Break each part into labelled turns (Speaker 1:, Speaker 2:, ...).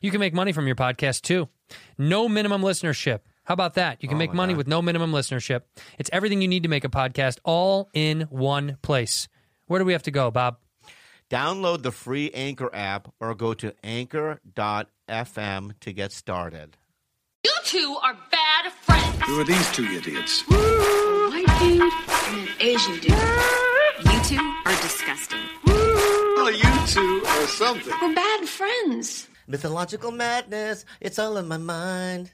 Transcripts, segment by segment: Speaker 1: You can make money from your podcast too. No minimum listenership. How about that?
Speaker 2: Oh
Speaker 1: You can make money with no minimum listenership. It's everything you need to make a podcast all in one place. Where do we have to go, Bob?
Speaker 2: Download the free Anchor app or go to anchor.fm to get started.
Speaker 3: You two are bad friends.
Speaker 4: Who are these two idiots?
Speaker 3: A white dude and an Asian dude.
Speaker 5: You two are disgusting.
Speaker 4: Well, you two are something.
Speaker 3: We're bad friends.
Speaker 2: Mythological madness, it's all in my mind.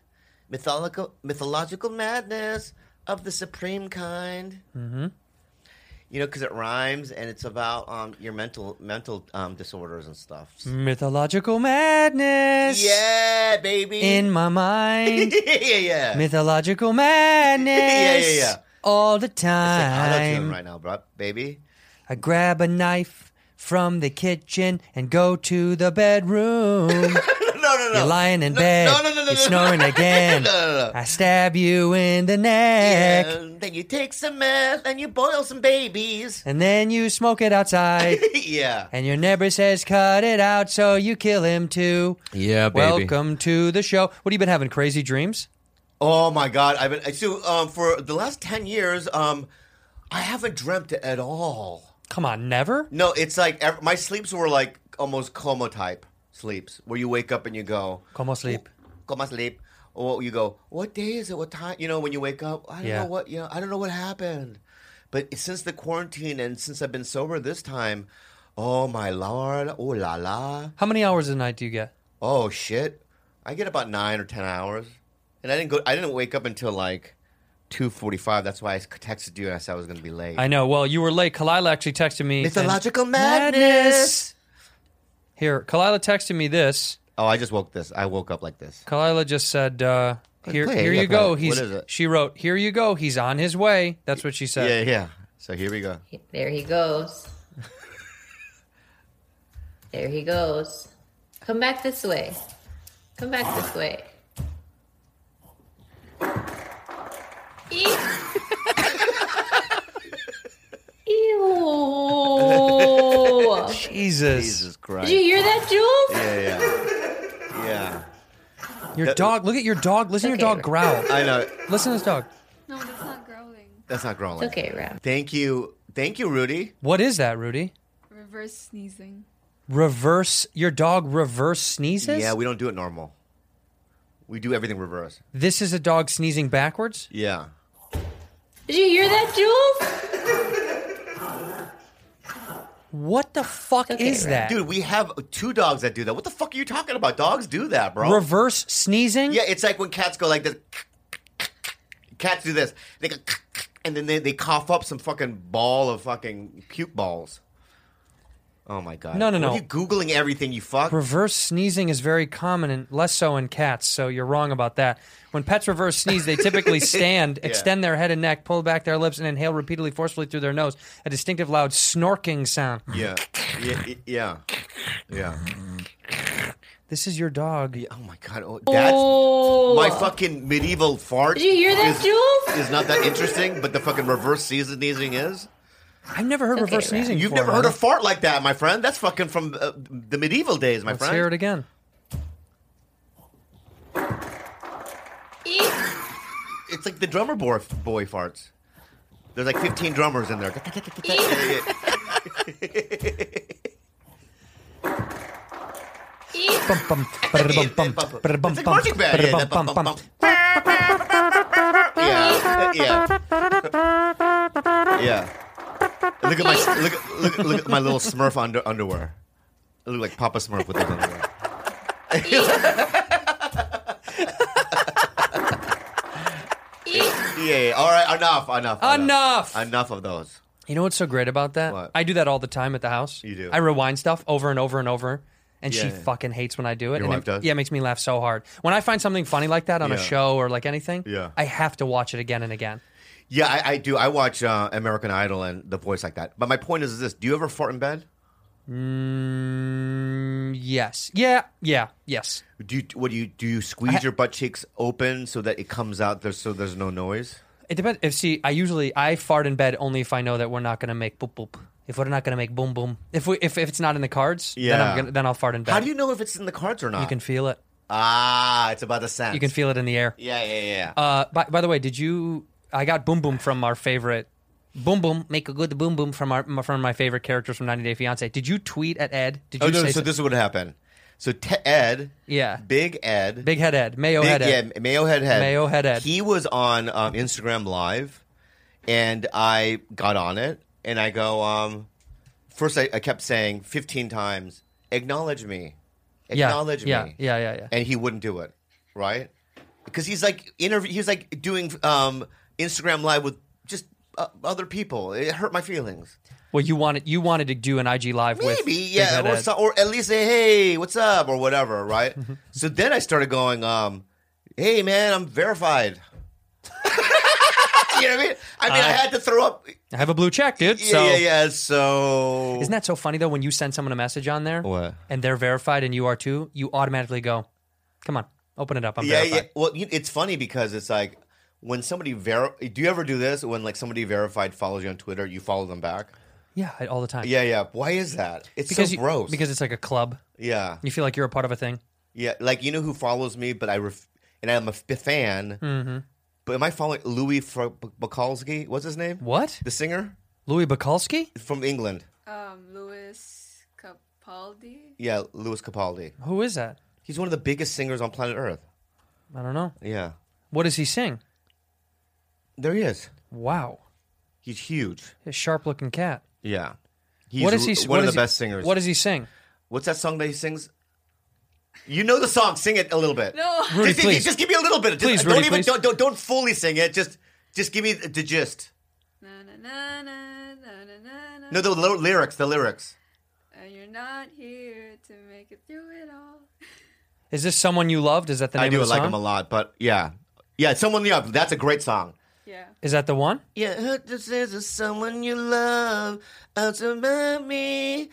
Speaker 2: Mythological, mythological madness of the supreme kind. Mm-hmm. You know, because it rhymes and it's about um, your mental mental um, disorders and stuff.
Speaker 1: Mythological madness.
Speaker 2: Yeah, baby.
Speaker 1: In my mind.
Speaker 2: yeah, yeah, yeah.
Speaker 1: Mythological madness.
Speaker 2: Yeah, "Oh, yeah, yeah.
Speaker 1: All the
Speaker 2: Say hello to him
Speaker 1: time.
Speaker 2: right now, bro, baby.
Speaker 1: I grab a knife from the kitchen and go to the bedroom.
Speaker 2: No, no, no.
Speaker 1: You're lying in
Speaker 2: No,
Speaker 1: bed.
Speaker 2: No, no, no, no.
Speaker 1: You're
Speaker 2: no,
Speaker 1: snoring
Speaker 2: no.
Speaker 1: again.
Speaker 2: no, no, no.
Speaker 1: I stab you in the neck.
Speaker 2: And then you take some meth and you boil some babies.
Speaker 1: And then you smoke it outside.
Speaker 2: yeah.
Speaker 1: and your neighbor says, cut it out, so you kill him too.
Speaker 2: Yeah,
Speaker 1: Welcome to the show. What have you been having? Crazy dreams?
Speaker 2: Oh my God, I've been so um for the last ten years um I haven't dreamt at all.
Speaker 1: Come on, never?
Speaker 2: No, it's like ev- my sleeps were like almost coma type sleeps where you wake up and you go
Speaker 1: Como sleep.
Speaker 2: come asleep. Or you go, what day is it? What time? You know, when you wake up, I don't
Speaker 1: Yeah.
Speaker 2: know what. You know, I don't know what happened. But since the quarantine and since I've been sober this time, oh my lord, oh la la,
Speaker 1: How many hours a night do you get?
Speaker 2: oh shit, I get about nine or ten hours, and I didn't go. I didn't wake up until like two forty-five. That's why I texted you and I said I was going to be late.
Speaker 1: I know. Well, you were late. Kalila actually texted me.
Speaker 2: Mythological
Speaker 1: and-
Speaker 2: madness.
Speaker 1: Here, Kalila texted me this.
Speaker 2: Oh, I just woke this. I woke up like this.
Speaker 1: Kalila just said, uh, "Here,
Speaker 2: play it.
Speaker 1: here
Speaker 2: Yeah,
Speaker 1: you
Speaker 2: play it.
Speaker 1: go."
Speaker 2: What
Speaker 1: He's.
Speaker 2: is it?
Speaker 1: She wrote, "Here you go. He's on his way." That's what she said.
Speaker 2: Yeah, yeah. So here we go.
Speaker 6: There he goes. there he goes. Come back this way. Come back this way. Ew. Ew.
Speaker 1: Jesus.
Speaker 2: Jesus Christ.
Speaker 6: Did you hear that, Jules?
Speaker 2: Yeah, yeah, yeah.
Speaker 1: your dog. Look at your dog. Listen to your
Speaker 6: Okay.
Speaker 1: dog growl.
Speaker 2: I know.
Speaker 1: Listen to this dog.
Speaker 7: No, that's not growling.
Speaker 2: That's not growing.
Speaker 6: Okay, Rob.
Speaker 2: Thank you. Thank you, Rudy.
Speaker 1: What is that, Rudy?
Speaker 7: Reverse sneezing.
Speaker 1: Reverse. Your dog reverse sneezes.
Speaker 2: Yeah, we don't do it normal. We do everything reverse.
Speaker 1: this is a dog sneezing backwards.
Speaker 2: Yeah.
Speaker 6: Did you hear that, Jules?
Speaker 1: What the fuck
Speaker 6: Okay,
Speaker 1: is
Speaker 6: Rob.
Speaker 1: that?
Speaker 2: Dude, we have two dogs that do that. What the fuck are you talking about? Dogs do that, bro.
Speaker 1: Reverse sneezing.
Speaker 2: yeah, it's like when cats go like this. Cats do this. They go, and then they, they cough up some fucking ball of fucking puke balls. Oh my god.
Speaker 1: No, no,
Speaker 2: What
Speaker 1: no.
Speaker 2: Are you googling everything? You fuck.
Speaker 1: Reverse sneezing is very common and less so in cats, so you're wrong about that. When pets reverse sneeze, they typically stand, extend their head and neck, pull back their lips, and inhale repeatedly forcefully through their nose, a distinctive loud snorking sound.
Speaker 2: yeah. yeah. y- Yeah. Yeah.
Speaker 1: This is your dog.
Speaker 2: Oh my god. Oh, that's
Speaker 6: Oh.
Speaker 2: my fucking medieval fart.
Speaker 6: Did you hear that,
Speaker 2: is-
Speaker 6: Jules?
Speaker 2: is not that interesting, but the fucking reverse sneezing is.
Speaker 1: I've never heard
Speaker 6: Okay,
Speaker 1: reverse
Speaker 6: Ralph.
Speaker 1: sneezing.
Speaker 2: You've
Speaker 1: before,
Speaker 2: never heard a
Speaker 1: Ralph.
Speaker 2: fart like that, my friend. That's fucking from uh, the medieval days, my
Speaker 1: Let's
Speaker 2: friend.
Speaker 1: hear it again.
Speaker 6: Ew.
Speaker 2: It's like the drummer boy, boy farts. There's like 15 drummers in there.
Speaker 6: Ew.
Speaker 1: Bum, bum, ba-da-bum, bum, ba-da-bum,
Speaker 2: It's
Speaker 1: bum,
Speaker 2: like marching band. Yeah,
Speaker 1: ba-da-bum, bum,
Speaker 2: that bum, bum,
Speaker 1: bum.
Speaker 2: bum. Yeah, yeah, yeah. Look at my look at- look at- look at my little Smurf under, underwear. I look like Papa Smurf with his underwear. yeah, yeah. All right, enough, enough,
Speaker 1: Enough!
Speaker 2: enough of those.
Speaker 1: You know what's so great about that?
Speaker 2: What?
Speaker 1: I do that all the time at the house.
Speaker 2: You do.
Speaker 1: I rewind stuff over and over and over. and
Speaker 2: Yeah,
Speaker 1: she
Speaker 2: yeah.
Speaker 1: fucking hates when I do it.
Speaker 2: Your
Speaker 1: and
Speaker 2: wife
Speaker 1: it,
Speaker 2: does?
Speaker 1: Yeah, it makes me laugh so hard. When I find something funny like that on a
Speaker 2: Yeah.
Speaker 1: show or like anything,
Speaker 2: Yeah.
Speaker 1: I have to watch it again and again.
Speaker 2: Yeah, I, I do. I watch uh, American Idol and The Voice like that. But my point is this: Do you ever fart in bed?
Speaker 1: Mm, yes. Yeah. Yeah. Yes.
Speaker 2: Do you, what do you do? You squeeze your butt cheeks open so that it comes out there, so there's no noise.
Speaker 1: It depends. If see, I usually I fart in bed only if I know that we're not gonna make boop boop. If we're not gonna make boom boom. If we if, if it's not in the cards, then
Speaker 2: Yeah.
Speaker 1: I'm gonna, then I'll fart in bed.
Speaker 2: How do you know if it's in the cards or not?
Speaker 1: You can feel it.
Speaker 2: ah, it's about the sound.
Speaker 1: You can feel it in the air.
Speaker 2: Yeah, yeah, yeah.
Speaker 1: Uh, by, by the way, did you? I got Boom Boom from our favorite Boom Boom. Make a good Boom Boom from our from my favorite characters from 90 Day Fiance. Did you tweet at Ed? Did you
Speaker 2: oh no!
Speaker 1: say
Speaker 2: So
Speaker 1: so-
Speaker 2: this is what happened. So Te- Ed,
Speaker 1: Yeah.
Speaker 2: Big Ed,
Speaker 1: Big Head Ed, Mayo Head Ed.
Speaker 2: Yeah, Mayo Head Head.
Speaker 1: Mayo Head Head.
Speaker 2: He was on um, Instagram Live, and I got on it, and I go, um, first I, I kept saying 15 times, acknowledge me.
Speaker 1: yeah,
Speaker 2: Acknowledge
Speaker 1: yeah,
Speaker 2: me.
Speaker 1: Yeah, yeah, yeah,
Speaker 2: And he wouldn't do it, right? Because he's like interview. He's like doing um, Instagram Live with just uh, other people. It hurt my feelings.
Speaker 1: Well, you wanted you wanted to do an IG live with
Speaker 2: Maybe,
Speaker 1: Big
Speaker 2: yeah,
Speaker 1: Head
Speaker 2: or,
Speaker 1: Ed.
Speaker 2: so, or at least say, "Hey, what's up?" or whatever, right? so then I started going, um, "Hey, man, I'm verified." you know what I mean? I mean, I
Speaker 1: Uh,
Speaker 2: had to throw up.
Speaker 1: I have a blue check, dude.
Speaker 2: Yeah,
Speaker 1: so
Speaker 2: yeah, yeah. So
Speaker 1: isn't that so funny though? When you send someone a message on there,
Speaker 2: What?
Speaker 1: and they're verified, and you are too, you automatically go, "Come on, open it up." I'm
Speaker 2: Yeah,
Speaker 1: verified.
Speaker 2: yeah. Well, you, it's funny because it's like when somebody ver. Do you ever do this when like somebody verified follows you on Twitter, you follow them back?
Speaker 1: yeah, I- all the time.
Speaker 2: Yeah, yeah. Why is that? It's
Speaker 1: because
Speaker 2: so
Speaker 1: you-
Speaker 2: gross.
Speaker 1: because it's like a club.
Speaker 2: yeah,
Speaker 1: You feel like you're a part of a thing.
Speaker 2: yeah. Like you know who follows me, but I ref- and I'm a f- fan.
Speaker 1: Mm-hmm.
Speaker 2: But am I following Louis Fro- B- Bukowski? What's his name?
Speaker 1: What?
Speaker 2: The singer
Speaker 1: Louis Bukowski?
Speaker 2: from England.
Speaker 7: Um, Louis Capaldi.
Speaker 2: Yeah, Louis Capaldi.
Speaker 1: Who is that?
Speaker 2: He's one of the biggest singers on planet Earth.
Speaker 1: I don't know.
Speaker 2: Yeah,
Speaker 1: What does he sing?
Speaker 2: there he is.
Speaker 1: Wow,
Speaker 2: He's huge.
Speaker 1: a sharp-looking cat.
Speaker 2: Yeah. He's
Speaker 1: what is he?
Speaker 2: r-
Speaker 1: what
Speaker 2: One of the
Speaker 1: is he-
Speaker 2: best singers.
Speaker 1: What does he sing?
Speaker 2: What's that song that he sings? You know the song. Sing it a little bit.
Speaker 7: No.
Speaker 1: Rudy,
Speaker 2: just,
Speaker 1: please.
Speaker 2: just give me a little bit. Just,
Speaker 1: Please,
Speaker 2: don't
Speaker 1: Rudy,
Speaker 2: even
Speaker 1: please.
Speaker 2: Don't, don't don't fully sing it. Just just give me the, the gist.
Speaker 7: Na, na, na, na, na, na, na, na.
Speaker 2: No, the lo- lyrics. The lyrics.
Speaker 7: And you're not here to make it through it all.
Speaker 1: Is this someone you loved? Is that the name
Speaker 2: I do
Speaker 1: of the
Speaker 2: like
Speaker 1: song?
Speaker 2: him a lot, but yeah, yeah. Someone you love. That's a great song.
Speaker 7: Yeah.
Speaker 1: Is that the one?
Speaker 2: Yeah, this is someone you love. Out about me,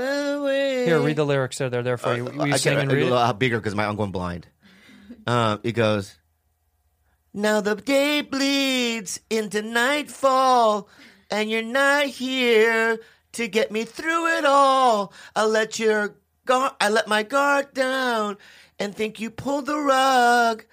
Speaker 1: Here, read the lyrics. They're they're there for you. Will you
Speaker 2: Uh, I
Speaker 1: sing
Speaker 2: can't
Speaker 1: and
Speaker 2: I do
Speaker 1: read
Speaker 2: a
Speaker 1: it?
Speaker 2: little bigger because my uncle went blind. Um, it goes. Now the day bleeds into nightfall, and you're not here to get me through it all. I let your guard, I let my guard down, and think you pulled the rug.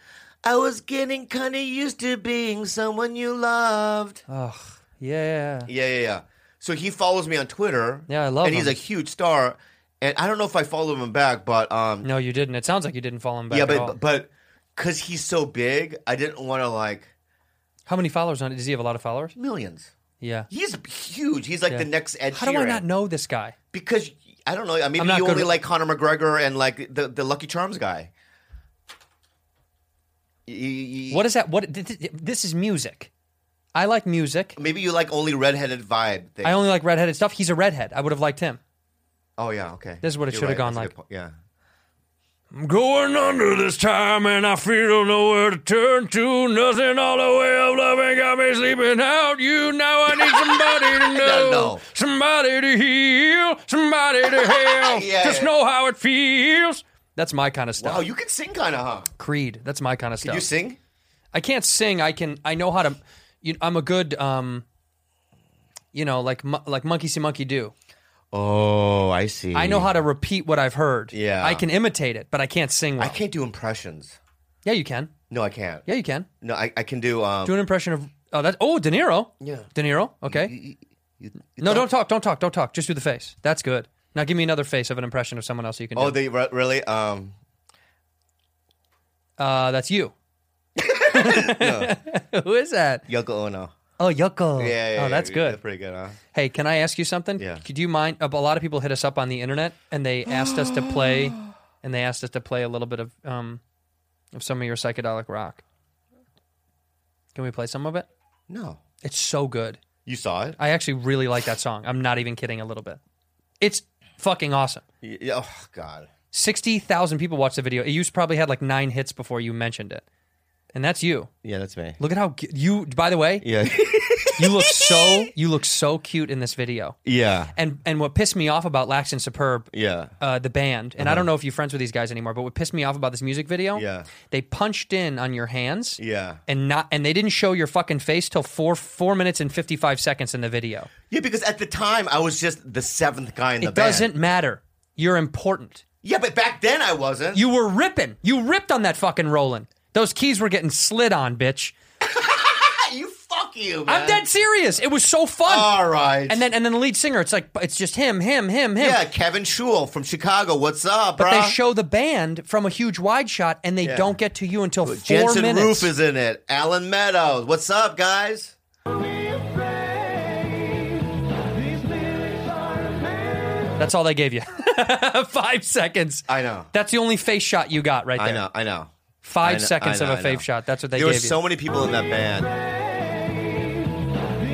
Speaker 2: I was getting kind of used to being someone you loved.
Speaker 1: Ugh, yeah.
Speaker 2: Yeah, yeah, yeah. So he follows me on Twitter.
Speaker 1: Yeah, I love
Speaker 2: And he's
Speaker 1: him.
Speaker 2: a huge star. And I don't know if I follow him back, but um,
Speaker 1: No, you didn't. It sounds like you didn't follow him back.
Speaker 2: yeah,
Speaker 1: at all.
Speaker 2: but but because he's so big, I didn't want to like
Speaker 1: how many followers on? Does he have a lot of followers?
Speaker 2: millions.
Speaker 1: Yeah.
Speaker 2: He's huge. He's like
Speaker 1: Yeah.
Speaker 2: the next Ed
Speaker 1: How do I
Speaker 2: Sheeran.
Speaker 1: not know this guy?
Speaker 2: Because I don't know. I mean,
Speaker 1: I'm not
Speaker 2: you
Speaker 1: good
Speaker 2: only
Speaker 1: with-
Speaker 2: like Conor McGregor and like the the Lucky Charms guy. Y- y- y-
Speaker 1: What is that? What? th- th- This is music. I like music.
Speaker 2: Maybe you like only redheaded vibe. Thing.
Speaker 1: I only like redheaded stuff. He's a redhead. I would have liked him.
Speaker 2: oh yeah, okay.
Speaker 1: This is what it
Speaker 2: You're
Speaker 1: should've gone
Speaker 2: That's
Speaker 1: like.
Speaker 2: a good po- Yeah.
Speaker 1: I'm going under this time and I feel nowhere to turn to. Nothing all the way of loving got me sleeping out. You now I need somebody to know.
Speaker 2: know.
Speaker 1: Somebody to heal. Somebody to help.
Speaker 2: Yeah,
Speaker 1: Just
Speaker 2: yeah.
Speaker 1: know how it feels. That's my kind of stuff.
Speaker 2: Wow, you can sing kind of, huh?
Speaker 1: Creed. That's my kind of
Speaker 2: Can
Speaker 1: stuff.
Speaker 2: you sing?
Speaker 1: I can't sing. I can. I know how to. You, I'm a good. um You know, like mo- like monkey see monkey do.
Speaker 2: Oh, I see.
Speaker 1: I know how to repeat what I've heard.
Speaker 2: Yeah.
Speaker 1: I can imitate it, but I can't sing. Well.
Speaker 2: I can't do impressions.
Speaker 1: Yeah, you can.
Speaker 2: No, I can't.
Speaker 1: Yeah, you can.
Speaker 2: No, I, I can do. Um,
Speaker 1: Do an impression of oh that oh De Niro.
Speaker 2: Yeah.
Speaker 1: De Niro. Okay.
Speaker 2: you- you- you
Speaker 1: No,
Speaker 2: thought-
Speaker 1: don't talk, don't talk, don't talk. Just do the face. That's good. Now give me another face of an impression of someone else you can do.
Speaker 2: Oh, they re- really? Um,
Speaker 1: uh, that's you. Who is that?
Speaker 2: Yoko Ono.
Speaker 1: Oh, Yucko.
Speaker 2: Yeah, yeah
Speaker 1: oh, that's
Speaker 2: yeah,
Speaker 1: good.
Speaker 2: That's pretty good, huh?
Speaker 1: Hey, can I ask you something?
Speaker 2: Yeah.
Speaker 1: Do you mind? A lot of people hit us up on the internet and they asked us to play, and they asked us to play a little bit of um, of some of your psychedelic rock. Can we play some of it?
Speaker 2: No,
Speaker 1: It's so good.
Speaker 2: you saw it.
Speaker 1: I actually really like that song. I'm not even kidding a little bit. It's fucking awesome.
Speaker 2: Y- y- Oh God.
Speaker 1: Sixty thousand people watched the video. You probably had like nine hits before you mentioned it, and that's you.
Speaker 2: Yeah, that's me.
Speaker 1: Look at how cu- you. By the way,
Speaker 2: Yeah,
Speaker 1: you look so you look so cute in this video.
Speaker 2: yeah,
Speaker 1: And and what pissed me off about Lax and Superb
Speaker 2: yeah. Uh-huh.
Speaker 1: uh, the band, and I don't know if you're friends with these guys anymore, but what pissed me off about this music video,
Speaker 2: Yeah.
Speaker 1: they punched in on your hands,
Speaker 2: Yeah.
Speaker 1: and not, and they didn't show your fucking face till four four minutes and fifty five seconds in the video.
Speaker 2: Yeah, because at the time I was just the seventh guy in the
Speaker 1: it
Speaker 2: band.
Speaker 1: doesn't matter. You're important.
Speaker 2: Yeah, but back then I wasn't.
Speaker 1: You were ripping. You ripped on that fucking Roland. Those keys were getting slid on, bitch.
Speaker 2: you fuck you, man.
Speaker 1: I'm dead serious. It was so fun.
Speaker 2: All right.
Speaker 1: and then and then the lead singer, it's like it's just him, him, him, him.
Speaker 2: yeah, Kevin Shule from Chicago. What's up,
Speaker 1: But
Speaker 2: bruh?
Speaker 1: they show the band from a huge wide shot, and they
Speaker 2: Yeah.
Speaker 1: don't get to you until four
Speaker 2: Jensen
Speaker 1: minutes.
Speaker 2: Roof is in it. Alan Meadows. What's up, guys?
Speaker 1: That's all they gave you. Five seconds.
Speaker 2: I know.
Speaker 1: That's the only face shot you got right there.
Speaker 2: I know. I know.
Speaker 1: Five
Speaker 2: I know,
Speaker 1: seconds
Speaker 2: I know,
Speaker 1: of a
Speaker 2: I know.
Speaker 1: fave shot. That's what they
Speaker 2: there were
Speaker 1: gave you.
Speaker 2: so many people in that band.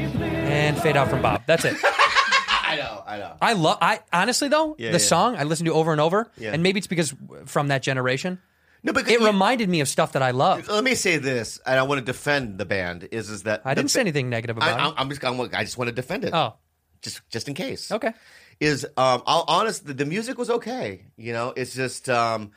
Speaker 1: and fade out from Bob. That's it.
Speaker 2: I know. I know.
Speaker 1: I love. I honestly though,
Speaker 2: Yeah,
Speaker 1: the
Speaker 2: yeah.
Speaker 1: song I listened to over and over,
Speaker 2: Yeah.
Speaker 1: and maybe it's because w- from that generation,
Speaker 2: No, because
Speaker 1: it reminded me of stuff that I love.
Speaker 2: let me say this, and I want to defend the band. Is is that
Speaker 1: I
Speaker 2: the
Speaker 1: didn't say
Speaker 2: ba-
Speaker 1: anything negative
Speaker 2: I,
Speaker 1: about
Speaker 2: I,
Speaker 1: it.
Speaker 2: I'm just. I'm, I just want to defend it.
Speaker 1: Oh,
Speaker 2: just just in case.
Speaker 1: okay.
Speaker 2: is um I'll honest the, the music was okay. You know, it's just um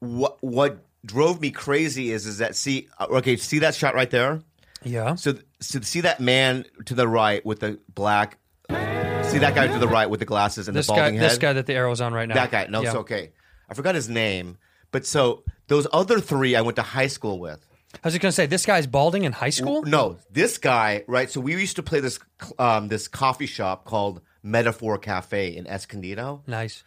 Speaker 2: what what drove me crazy is is that see uh, okay, see that shot right there?
Speaker 1: Yeah.
Speaker 2: So th- so see that man to the right with the black See that guy to the right with the glasses and
Speaker 1: This
Speaker 2: the balding
Speaker 1: guy.
Speaker 2: head?
Speaker 1: This guy that the arrow's on right now.
Speaker 2: That guy. No,
Speaker 1: Yeah.
Speaker 2: it's okay. I forgot his name. But so those other 3 I went to high school with.
Speaker 1: I was just gonna say this guy's balding in high school.
Speaker 2: No, this guy, right? So we used to play this um this coffee shop called Metaphor Cafe in Escondido.
Speaker 1: Nice.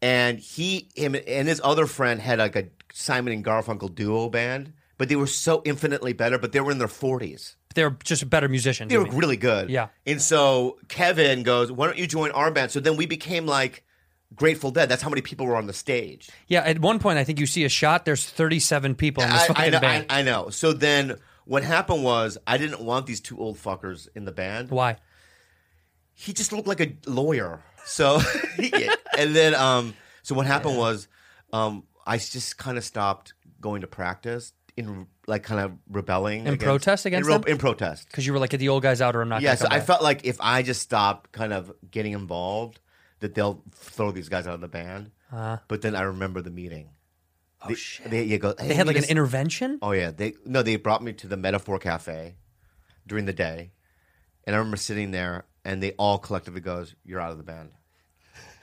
Speaker 2: and he him and his other friend had like a Simon and Garfunkel duo band, but they were so infinitely better. But they were in their forties.
Speaker 1: They're just better musicians.
Speaker 2: They
Speaker 1: you
Speaker 2: were
Speaker 1: mean.
Speaker 2: really good.
Speaker 1: Yeah.
Speaker 2: And so Kevin goes, "Why don't you join our band?" So then we became like Grateful Dead. That's how many people were on the stage.
Speaker 1: Yeah, at one point I think you see a shot. There's 37 people in this
Speaker 2: I,
Speaker 1: fucking
Speaker 2: I know,
Speaker 1: band.
Speaker 2: I, I know. So then what happened was I didn't want these two old fuckers in the band.
Speaker 1: Why?
Speaker 2: he just looked like a lawyer. So, yeah. and then, um, so what happened was, um, I just kind of stopped going to practice in like kind of rebelling in
Speaker 1: protest against
Speaker 2: in,
Speaker 1: them?
Speaker 2: in protest.
Speaker 1: Because you were like, get the old guys out, or I'm not.
Speaker 2: Yeah,
Speaker 1: gonna
Speaker 2: so
Speaker 1: come
Speaker 2: I
Speaker 1: back."
Speaker 2: felt like if I just stopped kind of getting involved, that they'll throw these guys out of the band.
Speaker 1: Uh-huh.
Speaker 2: But then I remember the meeting. Oh they, shit! They, you go,
Speaker 1: they had like an intervention.
Speaker 2: Oh yeah, they no, they brought me to the Metaphor Cafe during the day, and I remember sitting there, and they all collectively goes, "You're out of the band,"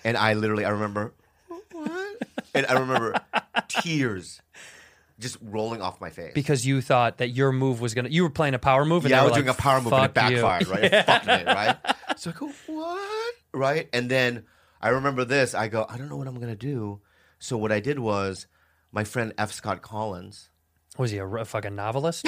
Speaker 2: and I literally, I remember, what? and I remember tears just rolling off my face.
Speaker 1: because you thought that your move was gonna you were playing a power move and
Speaker 2: yeah,
Speaker 1: they
Speaker 2: I
Speaker 1: were
Speaker 2: was doing a
Speaker 1: like,
Speaker 2: power move and it
Speaker 1: "Fuck you."
Speaker 2: backfired, right? It fucked me, right? So I go, what? Right? And then I remember this. I go, I don't know what I'm gonna do. So what I did was, my friend F. Scott Collins.
Speaker 1: was he a, r- fucking novelist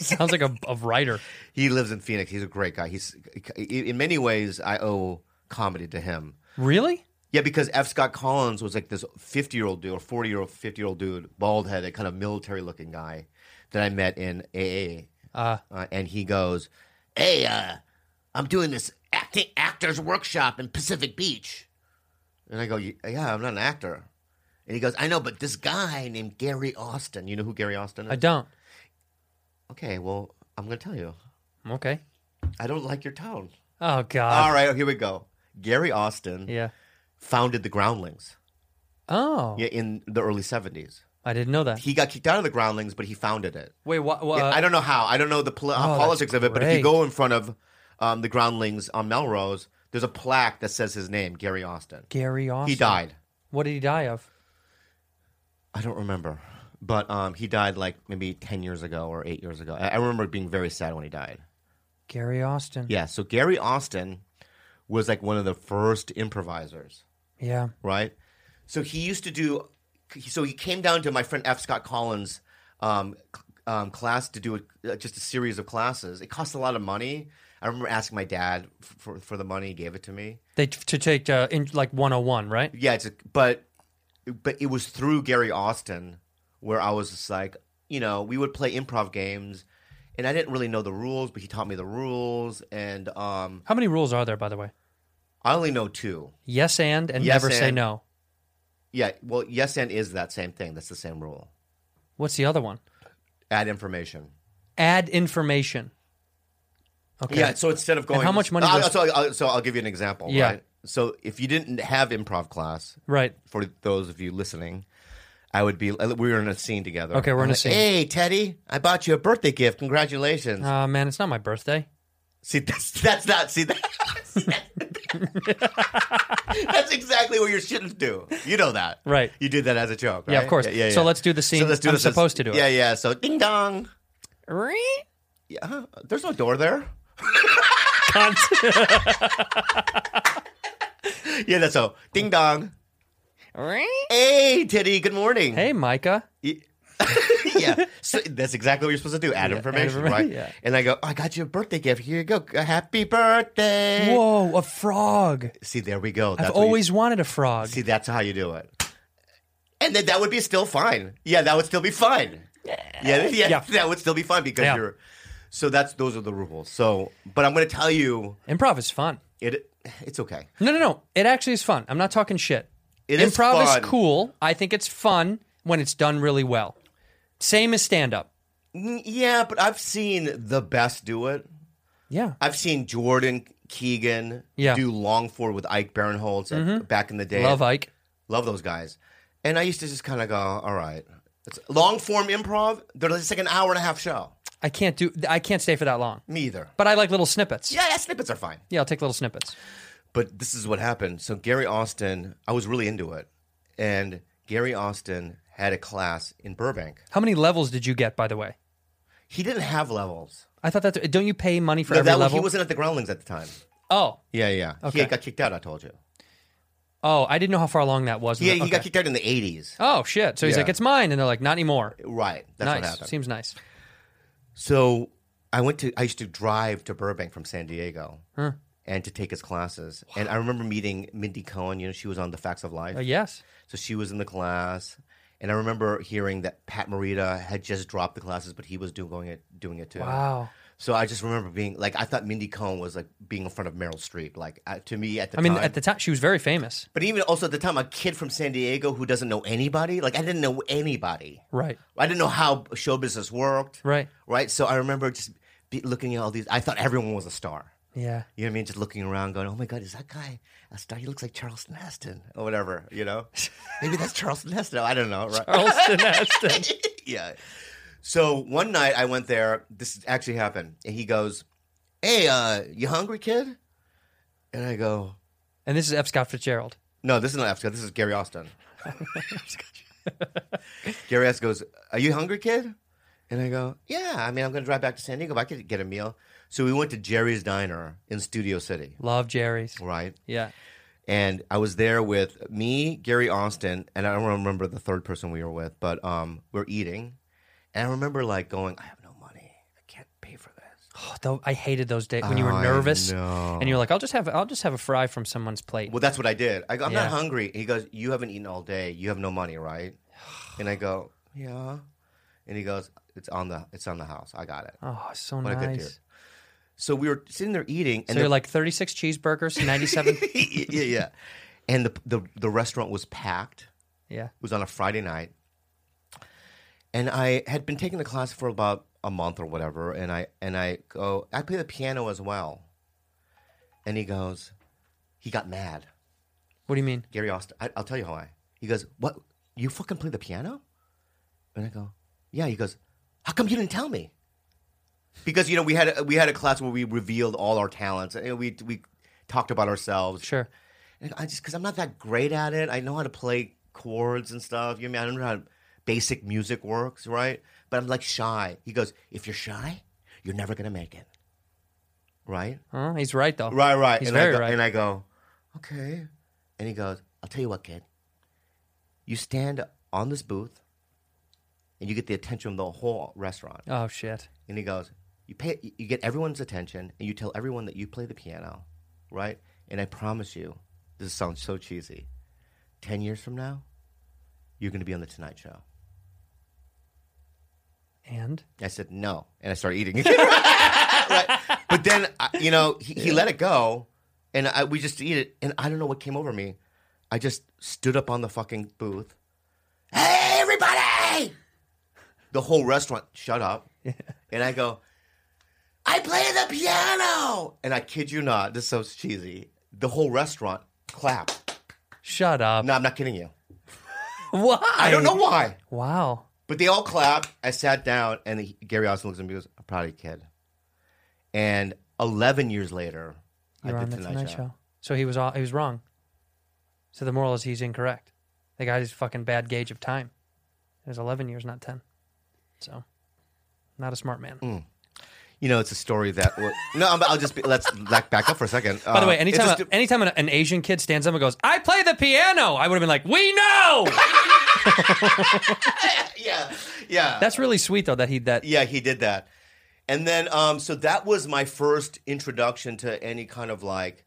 Speaker 1: sounds like a, a writer
Speaker 2: He lives in Phoenix. He's a great guy. He's in many ways I owe comedy to him.
Speaker 1: really
Speaker 2: Yeah, because F. Scott Collins was like this fifty-year-old dude or forty-year-old, fifty-year-old dude, bald-headed, kind of military-looking guy that I met in AA, uh, and he goes, "Hey, uh, I'm doing this acting actors workshop in Pacific Beach," and I go, "Yeah, I'm not an actor," and he goes, "I know, but this guy named Gary Austin. You know who Gary Austin is?
Speaker 1: i don't
Speaker 2: okay, well, I'm gonna tell you.
Speaker 1: okay
Speaker 2: I don't like your tone."
Speaker 1: oh god
Speaker 2: All right, here we go. Gary Austin
Speaker 1: yeah
Speaker 2: founded the Groundlings
Speaker 1: oh
Speaker 2: yeah, in the early 70s.
Speaker 1: i didn't know that
Speaker 2: He got kicked out of the Groundlings, but he founded it.
Speaker 1: wait what
Speaker 2: Yeah, I don't know how. I don't know the poli-
Speaker 1: Uh,
Speaker 2: uh,
Speaker 1: Oh,
Speaker 2: politics
Speaker 1: that's
Speaker 2: of it, but if
Speaker 1: great.
Speaker 2: you go in front of um, the Groundlings on Melrose, there's a plaque that says his name, Gary Austin.
Speaker 1: gary austin
Speaker 2: He died.
Speaker 1: what did he die of
Speaker 2: I don't remember. But um, he died like maybe 10 years ago or eight years ago. I, I remember being very sad when he died.
Speaker 1: gary austin
Speaker 2: Yeah, so Gary Austin was like one of the first improvisers.
Speaker 1: yeah
Speaker 2: right? So he used to do. So he came down to my friend F. Scott Collins' um, c- um, class to do a, uh, just a series of classes. It cost a lot of money. I remember asking my dad f- for for the money. He gave it to me.
Speaker 1: they to take uh, in, like 101 right
Speaker 2: Yeah, it's a, but but it was through Gary Austin where I was just like, you know, we would play improv games, and I didn't really know the rules, but he taught me the rules, and um,
Speaker 1: how many rules are there by the way
Speaker 2: I only know two.
Speaker 1: Yes and and
Speaker 2: Yes
Speaker 1: never say
Speaker 2: and.
Speaker 1: no.
Speaker 2: Yeah, well, yes and is that same thing. That's the same rule.
Speaker 1: What's the other one?
Speaker 2: Add information.
Speaker 1: Add information. Okay.
Speaker 2: Yeah, so instead of going,
Speaker 1: how much money
Speaker 2: I'll-
Speaker 1: was-
Speaker 2: so, I'll, so I'll give you an example.
Speaker 1: Yeah.
Speaker 2: Right? So if you didn't have improv class,
Speaker 1: Right.
Speaker 2: for those of you listening, I would be. uh, We were in a scene together.
Speaker 1: Okay, we're in
Speaker 2: I'm
Speaker 1: a
Speaker 2: like,
Speaker 1: scene.
Speaker 2: Hey, Teddy, I bought you a birthday gift. Congratulations.
Speaker 1: Uh, man, it's not my birthday.
Speaker 2: see, that's that's not. See that. That's exactly what your shouldn't do. You know that,
Speaker 1: Right.
Speaker 2: You did that as a joke.
Speaker 1: Yeah, of
Speaker 2: right?
Speaker 1: course. So let's do the scene I'm
Speaker 2: this as-
Speaker 1: supposed to do it.
Speaker 2: Yeah, yeah. So ding dong. Yeah, huh? Uh, there's no door there.
Speaker 1: Cunt.
Speaker 2: Yeah, that's so ding dong. Hey, Teddy. Good morning.
Speaker 1: hey, Micah.
Speaker 2: yeah. So that's exactly what you're supposed to do. Add information,
Speaker 1: add-
Speaker 2: right?
Speaker 1: yeah.
Speaker 2: And I go, "Oh, I got you a birthday gift. Here you go. Uh, Happy birthday.
Speaker 1: Whoa, a frog.
Speaker 2: See, there we go.
Speaker 1: I've
Speaker 2: what you-
Speaker 1: always wanted a frog.
Speaker 2: see. That's how you do it. And then that would be still fine. Yeah, that would still be fine. Yeah, yeah,
Speaker 1: Yeah.
Speaker 2: that would still be fine because
Speaker 1: Yeah.
Speaker 2: you're. So that's those are the rules. So, but I'm going to tell you,
Speaker 1: Improv is fun.
Speaker 2: it it's okay.
Speaker 1: No, no, no. It actually is fun. I'm not talking shit.
Speaker 2: It is
Speaker 1: Improv
Speaker 2: fun.
Speaker 1: cool. I think it's fun when it's done really well. Same as stand up.
Speaker 2: Mm, Yeah, but I've seen the best do it.
Speaker 1: Yeah.
Speaker 2: I've seen Jordan Keegan
Speaker 1: Yeah. Mm-hmm.
Speaker 2: do long forward with Ike Barinholtz at- back in the day.
Speaker 1: Love Ike.
Speaker 2: Love those guys. And I used to just kind of go, all right. It's long form improv. They're just like an hour and a half show.
Speaker 1: I can't do I can't stay for that long.
Speaker 2: Me either.
Speaker 1: But I like little snippets.
Speaker 2: Yeah, yeah, snippets are fine.
Speaker 1: Yeah, I'll take little snippets.
Speaker 2: But this is what happened. So Gary Austin, I was really into it. And Gary Austin had a class in Burbank.
Speaker 1: How many levels did you get, by the way?
Speaker 2: He didn't have levels.
Speaker 1: I thought that don't you pay money for
Speaker 2: No,
Speaker 1: every
Speaker 2: that-
Speaker 1: level?
Speaker 2: He wasn't at the Groundlings at the time.
Speaker 1: oh,
Speaker 2: Yeah, yeah.
Speaker 1: Okay.
Speaker 2: He got kicked out, I told you.
Speaker 1: oh, I didn't know how far along that was.
Speaker 2: Yeah, he
Speaker 1: Okay.
Speaker 2: got kicked out in the 80s.
Speaker 1: Oh shit! So he's
Speaker 2: Yeah.
Speaker 1: like, "It's mine," and they're like, "Not anymore."
Speaker 2: Right. That's
Speaker 1: nice.
Speaker 2: what happened.
Speaker 1: Seems nice.
Speaker 2: So I went to I used to drive to Burbank from San Diego and to take his classes. And I remember meeting Mindy Cohen, you know, she was on The Facts of Life.
Speaker 1: Uh, yes.
Speaker 2: So she was in the class. And I remember hearing that Pat Morita had just dropped the classes, but he was doing it doing it too.
Speaker 1: Wow.
Speaker 2: So I just remember being like I thought Mindy Cohen was like being in front of Meryl Streep. Like uh, to me at the
Speaker 1: I mean,
Speaker 2: time
Speaker 1: at the time, she was very famous.
Speaker 2: But even also at the time, a kid from San Diego who doesn't know anybody, like I didn't know anybody.
Speaker 1: Right.
Speaker 2: I didn't know how show business worked.
Speaker 1: Right.
Speaker 2: Right. So I remember just be looking at all these. I thought everyone was a star.
Speaker 1: Yeah.
Speaker 2: You know what I mean? Just looking around, going, "Oh my God, is that guy a star? He looks like Charles Neston or whatever." You know, maybe that's Charles Neston. I don't know. Right?
Speaker 1: Charleston Heston.
Speaker 2: yeah. So one night I went there. This actually happened, and he goes, "Hey, uh, you hungry, kid?" And I go,
Speaker 1: And this is F. Scott Fitzgerald.
Speaker 2: "No, this is not F. Scott. This is Gary Austin." Gary S goes, "Are you hungry, kid?" And I go, "Yeah. I mean, I'm going to drive back to San Diego. But I could get a meal." So we went to Jerry's Diner in Studio City,
Speaker 1: Love Jerry's.
Speaker 2: right?
Speaker 1: Yeah.
Speaker 2: And I was there with me, Gary Austin, and I don't remember the third person we were with, but um, we're eating, and I remember like going, "I have no money. I can't pay for this."
Speaker 1: Oh, though, I hated those days when you were
Speaker 2: I
Speaker 1: nervous
Speaker 2: know.
Speaker 1: and you're like, "I'll just have I'll just have a fry from someone's plate."
Speaker 2: Well, that's what I did. I go, "I'm
Speaker 1: Yeah.
Speaker 2: not hungry." He goes, "You haven't eaten all day. You have no money, right?" And I go, "Yeah," and he goes, "It's on the it's on the house. I got it."
Speaker 1: Oh, so
Speaker 2: What a good
Speaker 1: nice.
Speaker 2: dude. So we were sitting there eating,
Speaker 1: So
Speaker 2: and
Speaker 1: you're
Speaker 2: the-
Speaker 1: like 36 cheeseburgers, 97.
Speaker 2: yeah, yeah, yeah. And the, the the restaurant was packed. It
Speaker 1: yeah.
Speaker 2: was on a Friday night, and I had been taking the class for about a month or whatever. And I and I go, I play the piano as well. And he goes, he got mad.
Speaker 1: What do you mean?
Speaker 2: Gary Austin, I, I'll tell you how I. He goes, what? You fucking play the piano? And I go, yeah. He goes, how come you didn't tell me? Because you know we had a, we had a class where we revealed all our talents and we we talked about ourselves.
Speaker 1: Sure.
Speaker 2: And I just because I'm not that great at it. I know how to play chords and stuff. You know, I mean I don't know how basic music works, right? But I'm like shy. He goes, if you're shy, you're never gonna make it, right?
Speaker 1: Huh? he's right though.
Speaker 2: Right, right.
Speaker 1: He's
Speaker 2: and
Speaker 1: very
Speaker 2: I go,
Speaker 1: right.
Speaker 2: And I go, okay. And he goes, I'll tell you what, kid. You stand on this booth, and you get the attention of the whole restaurant.
Speaker 1: oh shit.
Speaker 2: And he goes, you pay, you get everyone's attention, and you tell everyone that you play the piano, right? And I promise you, this sounds so cheesy. Ten years from now, you're going to be on the Tonight Show.
Speaker 1: And
Speaker 2: I said no, and I started eating. Right. But then, I- you know, he, he let it go, and I, we just eat it. And I don't know what came over me. I just stood up on the fucking booth. Hey, everybody! The whole restaurant shut up. And I go, I play the piano. And I kid you not, this sounds cheesy. The whole restaurant clapped.
Speaker 1: Shut up.
Speaker 2: No, I'm not kidding you.
Speaker 1: Why?
Speaker 2: I don't know why,
Speaker 1: Wow.
Speaker 2: but they all clapped. I sat down, and he, Gary Austin looks at me and goes, I'm proud of you, kid. And 11 years later,
Speaker 1: You're
Speaker 2: I
Speaker 1: on
Speaker 2: did
Speaker 1: the
Speaker 2: Tonight, Show.
Speaker 1: So he was all, he was wrong. So the moral is he's incorrect. The guy's fucking bad gauge of time. It was 11 years, not 10. So, not a smart man.
Speaker 2: You know, it's a story that. Will, no, I'm- I'll just be, let's back back up for a second.
Speaker 1: By the way,
Speaker 2: Uh, it's
Speaker 1: anytime
Speaker 2: a
Speaker 1: a,
Speaker 2: stu-
Speaker 1: anytime an, an Asian kid stands up and goes, "I play the piano," I would have been like, "We know."
Speaker 2: yeah, yeah,
Speaker 1: That's really sweet though that he that.
Speaker 2: yeah, he did that. And then, um, so that was my first introduction to any kind of like,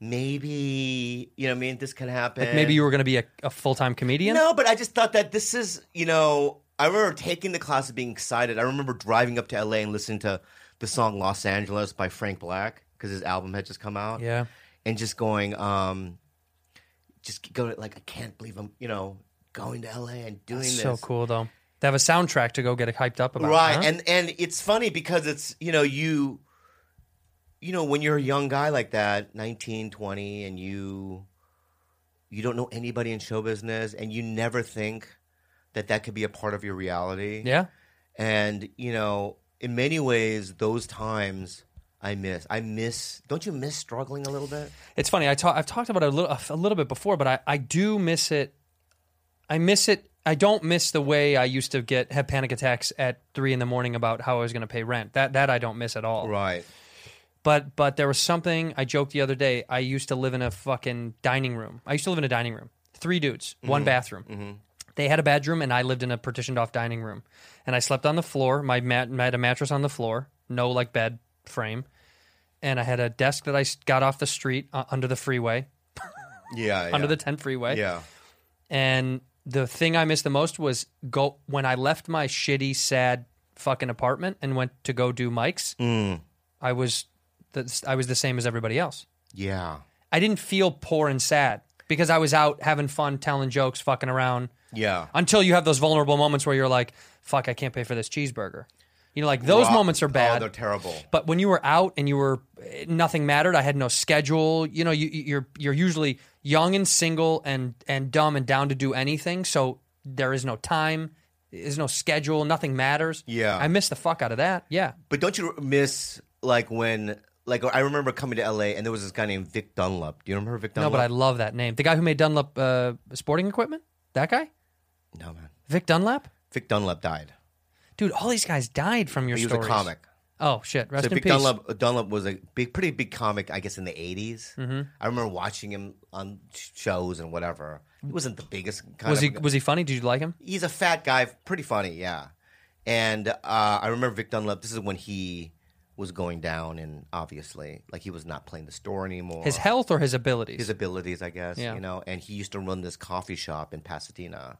Speaker 2: maybe you know, what I mean, this can happen.
Speaker 1: Like maybe you were going to be a, a full time comedian.
Speaker 2: No, but I just thought that this is, you know, I remember taking the class and being excited. I remember driving up to LA and listening to the song Los Angeles by Frank Black because his album had just come out.
Speaker 1: Yeah.
Speaker 2: And just going, um, just go like, I can't believe I'm, you know, going to LA and doing this.
Speaker 1: So cool though. They have a soundtrack to go get hyped up about.
Speaker 2: Right.
Speaker 1: huh?
Speaker 2: And, and it's funny because it's, you know, you, you know, when you're a young guy like that, 19, 20, and you, you don't know anybody in show business and you never think that that could be a part of your reality.
Speaker 1: yeah.
Speaker 2: And, you know, in many ways, those times I miss. I miss, don't you miss struggling a little bit?
Speaker 1: It's funny. I talk, I've talked about it a little, a little bit before, but I, I do miss it. I miss it. I don't miss the way I used to get have panic attacks at three in the morning about how I was going to pay rent. That that I don't miss at all.
Speaker 2: Right.
Speaker 1: But but there was something I joked the other day. I used to live in a fucking dining room. I used to live in a dining room. Three dudes,
Speaker 2: Mm-hmm.
Speaker 1: one bathroom. They had a bedroom, and I lived in a partitioned off dining room. And I slept on the floor. My mat, I had a mattress on the floor, no like bed frame, and I had a desk that I s- got off the street uh, under the freeway
Speaker 2: Yeah.
Speaker 1: under
Speaker 2: yeah.
Speaker 1: the 10 freeway.
Speaker 2: Yeah.
Speaker 1: And the thing I missed the most was go when I left my shitty, sad fucking apartment and went to go do mics.
Speaker 2: Mm.
Speaker 1: I was the, I was the same as everybody else.
Speaker 2: Yeah.
Speaker 1: I didn't feel poor and sad because I was out having fun, telling jokes, fucking around.
Speaker 2: Yeah.
Speaker 1: Until you have those vulnerable moments where you're like, "Fuck, I can't pay for this cheeseburger." You know, like those
Speaker 2: Right.
Speaker 1: moments are bad.
Speaker 2: Oh, they're terrible.
Speaker 1: But when you were out and you were eh, nothing mattered, I had no schedule. You know, you, you're you're usually young and single and and dumb and down to do anything. So there is no time, is no schedule, nothing matters.
Speaker 2: Yeah.
Speaker 1: I miss the fuck out of that. Yeah,
Speaker 2: But don't you miss like when like I remember coming to LA and there was this guy named Vic Dunlop. Do you remember Vic
Speaker 1: no,
Speaker 2: Dunlop?
Speaker 1: but I love that name. The guy who made Dunlap uh, Sporting Equipment, that guy,
Speaker 2: I no man.
Speaker 1: Vic Dunlap.
Speaker 2: Vic Dunlop died.
Speaker 1: Dude, all these guys died from your
Speaker 2: He was
Speaker 1: stories.
Speaker 2: a comic.
Speaker 1: Oh shit, rest
Speaker 2: so
Speaker 1: in
Speaker 2: Vic
Speaker 1: peace.
Speaker 2: Dunlop, Dunlop was a big, pretty big comic, I guess, in the 80s
Speaker 1: Mm-hmm.
Speaker 2: I remember watching him on sh- shows and whatever. He wasn't the biggest. Kind
Speaker 1: was
Speaker 2: of
Speaker 1: he was he funny? Did you like him?
Speaker 2: he's a fat guy, pretty funny, yeah. And uh, I remember Vic Dunlop. This is when he was going down, and obviously, like he was not playing the store anymore.
Speaker 1: His health or his abilities?
Speaker 2: his abilities, I guess,
Speaker 1: Yeah.
Speaker 2: you know. And he used to run this coffee shop in Pasadena.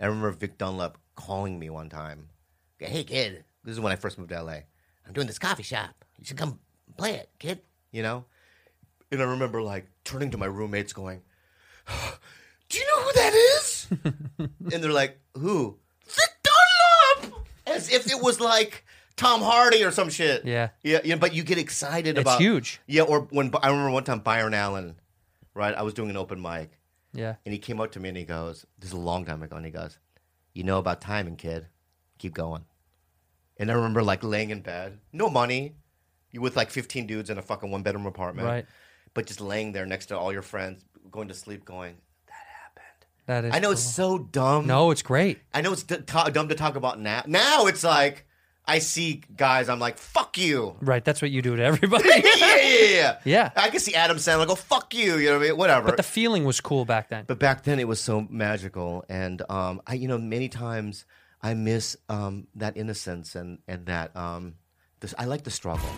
Speaker 2: I remember Vic Dunlap calling me one time. Hey, kid, this is when I first moved to LA. I'm doing this coffee shop. You should come play it, kid. You know. And I remember like turning to my roommates, going, "Do you know who that is?" and they're like, "Who?" Vic Dunlap. As if it was like Tom Hardy or some shit.
Speaker 1: Yeah.
Speaker 2: Yeah, yeah, but you get excited
Speaker 1: It's
Speaker 2: about
Speaker 1: huge.
Speaker 2: Yeah, or when I remember one time Byron Allen, right? I was doing an open mic,
Speaker 1: yeah.
Speaker 2: and he came up to me and he goes, "This is a long time ago," and he goes, "You know about timing, kid. Keep going." And I remember like laying in bed, no money, you with like fifteen dudes in a fucking one bedroom apartment,
Speaker 1: Right.
Speaker 2: But just laying there next to all your friends, going to sleep, going.
Speaker 1: That is.
Speaker 2: I know it's so dumb.
Speaker 1: No, it's great.
Speaker 2: I know it's d- t- dumb to talk about now. Now it's like I see guys, I'm like, "Fuck you."
Speaker 1: Right, that's what you do to everybody.
Speaker 2: yeah, yeah, yeah, yeah.
Speaker 1: Yeah.
Speaker 2: I can see Adam Sandler go, fuck you, you know what I mean? Whatever.
Speaker 1: But the feeling was cool back then.
Speaker 2: But back then it was so magical. And, um, I, you know, many times I miss um, that innocence and, and that, um, this, I like the struggle.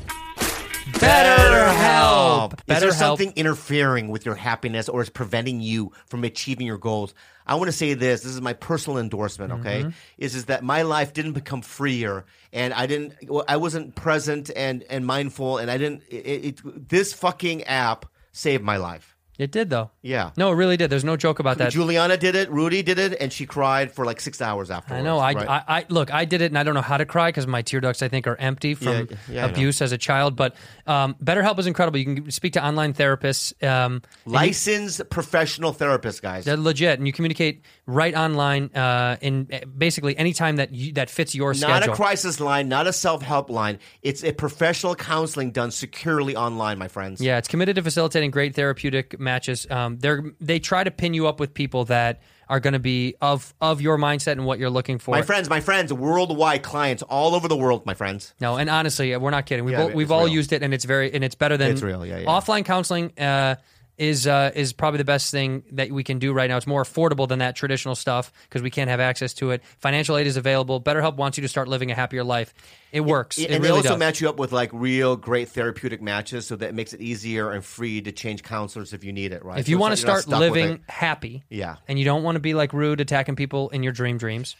Speaker 1: Better help.
Speaker 2: Is there
Speaker 1: Better help.
Speaker 2: something interfering with your happiness or is preventing you from achieving your goals? I want to say this. This is my personal endorsement. Okay,
Speaker 1: Mm-hmm.
Speaker 2: is is that my life didn't become freer and I didn't. well, I wasn't present and and mindful and I didn't. It, it, this fucking app saved my life.
Speaker 1: It did though.
Speaker 2: Yeah.
Speaker 1: No, it really did. There's no joke about that.
Speaker 2: Juliana did it. Rudy did it, and she cried for like six hours
Speaker 1: I
Speaker 2: afterwards.
Speaker 1: know. I,
Speaker 2: right?
Speaker 1: I, I look. I did it, and I don't know how to cry because my tear ducts, I think, are empty from
Speaker 2: Yeah, yeah, I know.
Speaker 1: abuse as a child. But um, BetterHelp is incredible. You can speak to online therapists. Um, and you-
Speaker 2: licensed professional therapist, guys.
Speaker 1: they're legit, and you communicate right online uh, in uh, basically any time that you, that fits your
Speaker 2: not
Speaker 1: schedule.
Speaker 2: a crisis line, not a self help line. It's a professional counseling done securely online, my friends.
Speaker 1: Yeah, it's committed to facilitating great therapeutic matches. Um, they they try to pin you up with people that are going to be of of your mindset and what you're looking for.
Speaker 2: My friends, my friends, worldwide clients all over the world, my friends.
Speaker 1: No, and honestly, we're not kidding. We've
Speaker 2: Yeah,
Speaker 1: all,
Speaker 2: it's
Speaker 1: we've all
Speaker 2: real.
Speaker 1: used it, and it's very and it's better than
Speaker 2: It's real, yeah, yeah.
Speaker 1: Offline counseling uh, is uh, is probably the best thing that we can do right now. It's more affordable than that traditional stuff because we can't have access to it. Financial aid is available. BetterHelp wants you to start living a happier life. It works.
Speaker 2: and
Speaker 1: it
Speaker 2: they
Speaker 1: really
Speaker 2: also
Speaker 1: does.
Speaker 2: match you up with like real great therapeutic matches so that it makes it easier and free to change counselors if you need it, right?
Speaker 1: if you
Speaker 2: So
Speaker 1: want to
Speaker 2: it's not-
Speaker 1: start
Speaker 2: you're not stuck with
Speaker 1: living
Speaker 2: it.
Speaker 1: happy,
Speaker 2: Yeah.
Speaker 1: and you don't want to be like rude attacking people in your dream dreams,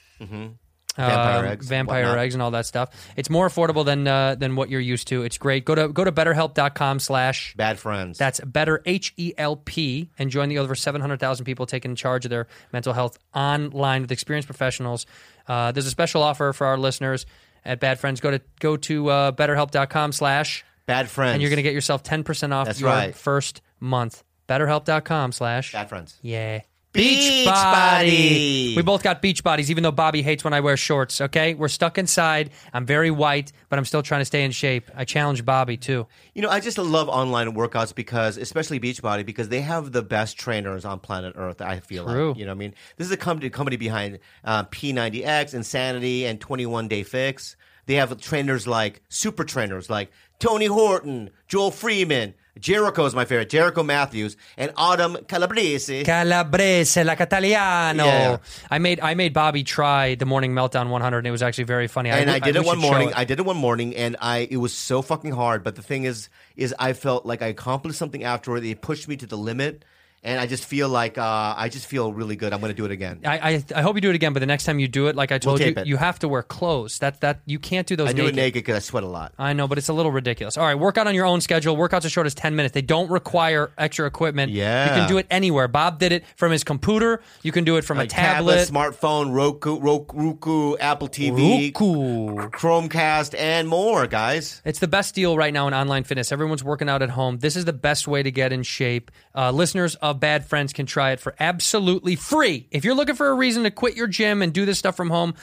Speaker 2: Vampire
Speaker 1: um,
Speaker 2: eggs,
Speaker 1: vampire
Speaker 2: whatnot.
Speaker 1: eggs, and all that stuff, it's more affordable than uh, than what you're used to. It's great. Go to go to BetterHelp.com/slash.
Speaker 2: bad friends.
Speaker 1: That's better H E L P and join the over 700,000 people taking charge of their mental health online with experienced professionals. Uh, there's a special offer for our listeners at Bad Friends. Go to go to uh, betterhelp.com slash
Speaker 2: bad friends.
Speaker 1: and you're going to get yourself 10% off
Speaker 2: That's
Speaker 1: your
Speaker 2: right.
Speaker 1: first month. Betterhelp.com slash.
Speaker 2: bad friends.
Speaker 1: Yeah.
Speaker 2: Beachbody.
Speaker 1: We both got beach bodies, even though Bobby hates when I wear shorts. Okay, we're stuck inside. I'm very white, but I'm still trying to stay in shape. I challenge Bobby too.
Speaker 2: You know, I just love online workouts because, especially Beachbody, because they have the best trainers on planet Earth. I feel
Speaker 1: True.
Speaker 2: like you know, what I mean, this is a company company behind uh, P90X, Insanity, and 21 Day Fix. They have trainers like super trainers like Tony Horton, Joel Freeman, Jericho is my favorite, Jericho Matthews, and Autumn Calabrese.
Speaker 1: Calabrese, la Cataliano.
Speaker 2: Yeah.
Speaker 1: I made I made Bobby try the morning meltdown 100, and it was actually very funny.
Speaker 2: and I,
Speaker 1: w-
Speaker 2: did
Speaker 1: we
Speaker 2: it one
Speaker 1: should show
Speaker 2: morning.
Speaker 1: it.
Speaker 2: I did it one morning, and I it was so fucking hard. But the thing is, is I felt like I accomplished something afterward. It pushed me to the limit, and I just feel like uh, I just feel really good. I'm going to do it again.
Speaker 1: I, I I hope you do it again, but the next time you do it, like I told you,
Speaker 2: tape it.
Speaker 1: you have to wear clothes. That that you can't do those.
Speaker 2: I do it naked because I sweat a lot.
Speaker 1: I know, but it's a little ridiculous. All right, work out on your own schedule. Workouts as short as 10 minutes. They don't require extra equipment.
Speaker 2: Yeah.
Speaker 1: You can do it anywhere. Bob did it from his computer. You can do it from
Speaker 2: Like
Speaker 1: a tablet.
Speaker 2: smartphone, Roku, Roku, Roku, Apple TV,
Speaker 1: Roku.
Speaker 2: Chromecast, and more, guys.
Speaker 1: It's the best deal right now in online fitness. Everyone's working out at home. This is the best way to get in shape. Uh, listeners of Bad Friends can try it for absolutely free. If you're looking for a reason to quit your gym and do this stuff from home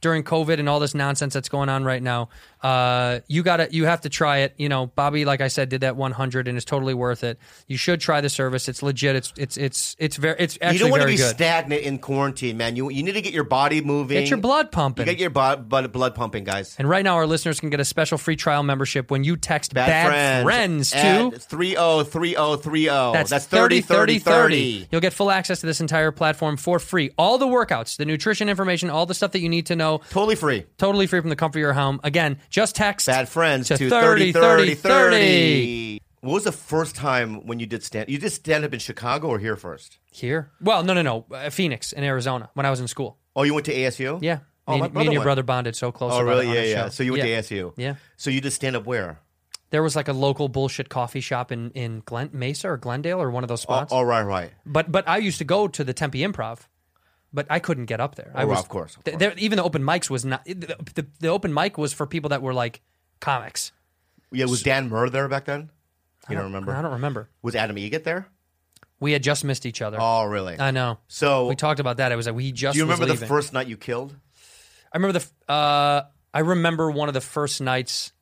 Speaker 1: during COVID and all this nonsense that's going on right now, uh, you gotta you have to try it. You know, Bobby, like I said, did that 100 and it's totally worth it. You should try the service. It's legit. It's it's it's it's very it's actually
Speaker 2: You don't want to
Speaker 1: very
Speaker 2: be
Speaker 1: good.
Speaker 2: stagnant in quarantine, man. You you need to get your body moving.
Speaker 1: Get your blood pumping.
Speaker 2: You get your bo- blood blood pumping, guys.
Speaker 1: and right now, our listeners can get a special free trial membership when you text Bad, Friends, to
Speaker 2: at oh, 303030. oh. That's, 30
Speaker 1: 30,
Speaker 2: 30 30.
Speaker 1: You'll get full access to this entire platform for free. All the workouts, the nutrition information, all the stuff that you need to know,
Speaker 2: Totally free.
Speaker 1: totally free from the comfort of your home. Again, just text
Speaker 2: Bad friends
Speaker 1: to
Speaker 2: to 30 30 30. What was the first time when you did stand You did stand up in Chicago or here first?
Speaker 1: Here? Well, no, no, no. Uh, Phoenix in Arizona when I was in school.
Speaker 2: Oh, you went to ASU?
Speaker 1: Yeah.
Speaker 2: Oh,
Speaker 1: me,
Speaker 2: my
Speaker 1: and- me and your
Speaker 2: went.
Speaker 1: brother bonded so close.
Speaker 2: Oh,
Speaker 1: about
Speaker 2: really?
Speaker 1: it on
Speaker 2: Yeah,
Speaker 1: the
Speaker 2: yeah.
Speaker 1: show.
Speaker 2: So you went
Speaker 1: Yeah.
Speaker 2: to ASU.
Speaker 1: Yeah.
Speaker 2: So you did stand up where?
Speaker 1: There was like a local bullshit coffee shop in, in Glen Mesa or Glendale or one of those
Speaker 2: Oh,
Speaker 1: spots.
Speaker 2: oh, right, right.
Speaker 1: But but I used to go to the Tempe Improv, but I couldn't get up there. I
Speaker 2: Oh,
Speaker 1: was,
Speaker 2: of course, of
Speaker 1: th-
Speaker 2: course.
Speaker 1: there- even the open mics was not the, the, the open mic was for people that were like comics.
Speaker 2: Yeah, was Dan Murr there back then? You don't remember?
Speaker 1: I don't remember.
Speaker 2: Was Adam Egget there?
Speaker 1: We had just missed each other.
Speaker 2: Oh, really?
Speaker 1: I know.
Speaker 2: So-
Speaker 1: we talked about that. It was like we just.
Speaker 2: Do you
Speaker 1: was
Speaker 2: remember the
Speaker 1: leaving.
Speaker 2: first night you killed?
Speaker 1: I remember the. f- Uh, I remember one of the first nights.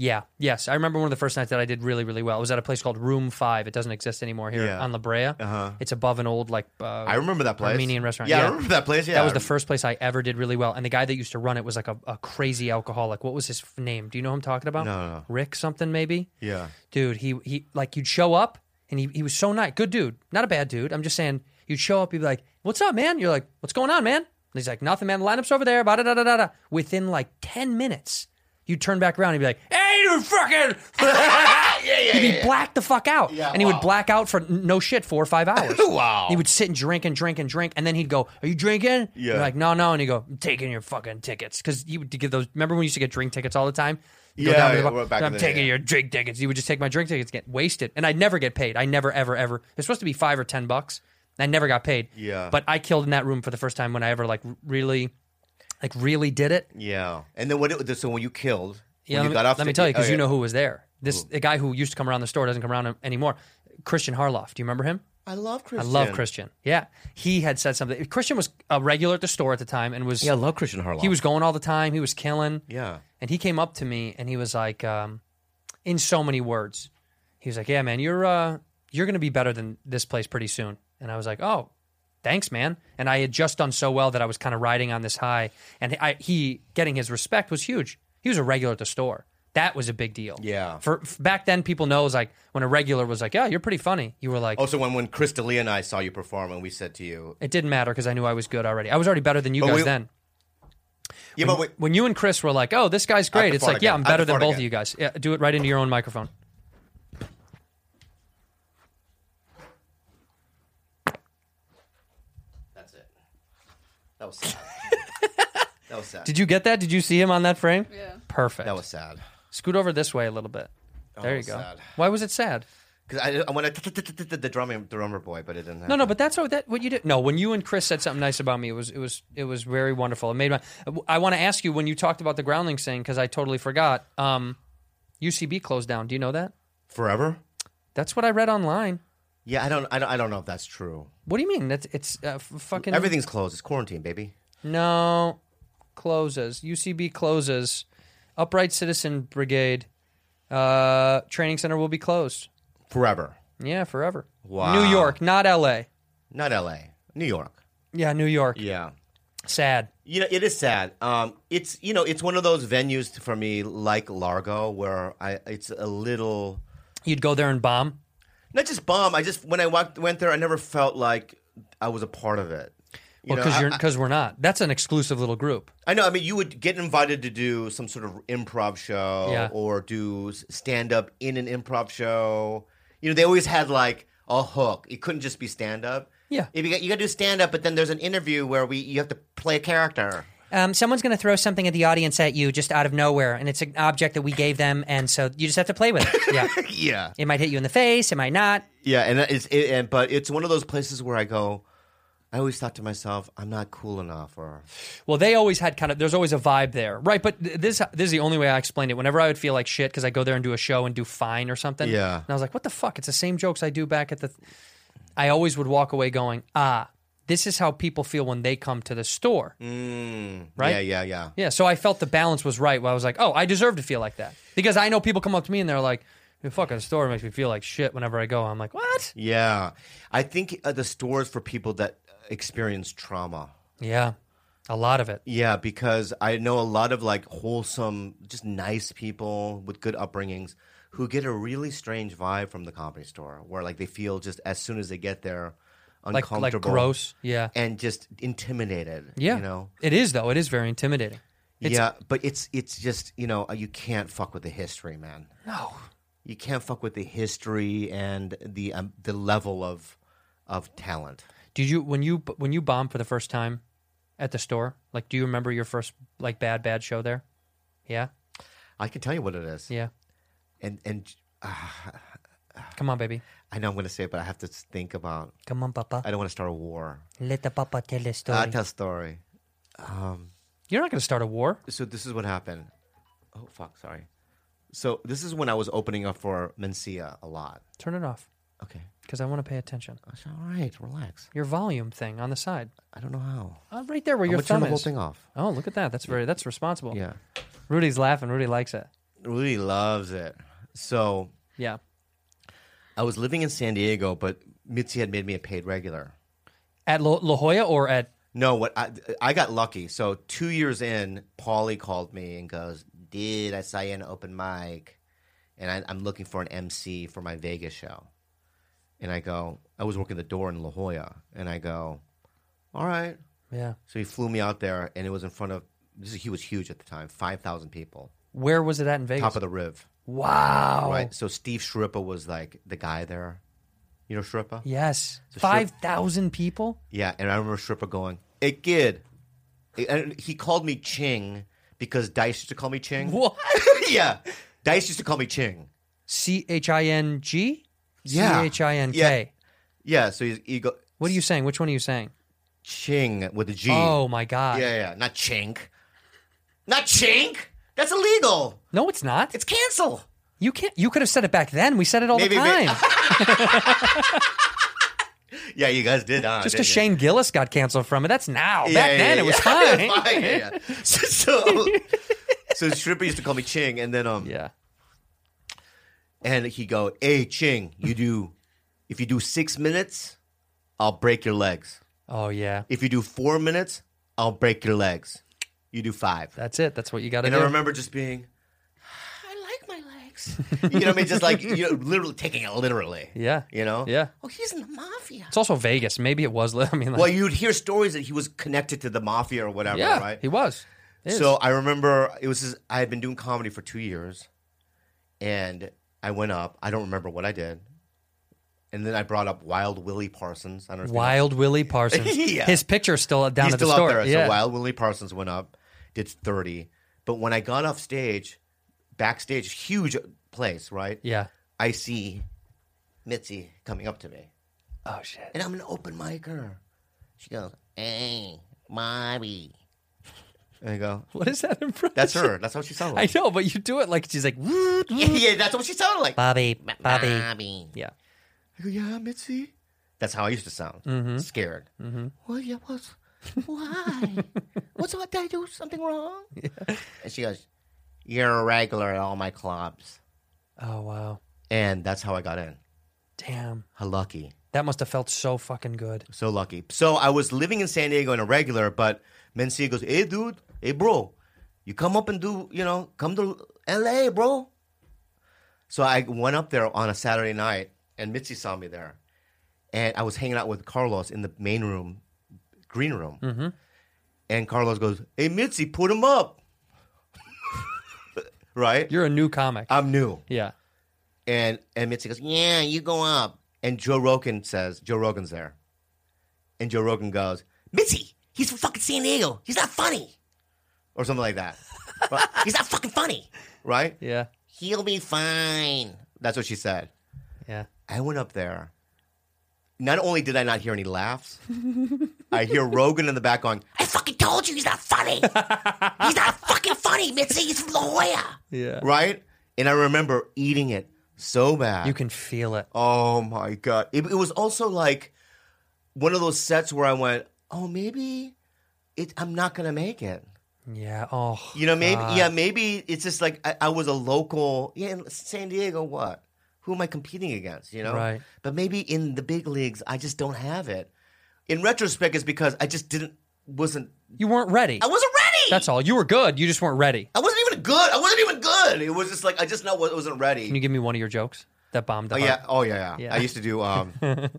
Speaker 1: Yeah. Yes, I remember one of the first nights that I did really, really well. It was at a place called Room Five. It doesn't exist anymore here
Speaker 2: Yeah.
Speaker 1: on La Brea. Uh-huh. It's above an old like. Uh,
Speaker 2: I remember that place.
Speaker 1: Armenian restaurant.
Speaker 2: Yeah,
Speaker 1: yeah.
Speaker 2: I remember that place. Yeah.
Speaker 1: That was the first place I ever did really well. And the guy that used to run it was like a, a crazy alcoholic. What was his f- name? Do you know who I'm talking about?
Speaker 2: No, no.
Speaker 1: Rick something maybe?
Speaker 2: Yeah.
Speaker 1: Dude, he, he like you'd show up and he, he was so nice. Good dude. Not a bad dude. I'm just saying you'd show up, you'd be like, What's up, man? You're like, What's going on, man? And he's like, Nothing, man. The lineup's over there. Ba da da da da da. Within like ten minutes, you'd turn back around and he'd be like, Hey, you fucking He'd be blacked the fuck out. and he would black out for n- no shit four or five hours. wow. He would sit and drink and drink and drink. And then he'd go, Are you drinking?
Speaker 2: Yeah.
Speaker 1: You're like, No, no. And he'd go, I'm taking your fucking tickets. Because you would give those. Remember when you used to get drink tickets all the time? go
Speaker 2: Yeah,
Speaker 1: down to the
Speaker 2: yeah,
Speaker 1: bar,
Speaker 2: we're back
Speaker 1: I'm
Speaker 2: in the-
Speaker 1: taking
Speaker 2: yeah.
Speaker 1: your drink tickets. You would just take my drink tickets, get wasted, and I'd never get paid. I never, ever, ever. It's supposed to be five or ten bucks. and I never got paid.
Speaker 2: Yeah.
Speaker 1: But I killed in that room for the first time when I ever like really, like really did it.
Speaker 2: Yeah. And then what? It, so when you killed,
Speaker 1: Yeah,
Speaker 2: when
Speaker 1: let
Speaker 2: you
Speaker 1: me,
Speaker 2: got off.
Speaker 1: let
Speaker 2: the-
Speaker 1: me tell you because
Speaker 2: oh,
Speaker 1: you
Speaker 2: yeah.
Speaker 1: know who was there. This the guy who used to come around the store doesn't come around a- anymore. Christian Harloff. Do you remember him?
Speaker 2: I love
Speaker 1: I
Speaker 2: Christian.
Speaker 1: love Christian. Yeah, he had said something. Christian was a regular at the store at the time and was
Speaker 2: Yeah, I love Christian Harlow.
Speaker 1: he was going all the time. He was killing.
Speaker 2: Yeah.
Speaker 1: And he came up to me and he was like, um, in so many words, he was like, "Yeah, man, you're uh, you're gonna be better than this place pretty soon." And I was like, "Oh, thanks, man." And I had just done so well that I was kind of riding on this high, and I, he getting his respect was huge. He was a regular at the store. That was a big deal.
Speaker 2: Yeah.
Speaker 1: For, f back then, people know is like when a regular was like, "Yeah, you're pretty funny." You were like,
Speaker 2: Also, Oh, when when Chris D'Elia and I saw you perform, and we said to you,
Speaker 1: "It didn't matter because I knew I was good already. I was already better than you
Speaker 2: But
Speaker 1: guys
Speaker 2: we-
Speaker 1: then."
Speaker 2: "Yeah, but wait,
Speaker 1: when you and Chris were like, "Oh, this guy's
Speaker 2: have
Speaker 1: great,"
Speaker 2: to
Speaker 1: it's
Speaker 2: fart
Speaker 1: like, "Yeah,
Speaker 2: again.
Speaker 1: I'm
Speaker 2: I have
Speaker 1: better
Speaker 2: to
Speaker 1: than
Speaker 2: fart
Speaker 1: both of
Speaker 2: again.
Speaker 1: you guys." Yeah, do it right into your own microphone.
Speaker 2: that's it." That was sad. that was sad.
Speaker 1: Did you get that? Did you see him on that frame?
Speaker 7: Yeah.
Speaker 1: Perfect.
Speaker 2: That was sad.
Speaker 1: Scoot over this way a little bit. There you
Speaker 2: was
Speaker 1: go.
Speaker 2: sad.
Speaker 1: Why was it sad?
Speaker 2: Because I, I wanted the drumming drummer boy, but it didn't. Happen.
Speaker 1: No, no, but that's what that what you did. No, when you and Chris said something nice about me, it was it was it was very wonderful. It made my. I want to ask you when you talked about the groundlings thing because I totally forgot. Um, UCB closed down. Do you know that?
Speaker 2: forever.
Speaker 1: That's what I read online.
Speaker 2: Yeah, I don't, I don't, I don't know if that's true.
Speaker 1: What do you mean? That's it's uh, f- fucking
Speaker 2: Everything's closed. It's quarantine, baby.
Speaker 1: No, closes. UCB closes. Upright Citizen Brigade uh, training center will be closed.
Speaker 2: Forever.
Speaker 1: Yeah, forever.
Speaker 2: Wow.
Speaker 1: New York, not L.A.
Speaker 2: Not L.A. New York.
Speaker 1: Yeah, New York.
Speaker 2: Yeah.
Speaker 1: Sad.
Speaker 2: You know, it is sad. Um, it's you know, it's one of those venues for me, like Largo, where I it's a little
Speaker 1: You'd go there and bomb.
Speaker 2: not just bomb. I just when I walked went there, I never felt like I was a part of it. You
Speaker 1: Well,
Speaker 2: know,
Speaker 1: because
Speaker 2: I-
Speaker 1: you're because we're not. That's an exclusive little group.
Speaker 2: I know. I mean, you would get invited to do some sort of improv show
Speaker 1: Yeah.
Speaker 2: or do stand up in an improv show. You know, they always had like a hook. It couldn't just be stand up.
Speaker 1: Yeah.
Speaker 2: If you got, you got to do stand up, but then there's an interview where we you have to play a character.
Speaker 1: Um, someone's going to throw something at the audience at you just out of nowhere, and it's an object that we gave them, and so you just have to play with it. Yeah,
Speaker 2: Yeah.
Speaker 1: it might hit you in the face, it might not.
Speaker 2: Yeah, and it's it, and but it's one of those places where I go. I always thought to myself, I'm not cool enough, or
Speaker 1: Well, they always had kind of. There's always a vibe there, right? But th- this this is the only way I explained it. Whenever I would feel like shit because I go there and do a show and do fine or something,
Speaker 2: Yeah.
Speaker 1: And I was like, what the fuck? It's the same jokes I do back at the. th- I always would walk away going, ah, this is how people feel when they come to the store,
Speaker 2: Mm.
Speaker 1: right?
Speaker 2: Yeah, yeah, yeah.
Speaker 1: Yeah, so I felt the balance was right. Where I was like, oh, I deserve to feel like that because I know people come up to me and they're like, the fucking store makes me feel like shit whenever I go. I'm like, what?
Speaker 2: Yeah, I think uh, the stores for people that uh, experience trauma.
Speaker 1: Yeah, a lot of it.
Speaker 2: Yeah, because I know a lot of like wholesome, just nice people with good upbringings who get a really strange vibe from the comedy store, where like they feel just as soon as they get there,
Speaker 1: Like
Speaker 2: uncomfortable,
Speaker 1: like gross. Yeah,
Speaker 2: and just intimidated.
Speaker 1: yeah.
Speaker 2: you know.
Speaker 1: it is though. It is very intimidating.
Speaker 2: yeah, but it's it's just you know uh, you can't fuck with the history, man.
Speaker 1: No.
Speaker 2: You can't fuck with the history and the um, the level of of talent.
Speaker 1: Did you when you when you bombed for the first time at the store? Like, do you remember your first like bad bad show there? Yeah,
Speaker 2: I can tell you what it is,
Speaker 1: yeah.
Speaker 2: and and
Speaker 1: Come on, baby.
Speaker 2: I know I'm going to say it, but I have to think about.
Speaker 1: Come on, Papa.
Speaker 2: I don't want to start a war.
Speaker 1: Let the Papa tell the story.
Speaker 2: I tell story.
Speaker 1: You're not going to start a war.
Speaker 2: So this is what happened. Oh fuck, sorry. So this is when I was opening up for Mencia a lot.
Speaker 1: Turn it off
Speaker 2: Okay,
Speaker 1: because I want to pay attention.
Speaker 2: I said, all right, relax.
Speaker 1: Your volume thing on the side,
Speaker 2: I don't know how.
Speaker 1: uh, right there where
Speaker 2: I'm
Speaker 1: your
Speaker 2: gonna turn
Speaker 1: thumb
Speaker 2: the whole
Speaker 1: is.
Speaker 2: thing off.
Speaker 1: Oh, look at that. That's very that's responsible.
Speaker 2: Yeah,
Speaker 1: Rudy's laughing. Rudy likes it.
Speaker 2: Rudy loves it. So
Speaker 1: Yeah.
Speaker 2: I was living in San Diego, but Mitzi had made me a paid regular.
Speaker 1: At La, La Jolla or at
Speaker 2: No, what I I got lucky. So two years in, Paulie called me and goes, "Dude, I saw you in an open mic, and I, I'm looking for an MC for my Vegas show." And I go, I was working the door in La Jolla, and I go, "All right."
Speaker 1: yeah.
Speaker 2: So he flew me out there, and it was in front of this. Is, he was huge at the time, five thousand people,
Speaker 1: Where was it at in Vegas?
Speaker 2: top of the Riv.
Speaker 1: wow.
Speaker 2: Right. So Steve Shrippa was like the guy there. You know Shrippa?
Speaker 1: Yes.
Speaker 2: a strip-
Speaker 1: Five thousand people.
Speaker 2: Yeah, and I remember Stripper going, "Hey kid," and he called me Ching because Dice used to call me Ching.
Speaker 1: What?
Speaker 2: yeah, Dice used to call me Ching.
Speaker 1: C H I N G?
Speaker 2: Yeah.
Speaker 1: C H I N
Speaker 2: Yeah.
Speaker 1: K.
Speaker 2: Yeah, so he's, you go
Speaker 1: What are you saying? Which one are you saying?
Speaker 2: Ching with a G.
Speaker 1: Oh my
Speaker 2: yeah,
Speaker 1: God.
Speaker 2: yeah, not Chink, not Chink. That's illegal.
Speaker 1: No, it's not.
Speaker 2: It's cancel.
Speaker 1: You can't. You could have said it back then. We said it all
Speaker 2: Maybe-
Speaker 1: the time.
Speaker 2: may- Yeah, you guys did. Huh,
Speaker 1: Just
Speaker 2: didn't
Speaker 1: because
Speaker 2: you?
Speaker 1: Shane Gillis got canceled from it. That's now.
Speaker 2: Yeah,
Speaker 1: back
Speaker 2: yeah,
Speaker 1: then,
Speaker 2: yeah,
Speaker 1: it was
Speaker 2: yeah.
Speaker 1: fine.
Speaker 2: Fine, yeah, yeah. So, so Stripper used to call me Ching, and then um,
Speaker 1: Yeah.
Speaker 2: and he go, "Hey Ching, you do, if you do six minutes, I'll break your legs.
Speaker 1: Oh yeah.
Speaker 2: If you do four minutes, I'll break your legs. You do five.
Speaker 1: That's it. That's what you got to
Speaker 2: And
Speaker 1: do.
Speaker 2: I remember just being, I like my legs. you know what I mean? Just like you know, literally taking it literally.
Speaker 1: Yeah.
Speaker 2: You know.
Speaker 1: Yeah.
Speaker 2: Oh, he's in the mafia.
Speaker 1: It's also Vegas. Maybe it was. li- I mean, like,
Speaker 2: Well, you'd hear stories that he was connected to the mafia or whatever,
Speaker 1: yeah,
Speaker 2: right?
Speaker 1: he was. It is.
Speaker 2: So I remember it was. Just, I had been doing comedy for two years, and I went up. I don't remember what I did, and then I brought up Wild Willie Parsons. I don't know if you know-
Speaker 1: Wild Willie Parsons.
Speaker 2: Yeah.
Speaker 1: His picture's still down
Speaker 2: He's
Speaker 1: at the
Speaker 2: still
Speaker 1: store.
Speaker 2: up there.
Speaker 1: yeah.
Speaker 2: So Wild Willie Parsons went up, did thirty. But when I got off stage, backstage, huge place, right?
Speaker 1: yeah.
Speaker 2: I see Mitzi coming up to me,
Speaker 1: Oh shit.
Speaker 2: and I'm an open micer. She goes, "Hey, Bobby," and I go,
Speaker 1: What is that impression?
Speaker 2: "That's her. That's how she sounded."
Speaker 1: I
Speaker 2: Like.
Speaker 1: know, but you do it like she's like "Woot, woot."
Speaker 2: Yeah, yeah, that's what she sounded like.
Speaker 1: Bobby, Bobby.
Speaker 2: Bobby.
Speaker 1: Yeah.
Speaker 2: I go, yeah, Mitzi. That's how I used to sound. Scared. Mm-hmm. Well, yeah, what's, why? what's what did I do? Something wrong? And she goes, you're a regular at all my clubs.
Speaker 1: Oh wow.
Speaker 2: And that's how I got in.
Speaker 1: Damn.
Speaker 2: How lucky.
Speaker 1: That must have felt so fucking good.
Speaker 2: So lucky. So I was living in San Diego in a regular, but Mencia goes, hey, dude, hey, bro, you come up and do, you know, come to LA, bro. So I went up there on a Saturday night, and Mitzi saw me there. And I was hanging out with Carlos in the main room, green room. And Carlos goes, hey, Mitzi, put him up. right?
Speaker 1: You're a new comic.
Speaker 2: I'm new.
Speaker 1: yeah.
Speaker 2: And and Mitzi goes, Yeah, you go up. And Joe Rogan says, Joe Rogan's there. And Joe Rogan goes, Mitzi, he's from fucking San Diego. He's not funny. Or something like that. Right? he's not fucking funny. Right?
Speaker 1: Yeah.
Speaker 2: He'll be fine. That's what she said.
Speaker 1: Yeah.
Speaker 2: I went up there. Not only did I not hear any laughs, I hear Rogan in the back going, I fucking told you he's not funny. he's not fucking funny, Mitzi. He's from La Jolla.
Speaker 1: Yeah.
Speaker 2: Right? And I remember eating it so bad.
Speaker 1: You can feel it.
Speaker 2: Oh my god! It, it was also like one of those sets where I went, "Oh, maybe it. I'm not gonna make it."
Speaker 1: Yeah. Oh.
Speaker 2: You know, maybe
Speaker 1: God.
Speaker 2: yeah, maybe it's just like I, I was a local. Yeah, in San Diego. What? Who am I competing against? You know,
Speaker 1: Right.
Speaker 2: But maybe in the big leagues, I just don't have it. In retrospect, it's because I just didn't wasn't.
Speaker 1: You weren't ready.
Speaker 2: I wasn't ready.
Speaker 1: That's all. You were good. You just weren't ready.
Speaker 2: I wasn't even good. I wasn't even good. It was just like I just not wasn't ready.
Speaker 1: Can you give me one of your jokes that bombed?
Speaker 2: Oh yeah. Oh yeah, yeah.
Speaker 1: Yeah.
Speaker 2: I used to do. Um,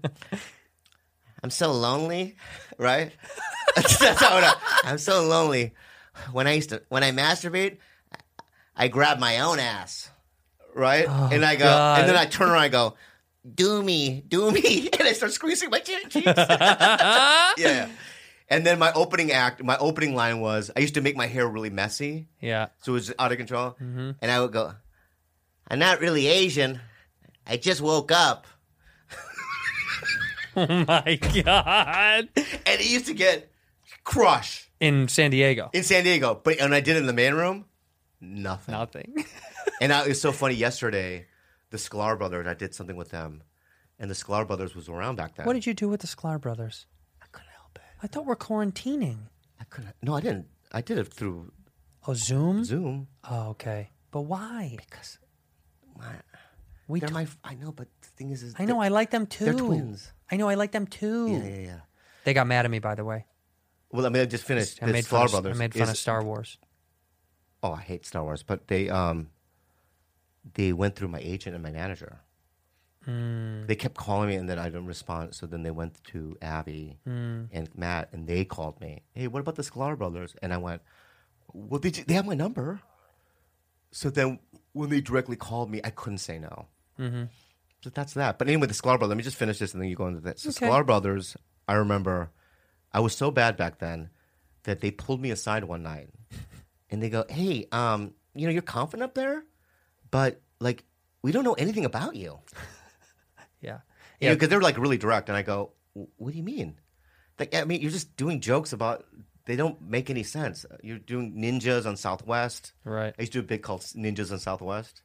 Speaker 2: I'm so lonely, right? That's how it. I'm so lonely. When I used to, when I masturbate, I grab my own ass, right? and I go,
Speaker 1: God.
Speaker 2: and then I turn around, I go, "Do me, do me," and I start squeezing my chin cheeks. yeah. And then my opening act, my opening line was, I used to make my hair really messy.
Speaker 1: Yeah.
Speaker 2: So it was out of control.
Speaker 1: Mm-hmm.
Speaker 2: And I would go, I'm not really Asian. I just woke up.
Speaker 1: Oh my god.
Speaker 2: And it used to get crush
Speaker 1: In San Diego.
Speaker 2: in San Diego. But when I did it in the main room, nothing.
Speaker 1: Nothing.
Speaker 2: And I, it was so funny yesterday, the Sklar brothers, I did something with them. And the Sklar brothers was around back then.
Speaker 1: What did you do with the Sklar brothers?
Speaker 2: I couldn't help it.
Speaker 1: I thought we're quarantining.
Speaker 2: I couldn't. No, I didn't. I did it through
Speaker 1: Oh, Zoom?
Speaker 2: Zoom.
Speaker 1: Oh, okay. But why?
Speaker 2: Because my,
Speaker 1: We
Speaker 2: they're
Speaker 1: t-
Speaker 2: my, I know, but the thing is, is
Speaker 1: I know
Speaker 2: that-
Speaker 1: I like them too.
Speaker 2: they're twins.
Speaker 1: I know I like them too.
Speaker 2: Yeah, yeah, yeah.
Speaker 1: They got mad at me by the way.
Speaker 2: Well, I mean, I just finished.
Speaker 1: I
Speaker 2: the
Speaker 1: made,
Speaker 2: Sklar
Speaker 1: fun of, I
Speaker 2: brothers
Speaker 1: made fun
Speaker 2: is-
Speaker 1: of Star Wars.
Speaker 2: oh, I hate Star Wars, but they um they went through my agent and my manager. They kept calling me, and then I didn't respond. So then they went to Abby and Matt, and they called me. Hey, what about the Sklar brothers? And I went, Well, they they have my number. So then when they directly called me, I couldn't say no. So that's that. But anyway, the Sklar brothers. Let me just finish this, and then you go into that. So
Speaker 1: Okay.
Speaker 2: Sklar brothers. I remember, I was so bad back then that they pulled me aside one night and they go, "Hey, um, you know, you're confident up there, but like, we don't know anything about you."
Speaker 1: Yeah.
Speaker 2: you
Speaker 1: Yeah.
Speaker 2: because they're like really direct and i go "W- what do you mean like i mean you're just doing jokes about they don't make any sense you're doing ninjas on southwest
Speaker 1: Right. Hmm.
Speaker 2: i used to do a bit called ninjas on southwest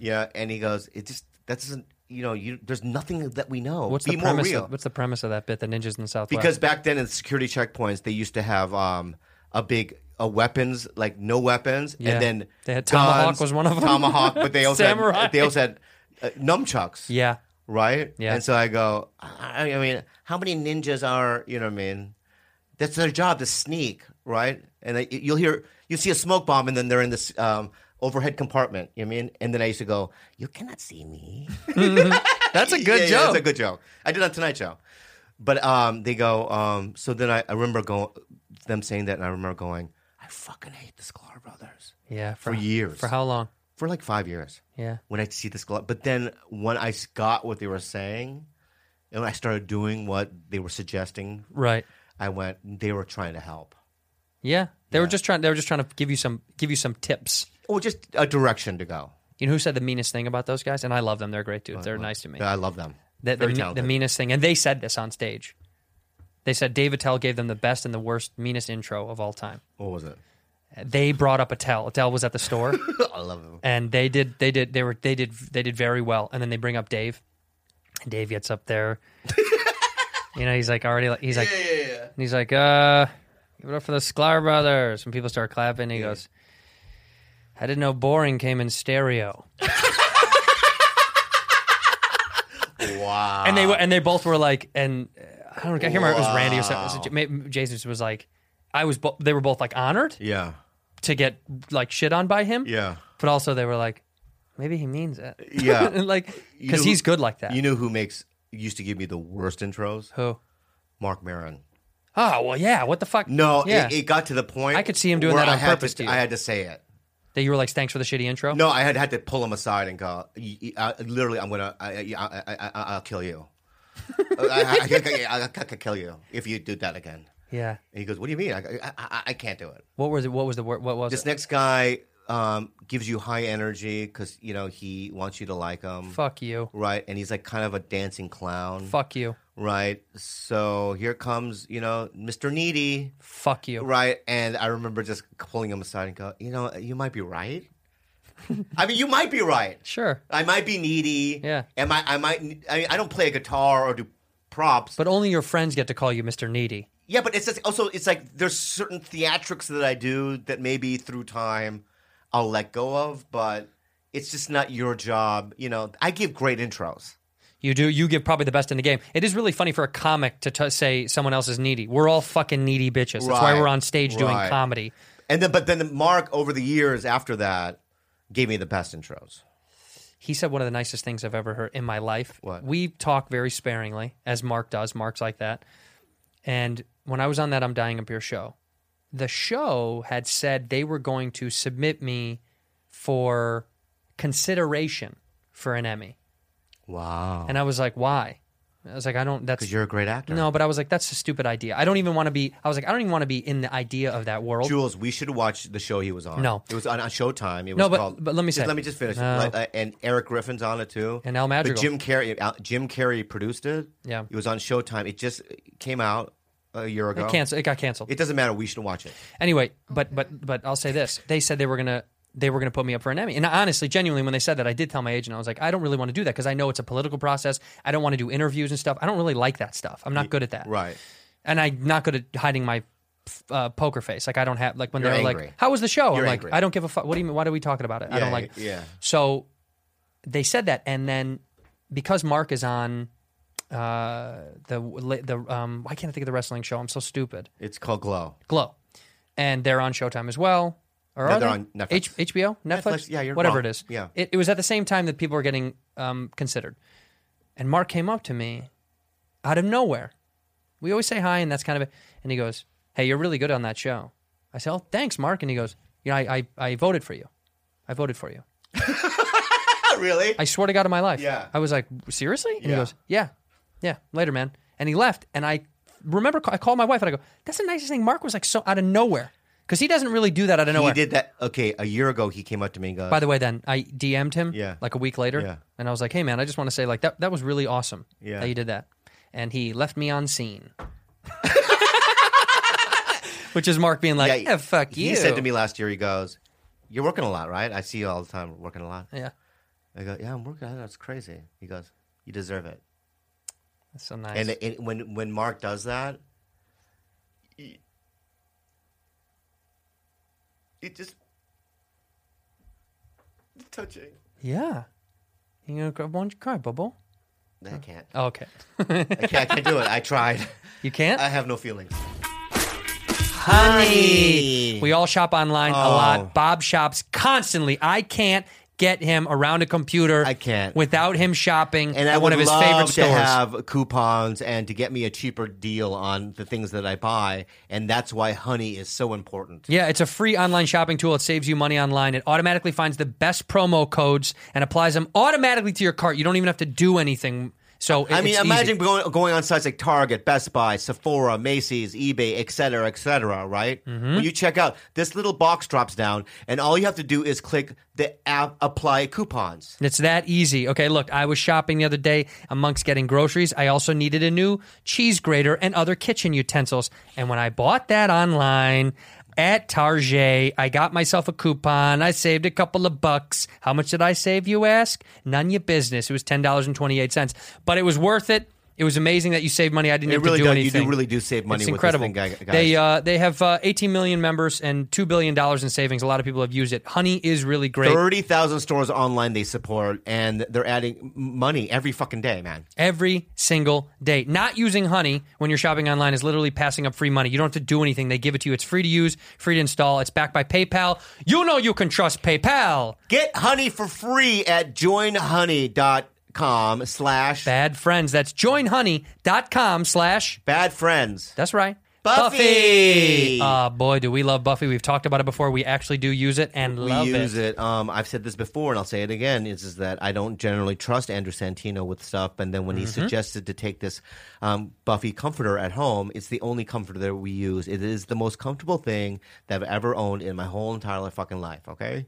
Speaker 2: yeah and he goes it just that doesn't you know you there's nothing that we know
Speaker 1: What's
Speaker 2: be
Speaker 1: the
Speaker 2: more
Speaker 1: premise?
Speaker 2: real
Speaker 1: Of, what's the premise of that bit? The ninjas in the southwest.
Speaker 2: because back then in security checkpoints they used to have um a big a weapons like no weapons
Speaker 1: Yeah.
Speaker 2: and then
Speaker 1: They had tomahawk
Speaker 2: guns,
Speaker 1: was one of 'em.
Speaker 2: tomahawk but they also
Speaker 1: Samurai.
Speaker 2: had, they also had uh, nunchucks
Speaker 1: yeah,
Speaker 2: right?
Speaker 1: Yeah.
Speaker 2: And so I go, I, I mean, how many ninjas are you know what I mean? That's their job to sneak, right? And they, you'll hear you see a smoke bomb, and then they're in this um, overhead compartment. You know what I mean? And then I used to go, you cannot see me.
Speaker 1: that's a good
Speaker 2: Yeah, yeah,
Speaker 1: joke.
Speaker 2: it's a good joke. I did it on Tonight Show. But um, they go, um, so then I, I remember going, them saying that, and I remember going, I fucking hate the Sklar brothers
Speaker 1: yeah,
Speaker 2: for years.
Speaker 1: For how long?
Speaker 2: for like five years
Speaker 1: Yeah.
Speaker 2: when I see this glove. But then when I s- got what they were saying, and when I started doing what they were suggesting,
Speaker 1: Right.
Speaker 2: I went, they were trying to help.
Speaker 1: Yeah. They were just trying. They were just trying to give you some give you some tips.
Speaker 2: Or just a direction to go.
Speaker 1: You know who said the meanest thing about those guys? And I love them. They're great dudes. They're nice to me.
Speaker 2: I love them.
Speaker 1: The, the,
Speaker 2: Very
Speaker 1: me- the
Speaker 2: talented.
Speaker 1: meanest thing, and they said this on stage. They said Dave Attell gave them the best and the worst, meanest intro of all time.
Speaker 2: What was it?
Speaker 1: They brought up Attell. Attell was at the store,
Speaker 2: I love them.
Speaker 1: and they did, they did, they were, they did, they did very well. And then they bring up Dave, and Dave gets up there. you know, he's like already, like, he's like, and he's like, uh, give it up for the Sklar brothers. And people start clapping. He goes, I didn't know boring came in stereo.
Speaker 2: Wow.
Speaker 1: and they were- and they both were like, and uh, I don't know, I can't remember if it was Randy or something. It was J- maybe Jason was like, I was. Bo- they were both like honored
Speaker 2: yeah.
Speaker 1: to get like shit on by him.
Speaker 2: Yeah.
Speaker 1: But also they were like, maybe he means it.
Speaker 2: Yeah.
Speaker 1: And, like
Speaker 2: You
Speaker 1: because
Speaker 2: know who-
Speaker 1: he's good like that.
Speaker 2: You know who makes used to give me the worst intros?
Speaker 1: who?
Speaker 2: Mark Maron.
Speaker 1: Oh well, yeah. What the fuck?
Speaker 2: No,
Speaker 1: yeah.
Speaker 2: it, it got to the point.
Speaker 1: I could see him doing
Speaker 2: where
Speaker 1: that on
Speaker 2: I had to-
Speaker 1: purpose to you.
Speaker 2: I had to say it.
Speaker 1: that you were like, thanks for the shitty intro.
Speaker 2: No, I had had to pull him aside and go. "Y- y- I- Literally, I'm gonna. I, I, I, I, I'll kill you. I, I, I, I, I could kill you if you do that again.
Speaker 1: Yeah.
Speaker 2: And he goes, "What do you mean? I, I, I, I can't do it."
Speaker 1: What was it? What was the word? What was
Speaker 2: This
Speaker 1: it?
Speaker 2: next guy um, gives you high energy because you know he wants you to like him,
Speaker 1: fuck you.
Speaker 2: right? And he's like kind of a dancing clown,
Speaker 1: Fuck you.
Speaker 2: right? So here comes you know Mr. Needy,
Speaker 1: Fuck you.
Speaker 2: right? And I remember just pulling him aside and go, "You know, you might be right. I mean, you might be right."
Speaker 1: Sure.
Speaker 2: I might be needy.
Speaker 1: Yeah.
Speaker 2: Am I? I might. I mean, I don't play a guitar or do props. But
Speaker 1: But only your friends get to call you Mr. Needy.
Speaker 2: yeah, but it's just also it's like there's certain theatrics that I do that maybe through time I'll let go of, but it's just not your job. You know, I give great intros.
Speaker 1: You do. You give probably the best in the game. It is really funny for a comic to t- say someone else is needy. We're all fucking needy bitches. That's why
Speaker 2: Right.
Speaker 1: we're on stage doing
Speaker 2: Right.
Speaker 1: comedy.
Speaker 2: And then, but then Mark over the years after that gave me the best intros.
Speaker 1: He said one of the nicest things I've ever heard in my life.
Speaker 2: What?
Speaker 1: We talk very sparingly, as Mark does. Mark's like that. And when I was on that I'm Dying Up Here show, the show had said they were going to submit me for consideration for an Emmy.
Speaker 2: Wow.
Speaker 1: And I was like, why? I was like, I don't. That's
Speaker 2: Because you're a great actor.
Speaker 1: No, but I was like, that's a stupid idea. I don't even want to be. I was like, I don't even want to be in the idea of that world.
Speaker 2: Jules, we should watch the show he was on.
Speaker 1: Oh. No.
Speaker 2: it was on, on Showtime. It was
Speaker 1: No, but-
Speaker 2: called,
Speaker 1: but let me
Speaker 2: just
Speaker 1: say-
Speaker 2: let me just finish.
Speaker 1: No.
Speaker 2: Like, uh, and Eric Griffin's on it too,
Speaker 1: And Al Madrigal.
Speaker 2: But Jim Carrey, Al, Jim Carrey produced it.
Speaker 1: Yeah.
Speaker 2: it was on Showtime. It just came out a year ago.
Speaker 1: It canceled. It got canceled.
Speaker 2: It doesn't matter. We should watch it.
Speaker 1: anyway, but but but I'll say this: they said they were gonna they were gonna put me up for an Emmy, and honestly, genuinely, when they said that, I did tell my agent I was like, I don't really want to do that because I know it's a political process. I don't want to do interviews and stuff. I don't really like that stuff. I'm not good at that.
Speaker 2: Right.
Speaker 1: and I'm not good at hiding my uh, poker face. Like I don't have like when
Speaker 2: You're
Speaker 1: they're like,
Speaker 2: angry.
Speaker 1: "How was the show?"
Speaker 2: You're
Speaker 1: I'm
Speaker 2: angry.
Speaker 1: like, "I don't give a fuck." What do you mean? Why are we talking about it? I
Speaker 2: Yeah,
Speaker 1: don't like.
Speaker 2: yeah.
Speaker 1: So they said that, and then because Mark is on uh, the the um, why can't I think of the wrestling show? I'm so stupid.
Speaker 2: It's called Glow.
Speaker 1: Glow, and they're on Showtime as well. Or
Speaker 2: No,
Speaker 1: are
Speaker 2: they're
Speaker 1: they?
Speaker 2: on Netflix.
Speaker 1: H- HBO, Netflix,
Speaker 2: Netflix, yeah, you're
Speaker 1: whatever
Speaker 2: wrong.
Speaker 1: it is.
Speaker 2: Yeah.
Speaker 1: it, it was at the same time that people were getting um, considered, and Mark came up to me out of nowhere. We always say hi, and that's kind of it. And he goes, "Hey, you're really good on that show." I said, "Oh, thanks, Mark." And he goes, "You know, I I, I voted for you. I voted for you.
Speaker 2: Not really.
Speaker 1: I swear to God, in my life."
Speaker 2: Yeah.
Speaker 1: I was like, "Seriously?" And he
Speaker 2: Yeah.
Speaker 1: goes, "Yeah, yeah. Later, man." And he left, and I remember ca- I called my wife and I go, "That's the nicest thing." Mark was like so out of nowhere. because he doesn't really do that out of
Speaker 2: He
Speaker 1: nowhere.
Speaker 2: did that. Okay, a year ago he came up to me and goes,
Speaker 1: By the way, then I DM'd him
Speaker 2: Yeah.
Speaker 1: like a week later,
Speaker 2: Yeah.
Speaker 1: and I was like, "Hey, man, I just want to say like that that was really awesome
Speaker 2: Yeah.
Speaker 1: that you did that," and he left me on scene, which is Mark being like, "Eh, "Fuck
Speaker 2: he
Speaker 1: you."
Speaker 2: said to me last year, he goes, "You're working a lot, right? I see you all the time working a lot."
Speaker 1: "Yeah,
Speaker 2: I go, "Yeah, I'm working. I know it's crazy." He goes, "You deserve it."
Speaker 1: that's so nice."
Speaker 2: And it, it- when when Mark does that, it, it just it's touching.
Speaker 1: yeah, you gonna cry? Why don't you cry, Bubble?
Speaker 2: No, I can't.
Speaker 1: Oh, okay,
Speaker 2: I can't. I can't do it. I tried.
Speaker 1: you can't.
Speaker 2: I have no feelings.
Speaker 1: Honey. We all shop online a
Speaker 2: Oh.
Speaker 1: lot. Bob shops constantly. I can't get him around a computer.
Speaker 2: I can't.
Speaker 1: without him shopping
Speaker 2: And I
Speaker 1: at one
Speaker 2: would
Speaker 1: of his
Speaker 2: love
Speaker 1: favorite
Speaker 2: to
Speaker 1: stores.
Speaker 2: have coupons and to get me a cheaper deal on the things that I buy, and that's why Honey is so important.
Speaker 1: Yeah, it's a free online shopping tool. It saves you money online. It automatically finds the best promo codes and applies them automatically to your cart. You don't even have to do anything. So it-
Speaker 2: I mean,
Speaker 1: it's easy.
Speaker 2: imagine going, going on sites like Target, Best Buy, Sephora, Macy's, eBay, et cetera, et cetera, right?
Speaker 1: Mm-hmm.
Speaker 2: When you check out, this little box drops down, and all you have to do is click the app apply coupons.
Speaker 1: It's that easy. Okay, look, I was shopping the other day amongst getting groceries. I also needed a new cheese grater and other kitchen utensils. And when I bought that online at Target, I got myself a coupon. I saved a couple of bucks. How much did I save, you ask? None your business. It was $10.28, but it was worth it. It was amazing that you saved money. I didn't
Speaker 2: It
Speaker 1: have
Speaker 2: really
Speaker 1: to do
Speaker 2: does. You do
Speaker 1: anything.
Speaker 2: really do save money
Speaker 1: It's
Speaker 2: with this
Speaker 1: incredible.
Speaker 2: thing, guy- guys.
Speaker 1: They uh, they have uh, 18 million members and two billion dollars in savings. A lot of people have used it. Honey is really great.
Speaker 2: 30,000 stores online they support, and they're adding money every fucking day, man.
Speaker 1: every single day. Not using Honey when you're shopping online is literally passing up free money. You don't have to do anything. They give it to you. It's free to use, free to install. It's backed by PayPal. You know you can trust PayPal.
Speaker 2: Get Honey for free at joinhoney.com slash
Speaker 1: Bad friends. That's joinhoney.com slash.
Speaker 2: bad friends.
Speaker 1: That's right.
Speaker 2: Buffy!
Speaker 1: Ah, boy, do we love Buffy. We've talked about it before. We actually do use it and
Speaker 2: we
Speaker 1: love
Speaker 2: use it. Um, I've said this before, and I'll say it again: is, is that I don't generally trust Andrew Santino with stuff. And then when
Speaker 1: Mm-hmm.
Speaker 2: he suggested to take this um, Buffy comforter at home, it's the only comforter that we use. It is the most comfortable thing that I've ever owned in my whole entire fucking life. Okay,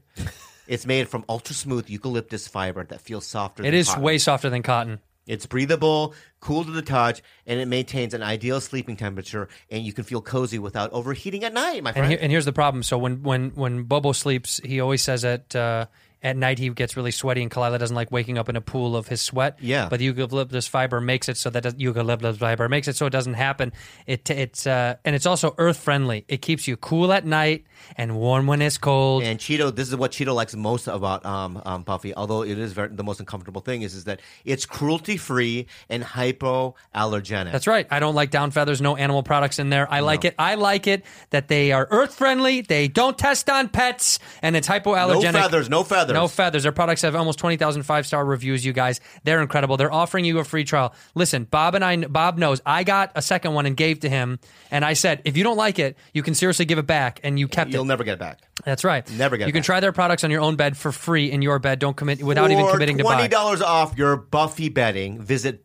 Speaker 2: it's made from ultra smooth eucalyptus fiber that feels softer.
Speaker 1: It
Speaker 2: than
Speaker 1: is
Speaker 2: cotton.
Speaker 1: way softer than cotton.
Speaker 2: It's breathable, cool to the touch, and it maintains an ideal sleeping temperature. And you can feel cozy without overheating at night, my
Speaker 1: And,
Speaker 2: friend.
Speaker 1: here, and here's the problem. So when when when Bobo sleeps, he always says that uh, at night he gets really sweaty, and Kalila doesn't like waking up in a pool of his sweat.
Speaker 2: Yeah.
Speaker 1: But the eucalyptus fiber makes it so that does, eucalyptus fiber makes it so it doesn't happen. It it's uh, and it's also earth friendly. It keeps you cool at night and warm when it's cold.
Speaker 2: And Cheeto, this is what Cheeto likes most about um, um, Buffy. Although it is very, the most uncomfortable thing is, is that it's cruelty free and hypoallergenic.
Speaker 1: That's right. I don't like down feathers. No animal products in there. I like it. I like it that they are earth friendly. They don't test on pets, and it's
Speaker 2: No
Speaker 1: hypoallergenic.
Speaker 2: feathers, no feathers.
Speaker 1: No feathers. Their products have almost 20,000 five star reviews, you guys. They're incredible. They're offering you a free trial. Listen, Bob and I, Bob knows I got a second one and gave to him. And I said, if you don't like it, you can seriously give it back. And you kept
Speaker 2: You'll
Speaker 1: it.
Speaker 2: never get it back.
Speaker 1: That's right.
Speaker 2: never get
Speaker 1: You can
Speaker 2: back.
Speaker 1: try their products on your own bed for free in your bed. Don't commit without even
Speaker 2: For
Speaker 1: committing to buy.
Speaker 2: $20 off your Buffy bedding, visit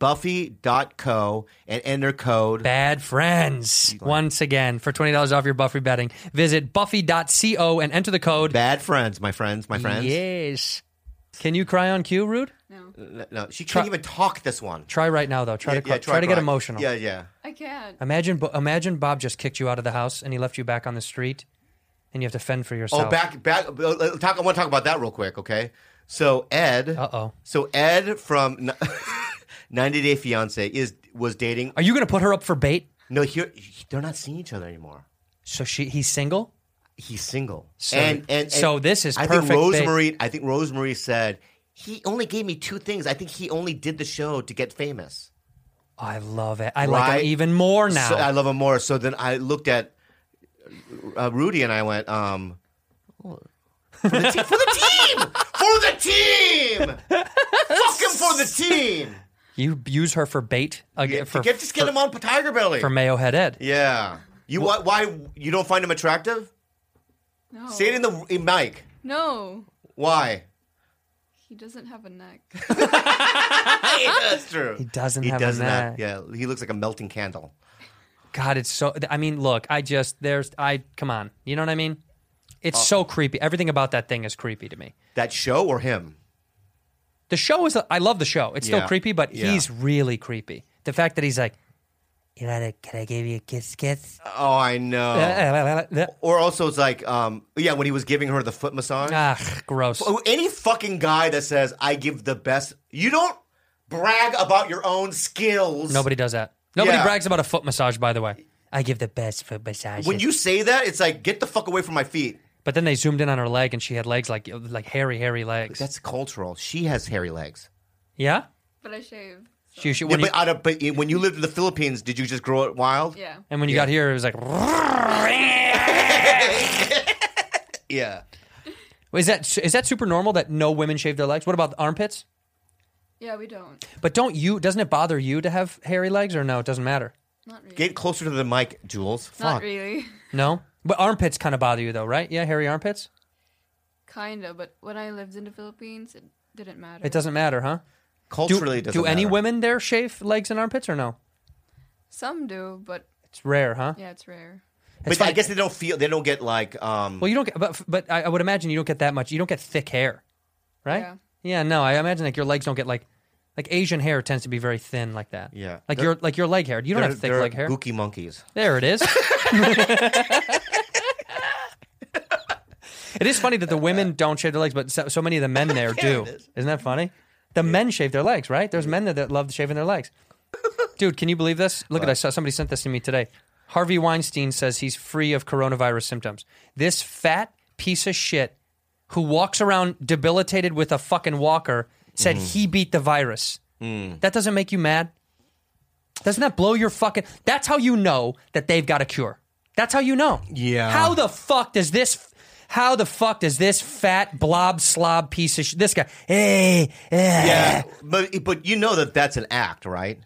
Speaker 2: buffy.co and enter code.
Speaker 1: Bad friends. Once again, for $20 off your Buffy betting, visit buffy.co and enter the code.
Speaker 2: Bad friends, my friends, my friends.
Speaker 1: Yes. Can you cry on cue, Rude?
Speaker 7: No,
Speaker 2: No, she can't even talk this one.
Speaker 1: Try right now, though. Try to cry-
Speaker 2: Yeah,
Speaker 1: try to get
Speaker 2: cry.
Speaker 1: emotional.
Speaker 2: Yeah, yeah.
Speaker 7: I can't.
Speaker 1: Imagine, Bo- imagine Bob just kicked you out of the house and he left you back on the street, and you have to fend for yourself.
Speaker 2: Oh, back, back. uh, uh, Talk. I want to talk about that real quick. Okay. So Ed.
Speaker 1: Uh-oh.
Speaker 2: So Ed from N- 90 Day Fiance is was dating.
Speaker 1: Are you going to put her up for bait?
Speaker 2: No, here they're not seeing each other anymore.
Speaker 1: So she, he's single.
Speaker 2: He's single.
Speaker 1: So-
Speaker 2: and, and, and
Speaker 1: so this is
Speaker 2: I
Speaker 1: perfect
Speaker 2: think
Speaker 1: bait.
Speaker 2: Rosemary. I think Rosemary said he only gave me two things. I think he only did the show to get famous.
Speaker 1: I love it. I like
Speaker 2: Right.
Speaker 1: him even more now.
Speaker 2: So I love him more. So then I looked at uh, Rudy and I went, um, for the, te- for the team, for the team, fuck him for the team.
Speaker 1: you use her for bait again
Speaker 2: Yeah,
Speaker 1: for
Speaker 2: get just get him on Tiger Belly.
Speaker 1: for Mayo Head Ed.
Speaker 2: yeah, you why, why you don't find him attractive?
Speaker 7: No.
Speaker 2: Say it in the in mic.
Speaker 7: No,
Speaker 2: Why?
Speaker 7: he doesn't have a neck.
Speaker 2: That's true. He
Speaker 1: doesn't have a neck.
Speaker 2: yeah, he looks like a melting candle.
Speaker 1: God, it's so. I mean, look, I just there's I come on, you know what I mean? It's
Speaker 2: Uh,
Speaker 1: so creepy. Everything about that thing is creepy to me.
Speaker 2: That show or him?
Speaker 1: The show is. I love the show. It's
Speaker 2: Yeah.
Speaker 1: still creepy, but
Speaker 2: Yeah.
Speaker 1: he's really creepy. The fact that he's like, you know, can I give you a kiss, kiss?
Speaker 2: Oh, I know. Or also, it's like, um, yeah, when he was giving her the foot massage.
Speaker 1: Ah, gross.
Speaker 2: Oh, Any fucking guy that says I give the best, you don't brag about your own skills.
Speaker 1: Nobody does that. Nobody
Speaker 2: Yeah.
Speaker 1: brags about a foot massage, by the way. I give the best foot massage.
Speaker 2: When you say that, it's like get the fuck away from my feet.
Speaker 1: but then they zoomed in on her leg, and she had legs like like hairy, hairy legs.
Speaker 2: That's cultural. She has hairy legs.
Speaker 1: yeah.
Speaker 7: But I shave.
Speaker 1: She, she,
Speaker 2: Yeah,
Speaker 1: when
Speaker 2: but,
Speaker 1: you-
Speaker 2: out of, but when you lived in the Philippines, did you just grow it wild?
Speaker 7: Yeah.
Speaker 1: and when you got here, it was like.
Speaker 2: Yeah.
Speaker 1: Is that is that super normal that no women shave their legs? What about the armpits?
Speaker 7: Yeah, we don't.
Speaker 1: But don't you? Doesn't it bother you to have hairy legs, or no? It doesn't matter.
Speaker 7: Not really.
Speaker 2: Get closer to the mic, Jules.
Speaker 7: Not
Speaker 2: Fuck.
Speaker 7: really.
Speaker 1: No, but armpits kind of bother you though, right? Yeah, hairy armpits.
Speaker 7: Kinda, but when I lived in the Philippines, it didn't matter.
Speaker 1: It doesn't matter, huh? Do,
Speaker 2: Culturally, it doesn't
Speaker 1: do any
Speaker 2: matter.
Speaker 1: women there shave legs and armpits, or no?
Speaker 7: Some do, but
Speaker 1: It's rare, huh?
Speaker 7: yeah, it's rare.
Speaker 2: But I guess they don't feel. They don't get like. Um,
Speaker 1: Well, you don't get, but but I, I would imagine you don't get that much. You don't get thick hair, right?
Speaker 7: Yeah.
Speaker 1: Yeah, no, I imagine like your legs don't get like like Asian hair tends to be very thin like that.
Speaker 2: Yeah.
Speaker 1: like
Speaker 2: They're-
Speaker 1: your like your leg hair. You don't
Speaker 2: they're,
Speaker 1: have thick
Speaker 2: they're
Speaker 1: leg hair.
Speaker 2: Gookie monkeys.
Speaker 1: There it is. it is funny that the women don't shave their legs, but so, so many of the men there do. Isn't that funny? The men shave their legs, right? There's men that, that love shaving their legs. Dude, can you believe this? Look at I saw somebody sent this to me today. Harvey Weinstein says he's free of coronavirus symptoms. This fat piece of shit who walks around debilitated with a fucking walker said
Speaker 2: Mm-hmm.
Speaker 1: he beat the virus.
Speaker 2: Mm.
Speaker 1: That doesn't make you mad? Doesn't that blow your fucking? That's how you know that they've got a cure. That's how you know.
Speaker 2: Yeah.
Speaker 1: How the fuck does this? How the fuck does this fat blob slob piece of sh- this guy? Hey, eh.
Speaker 2: Yeah, but but you know that that's an act, right?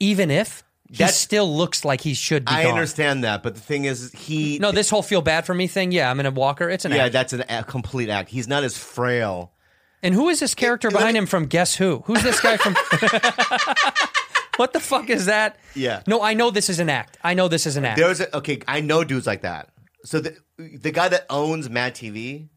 Speaker 1: Even if he
Speaker 2: That's-
Speaker 1: still looks like he should be.
Speaker 2: I
Speaker 1: gone.
Speaker 2: understand that, but the thing is, he
Speaker 1: No, this whole feel bad for me thing. Yeah, I'm in a walker. It's an
Speaker 2: Yeah,
Speaker 1: act.
Speaker 2: that's an, a complete act. He's not as frail.
Speaker 1: and who is this character behind him from Guess Who? Who's this guy from? what the fuck is that?
Speaker 2: Yeah.
Speaker 1: No, I know this is an act. I know this is an act.
Speaker 2: There's a, okay. I know dudes like that. So the the guy that owns Mad TV,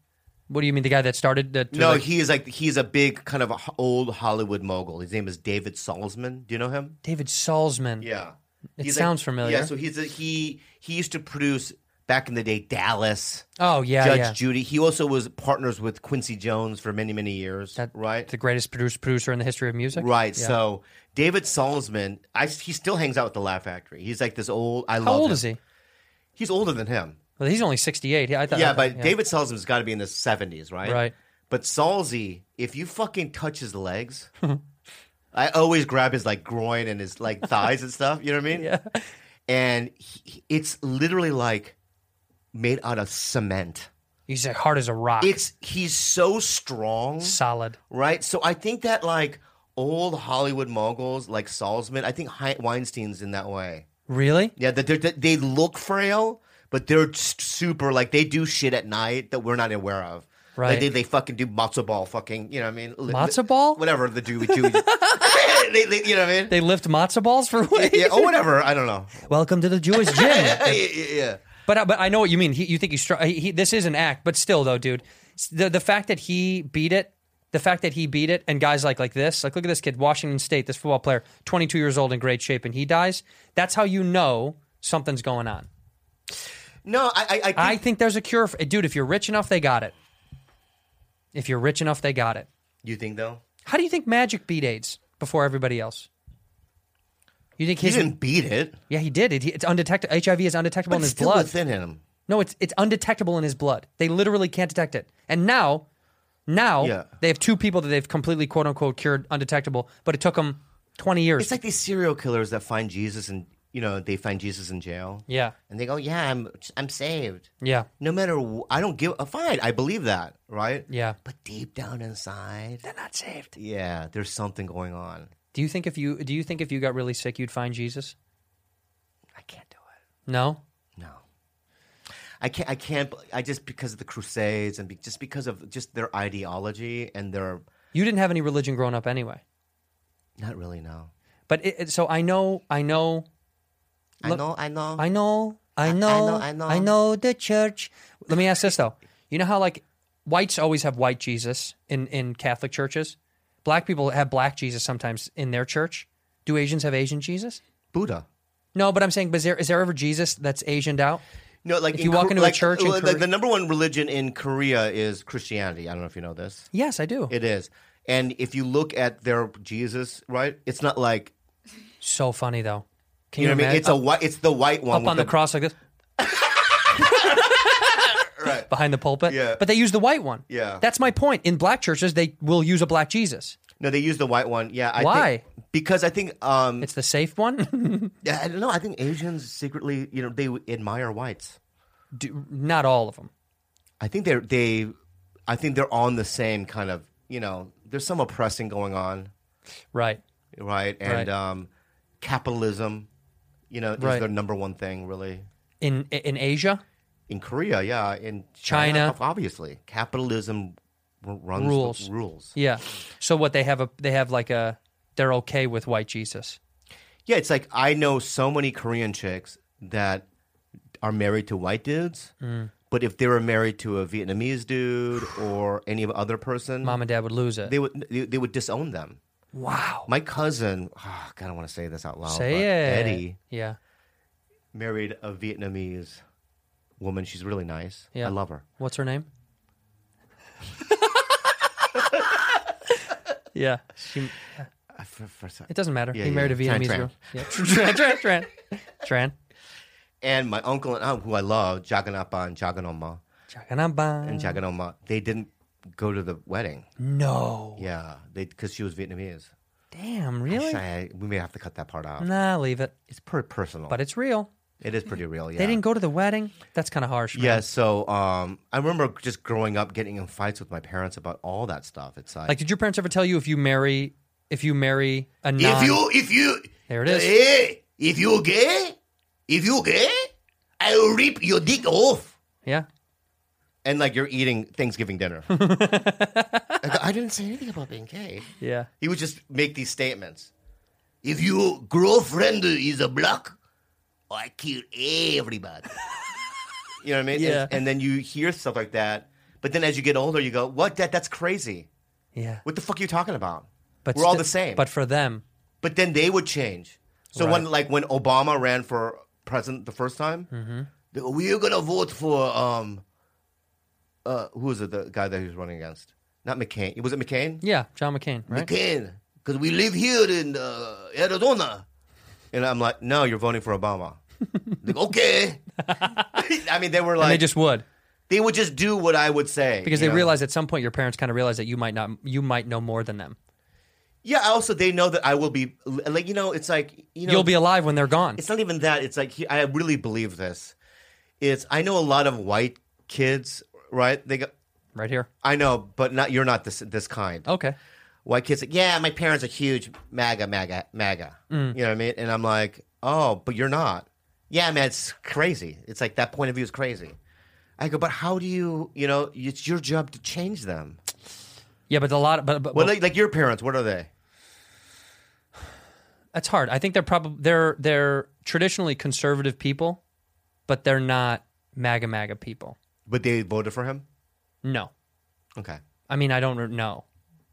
Speaker 1: what do you mean? The guy that started the?
Speaker 2: no,
Speaker 1: like-
Speaker 2: he is like he's a big kind of a ho- old Hollywood mogul. His name is David Salzman. Do you know him?
Speaker 1: David Salzman.
Speaker 2: Yeah,
Speaker 1: It sounds familiar.
Speaker 2: Yeah, so he's a, he he used to produce back in the day Dallas
Speaker 1: Oh yeah,
Speaker 2: Judge
Speaker 1: yeah.
Speaker 2: Judy. He also was partners with Quincy Jones for many many years.
Speaker 1: That-
Speaker 2: right,
Speaker 1: the greatest produce, producer in the history of music.
Speaker 2: Right.
Speaker 1: Yeah.
Speaker 2: So David Salzman, I, he still hangs out with the Laugh Factory. He's like this old. I
Speaker 1: how old is he?
Speaker 2: He's older than him.
Speaker 1: Well, he's only sixty-eight. Yeah, I thought.
Speaker 2: yeah,
Speaker 1: I-
Speaker 2: but David Salzman's got to be in his seventies, right?
Speaker 1: Right.
Speaker 2: But Salzy, if you fucking touch his legs, I always grab his like groin and his like thighs and stuff. You know what I mean? Yeah. And he- he- it's literally like made out of cement.
Speaker 1: he's like hard as a rock.
Speaker 2: It's he's so strong.
Speaker 1: solid.
Speaker 2: right? So I think that like old Hollywood moguls like Salzman, I think Hi- Weinstein's in that way.
Speaker 1: Really?
Speaker 2: Yeah, that they're- that they look frail, but they're s- super like they do shit at night that we're not aware of. Like
Speaker 1: Right.
Speaker 2: they, they fucking do matzo ball fucking, you know what I mean? Li-
Speaker 1: Matzo ball?
Speaker 2: Whatever the do we do. they, they, you know what I mean?
Speaker 1: They lift matzo balls for weight.
Speaker 2: yeah, or whatever. I don't know.
Speaker 1: Welcome to the Jewish gym.
Speaker 2: Yeah, yeah, yeah.
Speaker 1: but I- but I know what you mean. He, you think he's str- he, he, this is an act, but still though, dude, s- the the fact that he beat it. The fact that he beat it, and guys like like this, like look at this kid, Washington State, this football player, twenty two years old in great shape, and he dies. That's how you know something's going on.
Speaker 2: No, I, I, I think,
Speaker 1: I think there's a cure for dude. If you're rich enough, they got it. If you're rich enough, they got it.
Speaker 2: you think though.
Speaker 1: How do you think Magic beat AIDS before everybody else? You think
Speaker 2: He
Speaker 1: his?
Speaker 2: didn't beat it.
Speaker 1: yeah, he did. It, it's undetectable. HIV is undetectable in
Speaker 2: But it's
Speaker 1: his
Speaker 2: still
Speaker 1: blood.
Speaker 2: within him.
Speaker 1: No, it's it's undetectable in his blood. They literally can't detect it. And now, now
Speaker 2: Yeah.
Speaker 1: they have two people that they've completely quote unquote cured undetectable, but it took them twenty years.
Speaker 2: It's like these serial killers that find Jesus and you know they find Jesus in jail.
Speaker 1: yeah,
Speaker 2: and they go, "Yeah, I'm I'm saved."
Speaker 1: yeah,
Speaker 2: No matter, wh- I don't give a fine. I believe that, right?
Speaker 1: yeah.
Speaker 2: But deep down inside,
Speaker 1: They're not saved.
Speaker 2: yeah, there's something going on.
Speaker 1: Do you think if you do you think if you got really sick, you'd find Jesus?
Speaker 2: I can't do it.
Speaker 1: No.
Speaker 2: No, I can't. I can't. I just because of the Crusades and be, just because of just their ideology and their
Speaker 1: You didn't have any religion growing up anyway.
Speaker 2: not really no.
Speaker 1: But it, it- so I know, I know.
Speaker 2: I
Speaker 1: Look,
Speaker 2: know, I know.
Speaker 1: I know, I know, I know, I know the church. Let me ask this though. You know how like whites always have white Jesus in in Catholic churches? Black people have black Jesus sometimes in their church. Do Asians have Asian Jesus?
Speaker 2: Buddha.
Speaker 1: No, but I'm saying, but is there is there ever Jesus that's Asianed out?
Speaker 2: No, like
Speaker 1: If
Speaker 2: in
Speaker 1: you walk
Speaker 2: Kor-
Speaker 1: into a
Speaker 2: like,
Speaker 1: church in
Speaker 2: well,
Speaker 1: Korea-
Speaker 2: like the number one religion in Korea is Christianity. I don't know if you know this.
Speaker 1: Yes, I do.
Speaker 2: It is, and if you look at their Jesus, right? It's not like
Speaker 1: so funny though. Can
Speaker 2: you
Speaker 1: you,
Speaker 2: know what I mean.
Speaker 1: imagine?
Speaker 2: It's a white. It's the white one
Speaker 1: up
Speaker 2: with
Speaker 1: on the, cross like this.
Speaker 2: Right.
Speaker 1: Behind the pulpit.
Speaker 2: Yeah.
Speaker 1: But they use the white one.
Speaker 2: Yeah.
Speaker 1: That's my point. In black churches, they will use a black Jesus.
Speaker 2: No, they use the white one. Yeah. I
Speaker 1: Why?
Speaker 2: Think, because I think um,
Speaker 1: It's the safe one.
Speaker 2: Yeah, I don't know. I think Asians secretly, you know, they admire whites.
Speaker 1: Do, not all of them.
Speaker 2: I think they're they, I think they're on the same kind of, you know, there's some oppressing going on,
Speaker 1: Right.
Speaker 2: right? And
Speaker 1: Right.
Speaker 2: um, capitalism, you know,
Speaker 1: Right.
Speaker 2: is their number one thing really.
Speaker 1: In in Asia,
Speaker 2: In Korea, yeah, in
Speaker 1: China.
Speaker 2: obviously, capitalism r- runs the
Speaker 1: Rules.
Speaker 2: rules.
Speaker 1: yeah. So what they have a they have like a they're okay with white Jesus.
Speaker 2: Yeah, it's like I know so many Korean chicks that are married to white dudes,
Speaker 1: Mm.
Speaker 2: but if they were married to a Vietnamese dude or any other person,
Speaker 1: Mom and dad would lose it.
Speaker 2: they would they, they would disown them.
Speaker 1: wow.
Speaker 2: My cousin, ah, God, I don't want to say this out loud.
Speaker 1: Say
Speaker 2: but
Speaker 1: it.
Speaker 2: Oh, Eddie
Speaker 1: Yeah.
Speaker 2: married a Vietnamese woman. She's really nice.
Speaker 1: Yeah.
Speaker 2: I love her.
Speaker 1: What's her name? yeah. She,
Speaker 2: I- for- for- sorry.
Speaker 1: it doesn't matter.
Speaker 2: Yeah,
Speaker 1: he
Speaker 2: yeah,
Speaker 1: married a
Speaker 2: yeah. Tran,
Speaker 1: Vietnamese
Speaker 2: Tran.
Speaker 1: girl. Yeah. Tran, Tran, Tran. Tran.
Speaker 2: And my uncle and aunt, who I love, Jaganapa and Jaganoma
Speaker 1: Chakanamba.
Speaker 2: and Jaganoma, they didn't go to the wedding.
Speaker 1: Mm. No.
Speaker 2: Yeah, they because she was Vietnamese.
Speaker 1: Damn, really?
Speaker 2: I- we may have to cut that part out.
Speaker 1: Nah, leave it.
Speaker 2: It's pretty personal,
Speaker 1: But it's real.
Speaker 2: it is pretty real. Yeah.
Speaker 1: They didn't go to the wedding. That's kind of harsh. man.
Speaker 2: Yeah, so um, I remember just growing up, getting in fights with my parents about all that stuff. It's like,
Speaker 1: Like, did your parents ever tell you if you marry if you marry a non?
Speaker 2: If you, if you,
Speaker 1: There it is.
Speaker 2: Hey, if you gay, if you gay, I will rip your dick off.
Speaker 1: yeah.
Speaker 2: And like you're eating Thanksgiving dinner. I, go, I didn't say anything about being gay.
Speaker 1: Yeah.
Speaker 2: He would just make these statements. If your girlfriend is a black, I kill everybody. you know what I mean?
Speaker 1: Yeah.
Speaker 2: And, and then you hear stuff like that. But then as you get older, you go, "What? That that's crazy.
Speaker 1: Yeah.
Speaker 2: What the fuck are you talking about?"
Speaker 1: But
Speaker 2: we're all
Speaker 1: sti-
Speaker 2: the same.
Speaker 1: But for them,
Speaker 2: but then they would change. So when like when Obama ran for president the first time, they go, we are gonna vote for um, uh, who was it? The guy that he was running against? Not McCain. Was it McCain?
Speaker 1: yeah, John McCain, right?
Speaker 2: McCain, because we live here in uh, Arizona. And I'm like, no, you're voting for Obama. They go, okay. I mean, they were like,
Speaker 1: and
Speaker 2: they,
Speaker 1: they just would
Speaker 2: would just do what I would say
Speaker 1: because
Speaker 2: you
Speaker 1: they
Speaker 2: know?
Speaker 1: realize at some point your parents kind of realize that you might not you might know more than them.
Speaker 2: Yeah, also they know that I will be like, you know, it's like you know,
Speaker 1: You'll be alive when they're gone.
Speaker 2: it's not even that. It's like he, I really believe this. It's I know a lot of white kids, right? They go,
Speaker 1: Right here.
Speaker 2: I know, but not you're not this this kind.
Speaker 1: Okay.
Speaker 2: White kids, like, yeah, my parents are huge MAGA, MAGA, MAGA. You know what I mean? And I'm like, oh, but you're not. Yeah, man, it's crazy. It's like that point of view is crazy. I go, but how do you, you know, it's your job to change them.
Speaker 1: Yeah, but a lot. Of, but, but,
Speaker 2: Well,
Speaker 1: but
Speaker 2: like, like your parents, what are they?
Speaker 1: that's hard. I think they're probably they're they're traditionally conservative people, but they're not MAGA MAGA people.
Speaker 2: But they voted for him.
Speaker 1: No,
Speaker 2: Okay,
Speaker 1: I mean I don't re- know.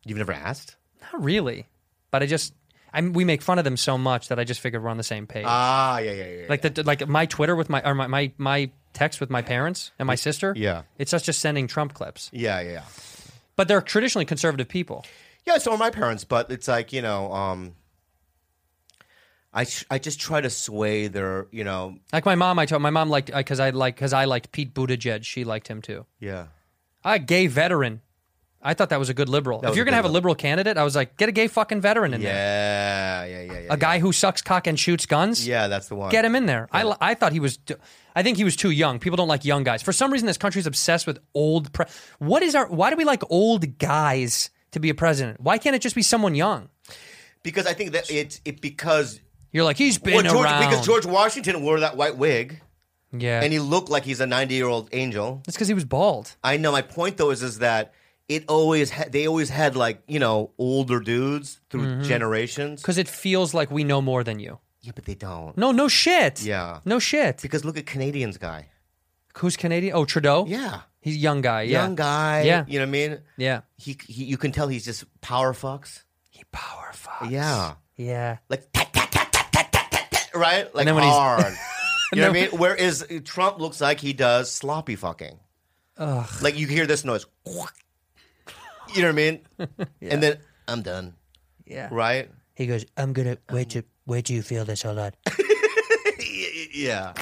Speaker 2: you've never asked.
Speaker 1: Not really, but I just I we make fun of them so much that I just figured we're on the same page.
Speaker 2: Ah, yeah, yeah, yeah. yeah.
Speaker 1: like the like my Twitter with my or my my, my text with my parents and my sister.
Speaker 2: Yeah.
Speaker 1: it's us just sending Trump clips.
Speaker 2: yeah, yeah, yeah.
Speaker 1: But they're traditionally conservative people.
Speaker 2: Yeah, so are my parents, but it's like you know, um, I sh- I just try to sway their, you know,
Speaker 1: Like my mom, I told my mom liked because I like because I liked Pete Buttigieg. She liked him too.
Speaker 2: yeah,
Speaker 1: a gay veteran. I thought that was a good liberal.
Speaker 2: was
Speaker 1: if you're
Speaker 2: a
Speaker 1: gonna
Speaker 2: good
Speaker 1: have a
Speaker 2: lib-
Speaker 1: liberal candidate, I was like, get a gay fucking veteran in there.
Speaker 2: yeah, yeah, yeah, yeah.
Speaker 1: A guy who sucks cock and shoots guns.
Speaker 2: yeah, that's the one.
Speaker 1: Get him in there. I, li- I thought he was. d- I think he was too young. People don't like young guys. For some reason, this country's obsessed with old. Pre- what is our? Why do we like old guys to be a president? Why can't it just be someone young?
Speaker 2: because I think that it's it because
Speaker 1: You're like he's been
Speaker 2: well, George,
Speaker 1: around.
Speaker 2: because George Washington wore that white wig
Speaker 1: yeah,
Speaker 2: and he looked like he's a ninety year old angel.
Speaker 1: that's because he was bald.
Speaker 2: I know. My point though is is that it always ha- they always
Speaker 1: Mm-hmm.
Speaker 2: had like you know older dudes through generations.
Speaker 1: Because it feels like we know more than you.
Speaker 2: Yeah, but they don't.
Speaker 1: No, no shit.
Speaker 2: Yeah.
Speaker 1: No shit.
Speaker 2: Because look at Canadians guy.
Speaker 1: Who's Canadian? Oh, Trudeau?
Speaker 2: Yeah.
Speaker 1: He's a young guy. Yeah.
Speaker 2: Young guy.
Speaker 1: Yeah.
Speaker 2: You know what I mean?
Speaker 1: Yeah.
Speaker 2: He, he you can tell he's just power fucks.
Speaker 1: He power fucks.
Speaker 2: Yeah.
Speaker 1: Yeah.
Speaker 2: Like tat, tat, tat, tat, tat, tat, tat, tat, right? Like
Speaker 1: then when he's-
Speaker 2: hard. you know what I mean? Whereas Trump looks like he does sloppy fucking. Like you hear this noise. You know what I mean? And then I'm done.
Speaker 1: Yeah.
Speaker 2: Right?
Speaker 1: He goes, I'm gonna wait to wait till you feel this a lot.
Speaker 2: Yeah.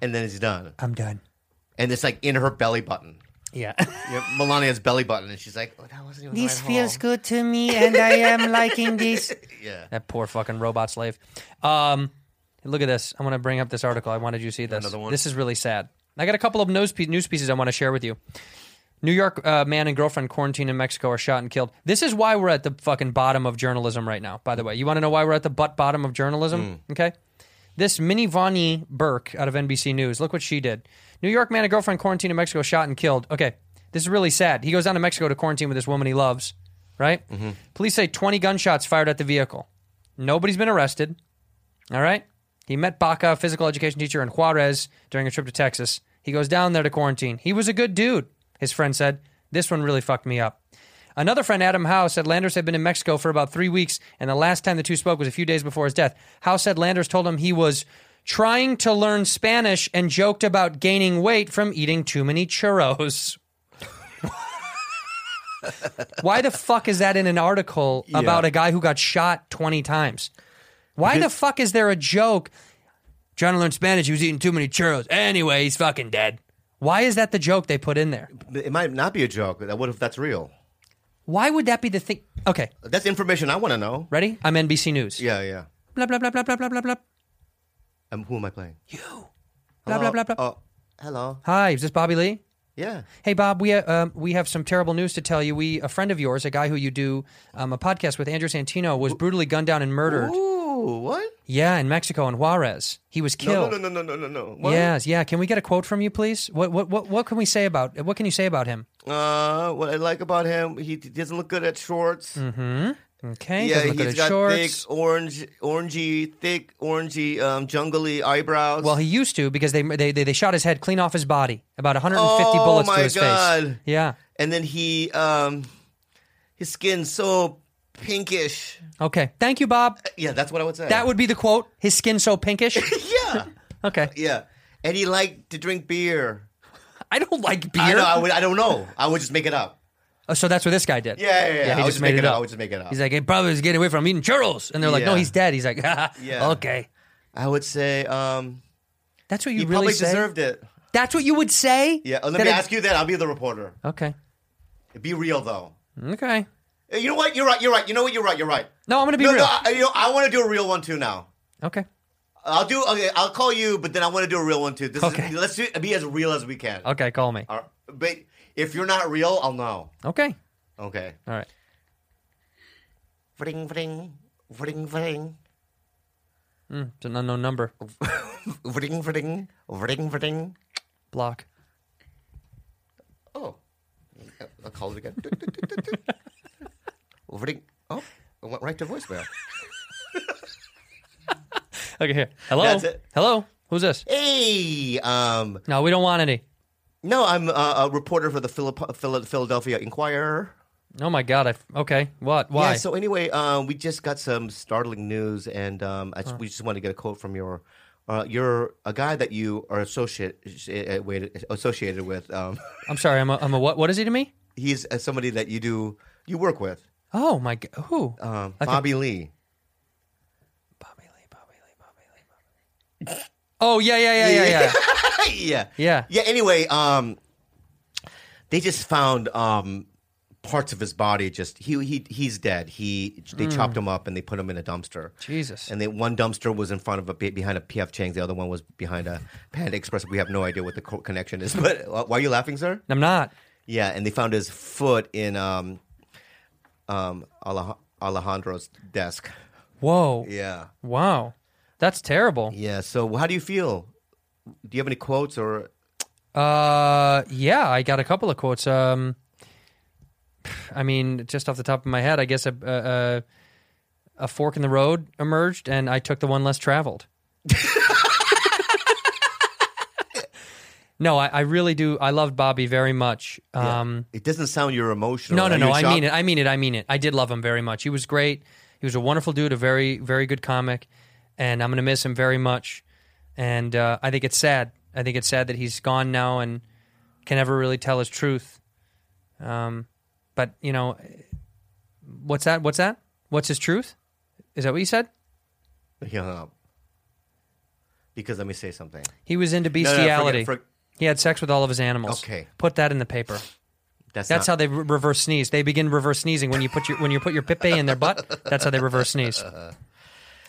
Speaker 2: And then he's done.
Speaker 1: I'm done.
Speaker 2: And it's like in her belly button.
Speaker 1: Yeah.
Speaker 2: You know, Melania's belly button, and she's like, oh, "That wasn't even the right hole."
Speaker 1: good to me and I am liking this.
Speaker 2: Yeah.
Speaker 1: That poor fucking robot slave. Um look at this. I want to bring up this article. I wanted you to see this.
Speaker 2: another one?
Speaker 1: This is really sad. I got a couple of news, pie- news pieces I want to share with you. New York uh, man and girlfriend quarantined in Mexico are shot and killed. This is why we're at the fucking bottom of journalism right now, by the way. You want to know why we're at the butt bottom of journalism?
Speaker 2: Mm.
Speaker 1: Okay. This Minnie Vonnie Burke out of NBC News. Look what she did. New York man and girlfriend quarantined in Mexico shot and killed. Okay. This is really sad. He goes down to Mexico to quarantine with this woman he loves, right? Police say 20 gunshots fired at the vehicle. Nobody's been arrested. All right. He met Baca, a physical education teacher in Juarez, during a trip to Texas. He goes down there to quarantine. He was a good dude, his friend said. This one really fucked me up. Another friend, Adam Howe, said Landers had been in Mexico for about three weeks, and the last time the two spoke was a few days before his death. Howe said Landers told him he was trying to learn Spanish and joked about gaining weight from eating too many churros. Why the fuck is that in an article about a guy who got shot 20 times? Why the fuck is there a joke? Trying to learn Spanish, he was eating too many churros. Anyway, he's fucking dead. Why is that the joke they put in there?
Speaker 2: It might not be a joke. That what if that's real?
Speaker 1: Why would that be the thing? Okay,
Speaker 2: That's information I want to know.
Speaker 1: ready? I'm NBC News.
Speaker 2: Yeah, yeah.
Speaker 1: Blah, blah, blah, blah, blah, blah, blah, blah.
Speaker 2: Um, who am I playing?
Speaker 1: You. Blah, blah, blah, blah.
Speaker 2: Oh, hello.
Speaker 1: Hi, is this Bobby Lee?
Speaker 2: Yeah.
Speaker 1: Hey Bob, we uh, um, we have some terrible news to tell you. We a friend of yours, a guy who you do um, a podcast with, Andrew Santino, was brutally gunned down and murdered.
Speaker 2: Ooh, what?
Speaker 1: Yeah, in Mexico, in Juarez, he was
Speaker 2: No,
Speaker 1: killed.
Speaker 2: no, no, no, no, no, no. What?
Speaker 1: Yes, yeah. Can we get a quote from you, please? What what what, what can we say about what can you say about him?
Speaker 2: Uh, what I like about him, he d- doesn't look good at shorts.
Speaker 1: Okay, Mm-hmm.
Speaker 2: Yeah,
Speaker 1: doesn't look good
Speaker 2: he's
Speaker 1: at
Speaker 2: got
Speaker 1: shorts.
Speaker 2: thick, orange, orangey, thick, orangey, um, jungly eyebrows.
Speaker 1: Well, he used to because they, they they they shot his head clean off his body. About 150
Speaker 2: Oh,
Speaker 1: bullets
Speaker 2: my
Speaker 1: to his face.
Speaker 2: God.
Speaker 1: Yeah.
Speaker 2: and then he, um, his skin's so pinkish.
Speaker 1: Okay. Thank you, Bob.
Speaker 2: Yeah, that's what I would say.
Speaker 1: That would be the quote. His skin so pinkish.
Speaker 2: yeah,
Speaker 1: Okay.
Speaker 2: yeah. And he liked to drink beer.
Speaker 1: I don't like
Speaker 2: I,
Speaker 1: beer.
Speaker 2: know, I, would, I don't know. I would just make it up.
Speaker 1: Oh, so that's what this guy did.
Speaker 2: Yeah, yeah, yeah.
Speaker 1: he
Speaker 2: I would
Speaker 1: just
Speaker 2: just
Speaker 1: made
Speaker 2: make
Speaker 1: it
Speaker 2: it up.
Speaker 1: up.
Speaker 2: I would just make it up.
Speaker 1: He's like, hey, brother, is getting away from eating churros, and they're like, no,
Speaker 2: Yeah.
Speaker 1: he's dead. He's like, yeah.
Speaker 2: Yeah.
Speaker 1: okay.
Speaker 2: I would say um,
Speaker 1: That's what you
Speaker 2: he
Speaker 1: really
Speaker 2: probably
Speaker 1: say?
Speaker 2: deserved it.
Speaker 1: That's what you would say.
Speaker 2: Yeah, Uh, let
Speaker 1: That
Speaker 2: me
Speaker 1: it-
Speaker 2: ask you that. I'll be the reporter.
Speaker 1: Okay.
Speaker 2: Be real though.
Speaker 1: Okay.
Speaker 2: Uh, You know what? You're right. You're right. You know what? You're right. You're right.
Speaker 1: No, I'm gonna be
Speaker 2: no,
Speaker 1: real.
Speaker 2: no. I, you know, I want to do a real one too now.
Speaker 1: okay.
Speaker 2: I'll do. Okay, I'll call you, but then I want to do a real one too. This
Speaker 1: Okay.
Speaker 2: Is, let's do, be as real as we can.
Speaker 1: Okay. Call me.
Speaker 2: All right. But if you're not real, I'll know.
Speaker 1: Okay.
Speaker 2: Okay.
Speaker 1: All right.
Speaker 2: Vring vring vring vring
Speaker 1: It's an unknown number.
Speaker 2: vring vring vring vring.
Speaker 1: Block.
Speaker 2: Oh, I'll call it again. vring. Oh, it went right to voicemail.
Speaker 1: Okay. Here. Hello.
Speaker 2: That's it.
Speaker 1: Hello. Who's this?
Speaker 2: Hey, um,
Speaker 1: No, we don't want any.
Speaker 2: no, I'm uh, a reporter for the Philip- Phil- Philadelphia Inquirer.
Speaker 1: Oh my god! I f- okay. What? Why?
Speaker 2: Yeah. So anyway, um, we just got some startling news, and um, I, we just want to get a quote from your, uh, your a guy that you are associate eh, wait, associated with. Um,
Speaker 1: I'm sorry. I'm a, I'm a what? What is he to me?
Speaker 2: he's uh, somebody that you do you work with,
Speaker 1: Oh my god! Who?
Speaker 2: um,
Speaker 1: Like a-
Speaker 2: Bobby Lee.
Speaker 1: Bobby Lee. Bobby Lee. Bobby Lee. Bobby Lee. Oh yeah yeah yeah yeah yeah
Speaker 2: yeah.
Speaker 1: yeah.
Speaker 2: Yeah. Anyway, um, they just found um, parts of his body. Just he he he's dead. He they chopped him up and they put him in a dumpster.
Speaker 1: Jesus.
Speaker 2: And they, one dumpster was in front of a be- behind a PF Chang's. The other one was behind a Panda Express. We have no idea what the co- connection is. But uh, why are you laughing, sir?
Speaker 1: I'm not.
Speaker 2: Yeah, and they found his foot in um, um, Alej- Alejandro's desk.
Speaker 1: Whoa.
Speaker 2: Yeah,
Speaker 1: Wow. That's terrible.
Speaker 2: yeah. So how do you feel? Do you have any quotes or?
Speaker 1: Uh, yeah, I got a couple of quotes. Um, I mean, just off the top of my head, I guess a, a, a fork in the road emerged, and I took the one less traveled. no, I, I really do. I loved Bobby very much. Um,
Speaker 2: It doesn't sound you're emotional.
Speaker 1: No,
Speaker 2: Are
Speaker 1: no,
Speaker 2: you
Speaker 1: no.
Speaker 2: in
Speaker 1: I
Speaker 2: shock?
Speaker 1: mean uh, it. I mean it. I mean it. I did love him very much. He was great. He was a wonderful dude, a very, very good comic, and I'm going to miss him very much. And uh, I think it's sad. I think it's sad that he's gone now and can never really tell his truth. Um, but you know, what's that? What's that? What's his truth? Is that what you said?
Speaker 2: He hung up. Because let me say something.
Speaker 1: He was into
Speaker 2: No, no, forget-
Speaker 1: bestiality.
Speaker 2: for-
Speaker 1: he had sex with all of his animals.
Speaker 2: Okay.
Speaker 1: put that in the paper.
Speaker 2: that's
Speaker 1: That's
Speaker 2: not-
Speaker 1: how they re- reverse sneeze. They begin reverse sneezing when you put your when you put your pipe in their butt. That's how they reverse sneeze.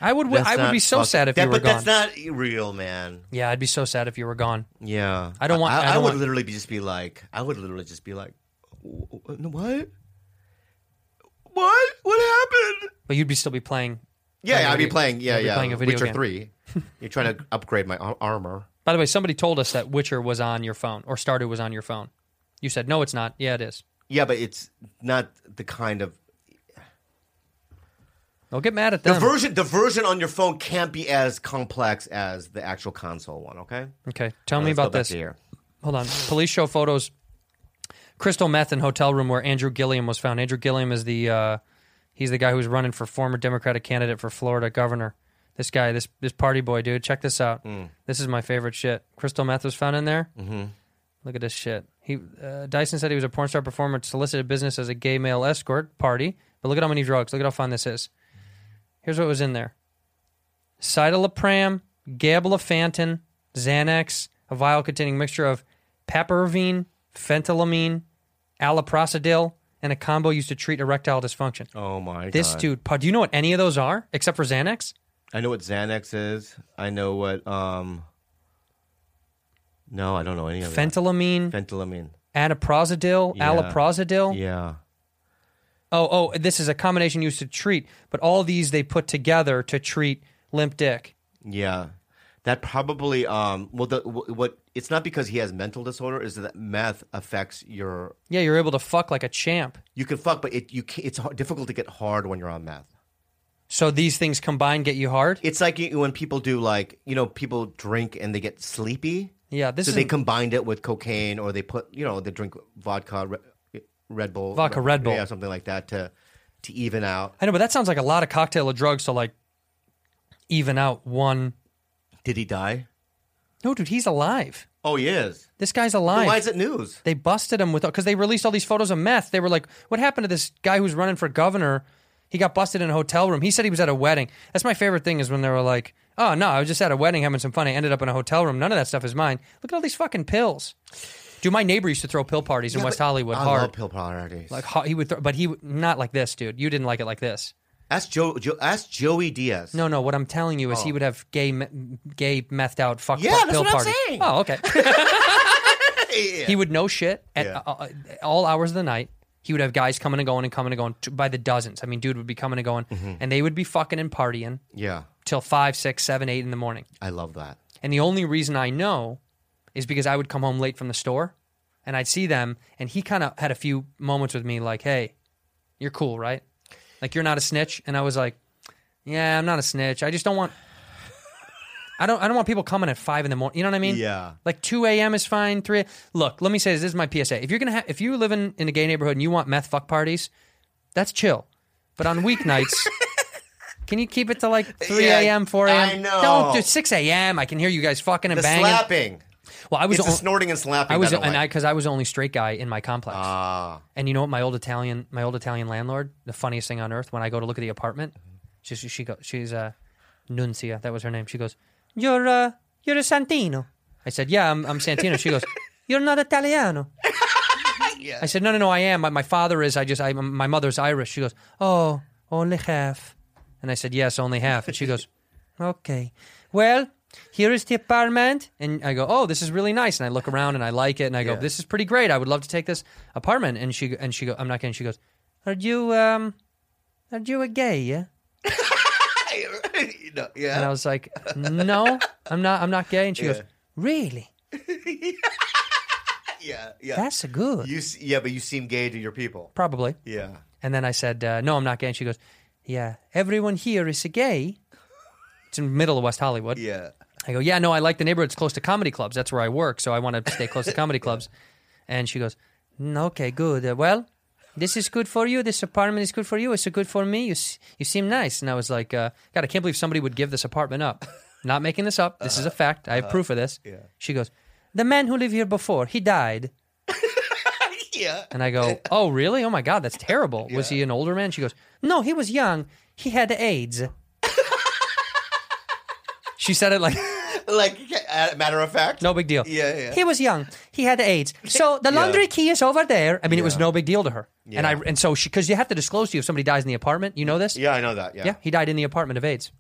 Speaker 1: I would
Speaker 2: that's
Speaker 1: I would
Speaker 2: not
Speaker 1: be so
Speaker 2: fuck-
Speaker 1: sad if
Speaker 2: that,
Speaker 1: you were
Speaker 2: but
Speaker 1: gone.
Speaker 2: that's not real, man.
Speaker 1: yeah, I'd be so sad if you were gone.
Speaker 2: Yeah,
Speaker 1: I don't want- I
Speaker 2: I,
Speaker 1: don't
Speaker 2: would
Speaker 1: want-
Speaker 2: literally be- just be like, I would literally just be like, "W- w- what? What? What happened?
Speaker 1: But you'd be still be playing.
Speaker 2: Yeah,
Speaker 1: Playing a
Speaker 2: I'd be
Speaker 1: video-
Speaker 2: playing. Yeah,
Speaker 1: you'd be
Speaker 2: yeah.
Speaker 1: playing a video
Speaker 2: Witcher
Speaker 1: game.
Speaker 2: three. You're trying to upgrade my ar- armor.
Speaker 1: By the way, somebody told us that Witcher was on your phone or Stardew was on your phone. You said no, it's not. Yeah, it is.
Speaker 2: Yeah, but it's not the kind of
Speaker 1: Don't get mad at
Speaker 2: the
Speaker 1: them.
Speaker 2: version. The version on your phone can't be as complex as the actual console one. Okay.
Speaker 1: okay, tell me
Speaker 2: Let's go
Speaker 1: about
Speaker 2: back
Speaker 1: this.
Speaker 2: to Here.
Speaker 1: Hold on. Police show photos. Crystal meth in hotel room where Andrew Gilliam was found. Andrew Gilliam is the uh, he's the guy who's running for former Democratic candidate for Florida governor. This guy, this this party boy, dude. Check this out. This is my favorite shit. Crystal meth was found in there. Mm-hmm. Look at this shit. He uh, Dyson said he was a porn star performer, solicited business as a gay male escort party. But look at how many drugs. Look at how fun this is. Here's what was in there: citalopram, gabapentin, Xanax, a vial containing mixture of papaverine, fentanylamine, alloprosidil, and a combo used to treat erectile dysfunction.
Speaker 2: Oh my
Speaker 1: This
Speaker 2: god!
Speaker 1: dude, Pod, do you know what any of those are except for Xanax?
Speaker 2: I know what Xanax is. I know what. um No, I don't know any of that.
Speaker 1: Fentanylamine,
Speaker 2: Fentanylamine.
Speaker 1: anaprosidil,
Speaker 2: Yeah.
Speaker 1: alloprosidil.
Speaker 2: Yeah.
Speaker 1: Oh, oh, this is a combination used to treat, but all these they put together to treat limp dick.
Speaker 2: Yeah, that probably. Um, well, the wh- what it's not because he has mental disorder is that meth affects your.
Speaker 1: Yeah, you're able to fuck like a champ.
Speaker 2: You can fuck, but it you can, it's hard, difficult to get hard when you're on meth.
Speaker 1: So these things combined get you hard.
Speaker 2: It's like you- when people do like you know people drink and they get sleepy.
Speaker 1: Yeah, this
Speaker 2: so
Speaker 1: is
Speaker 2: they combined it with cocaine, or they put you know they drink vodka, Re- Red Bull,
Speaker 1: Vodka, Red Bull.
Speaker 2: yeah, something like that to to even out.
Speaker 1: I know, but that sounds like a lot of cocktail of drugs to like even out one.
Speaker 2: Did he die?
Speaker 1: No, dude, he's alive.
Speaker 2: Oh, he is.
Speaker 1: This guy's
Speaker 2: Then
Speaker 1: alive.
Speaker 2: why is it news?
Speaker 1: They busted him with because they released all these photos of meth. They were like, "What happened to this guy who's running for governor? He got busted in a hotel room. He said he was at a wedding." That's my favorite thing is when they were like, "Oh no, I was just at a wedding having some fun. I ended up in a hotel room. None of that stuff is mine. Look at all these fucking pills." Dude, my neighbor used to throw pill parties in West Hollywood
Speaker 2: I
Speaker 1: hard.
Speaker 2: love pill parties.
Speaker 1: Like ho- he would, throw, but he would- not like this, dude. You didn't like it like this.
Speaker 2: ask Joe, Joe. Ask Joey Diaz.
Speaker 1: No, no. What I'm telling you is he would have gay, me- gay, methed out, fuck,
Speaker 2: Oh. Yeah,
Speaker 1: fuck
Speaker 2: that's
Speaker 1: pill
Speaker 2: what I'm
Speaker 1: parties.
Speaker 2: saying.
Speaker 1: Oh, okay.
Speaker 2: Yeah.
Speaker 1: He would know shit at
Speaker 2: Yeah.
Speaker 1: uh, uh, all hours of the night. He would have guys coming and going and coming and going t- by the dozens. I mean, dude would be coming and going,
Speaker 2: Mm-hmm.
Speaker 1: and they would be fucking and partying
Speaker 2: yeah,
Speaker 1: till five, six, seven, eight in the morning.
Speaker 2: I love that.
Speaker 1: And the only reason I know is because I would come home late from the store, and I'd see them, and he kind of had a few moments with me, like, "Hey, you're cool, right? Like you're not a snitch." And I was like, "Yeah, I'm not a snitch. I just don't want." I don't. I don't want people coming at five in the morning. You know what I mean?
Speaker 2: Yeah.
Speaker 1: Like two a.m. is fine. Three. Look, let me say this. This is my PSA. If you're gonna, ha- if you live in, in a gay neighborhood and you want meth fuck parties, that's chill. But on weeknights, can you keep it to like three
Speaker 2: Yeah,
Speaker 1: a.m., four a.m.?
Speaker 2: I know.
Speaker 1: Don't do six a.m. I can hear you guys fucking and
Speaker 2: The
Speaker 1: banging.
Speaker 2: slapping.
Speaker 1: Well, I was
Speaker 2: It's the
Speaker 1: on-
Speaker 2: snorting and slapping.
Speaker 1: I was
Speaker 2: that I
Speaker 1: and I
Speaker 2: like. Ah.
Speaker 1: because I was the only straight guy in my complex. And you know what? My old Italian, my old Italian landlord, the funniest thing on earth. When I go to look at the apartment,
Speaker 2: Mm-hmm.
Speaker 1: she she, she go, she's uh, Nuncia. That was her name. She goes, "You're uh, you're a Santino." I said, "Yeah, I'm, I'm Santino." She goes, "You're not Italiano." I said, "No, no, no, I am. My, my father is. I just I my mother's Irish." She goes, "Oh, only half." And I said, "Yes, only half." And she goes, "Okay, well." Here is the apartment, and I go, "Oh, this is really nice." And I look around and I like it, and I go,
Speaker 2: Yeah.
Speaker 1: "This is pretty great. I would love to take this apartment." And she and she go, "I'm not kidding." She goes, "Are you um, are you a gay?" Yeah.
Speaker 2: You know,
Speaker 1: And I
Speaker 2: yeah.
Speaker 1: was like, "No, I'm not. I'm not gay." And she goes, "Really?
Speaker 2: yeah, yeah,
Speaker 1: That's a good,
Speaker 2: You, s- yeah, but you seem gay to your people.
Speaker 1: probably."
Speaker 2: Yeah,
Speaker 1: And then I said, uh, "No, I'm not gay." And she goes, yeah, everyone here is a gay. It's in the middle of West Hollywood.
Speaker 2: Yeah.
Speaker 1: I go, yeah, no, I like the neighborhood. It's close to comedy clubs. That's where I work, so I want to stay close to comedy clubs. And she goes, "Mm, okay, good. Uh, well, this is good for you. This apartment is good for you. It's good for me. You s- you seem nice." And I was like, uh, "God, I can't believe somebody would give this apartment up. Not making this up. This is a fact. I have proof of this." Yeah. She goes, "The man who lived here before, he died."
Speaker 2: Yeah.
Speaker 1: And I go, "Oh, really? Oh my God, that's terrible. Was he an older man?" She goes, "No, he was young. He had AIDS." she said it like.
Speaker 2: Like, a matter of fact.
Speaker 1: No big deal.
Speaker 2: Yeah, yeah.
Speaker 1: He was young. He had AIDS. So the laundry key is over there. I mean, it was no big deal to her. And I and so she because you have to disclose to you if somebody dies in the apartment. You know this?
Speaker 2: Yeah, I know that. Yeah.
Speaker 1: Yeah, he died in the apartment of AIDS.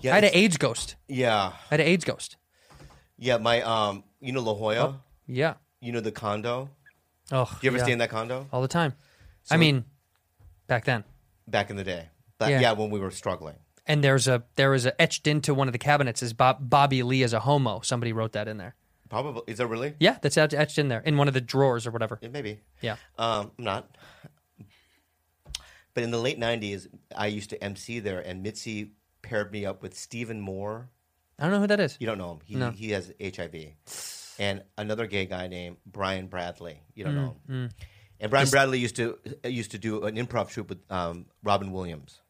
Speaker 2: Yeah.
Speaker 1: I had an
Speaker 2: it's-
Speaker 1: AIDS ghost.
Speaker 2: yeah.
Speaker 1: I had an AIDS ghost.
Speaker 2: Yeah. My, um, you know La Jolla?
Speaker 1: Yeah.
Speaker 2: You know the condo?
Speaker 1: Oh,
Speaker 2: You ever
Speaker 1: yeah.
Speaker 2: stay in that condo?
Speaker 1: all the time? I mean, back then.
Speaker 2: Back in the day. But,
Speaker 1: Yeah.
Speaker 2: yeah. when we were struggling.
Speaker 1: And there's a there is a etched into one of the cabinets is Bob, Bobby Lee is a homo. Somebody wrote that in there.
Speaker 2: Probably. Is that really?
Speaker 1: Yeah, that's etched etched in there in one of the drawers or whatever.
Speaker 2: Yeah, maybe.
Speaker 1: Yeah.
Speaker 2: Um, I'm not. But in the late 90s, I used to MC there, and Mitzi paired me up with Stephen Moore.
Speaker 1: I don't know who that is.
Speaker 2: You don't know him. He, he has HIV. And another gay guy named Brian Bradley. You don't know him. And Brian Bradley used to uh, used to do an improv troupe with um, Robin Williams.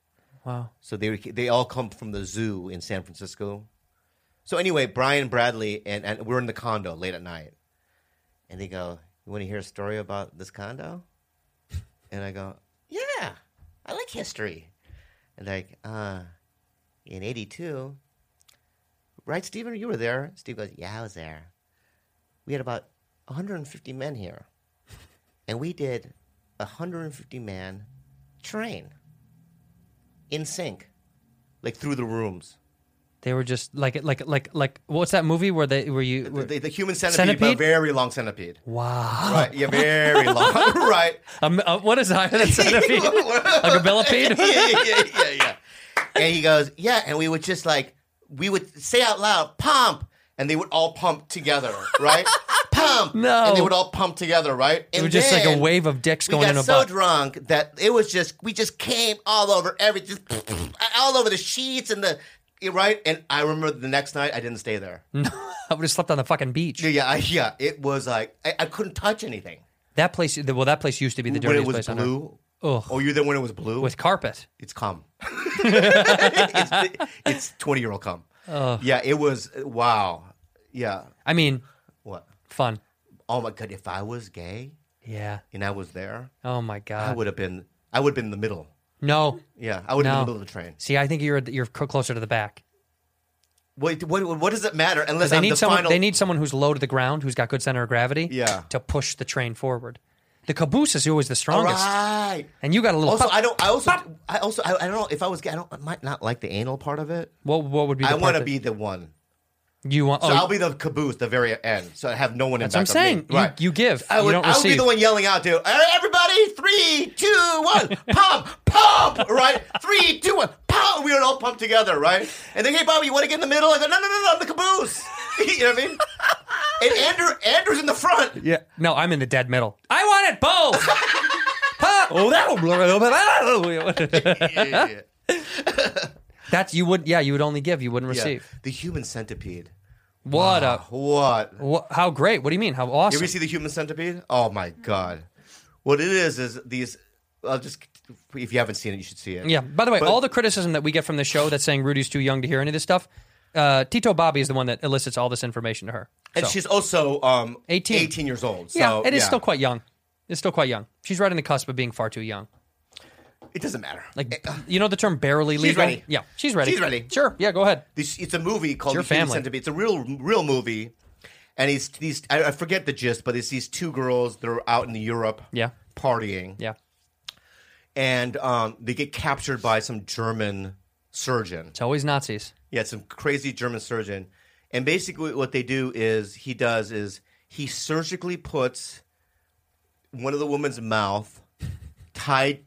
Speaker 1: Wow.
Speaker 2: So they were- they all come from the zoo in San Francisco. So anyway, Brian Bradley and, and we're in the condo late at night, and they go, "You want to hear a story about this condo?" And I go, "Yeah, I like history." And they're like, uh, in '82, right, Stephen? You were there. Steve goes, "Yeah, I was there. We had about 150 men here, and we did a 150 man train." in sync, like through the rooms.
Speaker 1: They were just like like like like what's that movie where they where you where-
Speaker 2: The, the human centipede,
Speaker 1: Centipede?
Speaker 2: but very long centipede.
Speaker 1: Wow.
Speaker 2: Right, yeah, very long. right,
Speaker 1: Um, uh, what is higher than centipede? like a
Speaker 2: yeah,
Speaker 1: billipede?
Speaker 2: yeah, yeah, yeah, yeah. And he goes, yeah, and we would just like we would say out loud, pump, and they would all pump together, right? Pump,
Speaker 1: No.
Speaker 2: and they would all pump together, right? And
Speaker 1: It was just like a
Speaker 2: then
Speaker 1: wave of dicks
Speaker 2: We
Speaker 1: going in
Speaker 2: got
Speaker 1: a
Speaker 2: so
Speaker 1: butt.
Speaker 2: drunk that it was just we just came all over every just all over the sheets and the right. And I remember the next night I didn't stay there.
Speaker 1: Hmm. I would have slept on the fucking beach.
Speaker 2: Yeah, yeah, I, yeah. It was like I, I couldn't touch anything.
Speaker 1: That place, the- well, that place used to be the
Speaker 2: when it
Speaker 1: dirtiest
Speaker 2: was
Speaker 1: place on earth
Speaker 2: blue. Oh, you then when it was blue?
Speaker 1: with carpet.
Speaker 2: it's cum. it's it's twenty year old cum. Yeah, it was wow. Yeah,
Speaker 1: I mean,
Speaker 2: what?
Speaker 1: fun.
Speaker 2: Oh my god! If I was gay
Speaker 1: Yeah.
Speaker 2: and I was there,
Speaker 1: Oh my god.
Speaker 2: I would have been. I would have been in the middle.
Speaker 1: No.
Speaker 2: Yeah, I would
Speaker 1: No.
Speaker 2: have been in the middle of the train.
Speaker 1: See, I think you're you're co- closer to the back.
Speaker 2: What? What? What does it matter? Unless
Speaker 1: They
Speaker 2: I'm
Speaker 1: need
Speaker 2: the
Speaker 1: someone.
Speaker 2: final.
Speaker 1: They need someone who's low to the ground, who's got good center of gravity.
Speaker 2: Yeah.
Speaker 1: To push the train forward. The caboose is always the strongest,
Speaker 2: right.
Speaker 1: and you got a little.
Speaker 2: Also,
Speaker 1: pup-
Speaker 2: I don't. I also. I also. I, I don't know if I was gay. I don't. I might not like the anal part of it.
Speaker 1: What, what would be? The
Speaker 2: I
Speaker 1: part
Speaker 2: want to
Speaker 1: that-
Speaker 2: be the one.
Speaker 1: You want?
Speaker 2: So
Speaker 1: oh,
Speaker 2: I'll be the caboose, the very end. So I have no one in
Speaker 1: That's what I'm
Speaker 2: back
Speaker 1: saying.
Speaker 2: of Me.
Speaker 1: You, you give.
Speaker 2: I would,
Speaker 1: you don't
Speaker 2: I would
Speaker 1: receive.
Speaker 2: be the one yelling out to "All right, everybody, three, two, one, pump, pump, right? Three, two, one, pump. We would all pump together, right? And then, hey, Bobby, you want to get in the middle? I go, no, no, no, no, I'm the caboose. you know what I mean? And Andrew, Andrew's in the front.
Speaker 1: Yeah. No, I'm in the dead middle. I want it both. Huh? Oh, that'll blur a little bit. Ah!
Speaker 2: Yeah.
Speaker 1: That's you would yeah you would only give you wouldn't receive.
Speaker 2: The human centipede.
Speaker 1: What
Speaker 2: What?
Speaker 1: a wha- how great? What do you mean? How
Speaker 2: You
Speaker 1: awesome?
Speaker 2: ever see the human centipede? Oh my god! What it is is these. I'll just. If you haven't seen it, you should see it.
Speaker 1: yeah. By the way,
Speaker 2: But-
Speaker 1: all the criticism that we get from the show that's saying Rudy's too young to hear any of this stuff. Uh, Tito Bobby is the one that elicits all this information to her.
Speaker 2: And
Speaker 1: So-
Speaker 2: she's also um,
Speaker 1: 18.
Speaker 2: 18 years old. So,
Speaker 1: yeah, it is
Speaker 2: yeah.
Speaker 1: still quite young. It's still quite young. She's right on the cusp of being far too young.
Speaker 2: It doesn't matter.
Speaker 1: Like you know the term barely legal.
Speaker 2: Eh, uh. ready.
Speaker 1: Yeah, she's ready.
Speaker 2: She's ready.
Speaker 1: Sure. Yeah, go ahead.
Speaker 2: This, it's a movie called
Speaker 1: your
Speaker 2: The Human
Speaker 1: family.
Speaker 2: Centipede. It's a real, real movie. And he's these. I, I forget the gist, but it's these two girls that are out in Europe,
Speaker 1: Yeah.
Speaker 2: partying,
Speaker 1: Yeah.
Speaker 2: and um, they get captured by some German surgeon.
Speaker 1: It's always Nazis.
Speaker 2: Yeah, some crazy German surgeon. And basically, what they do is he does is he surgically puts one of the woman's mouth tied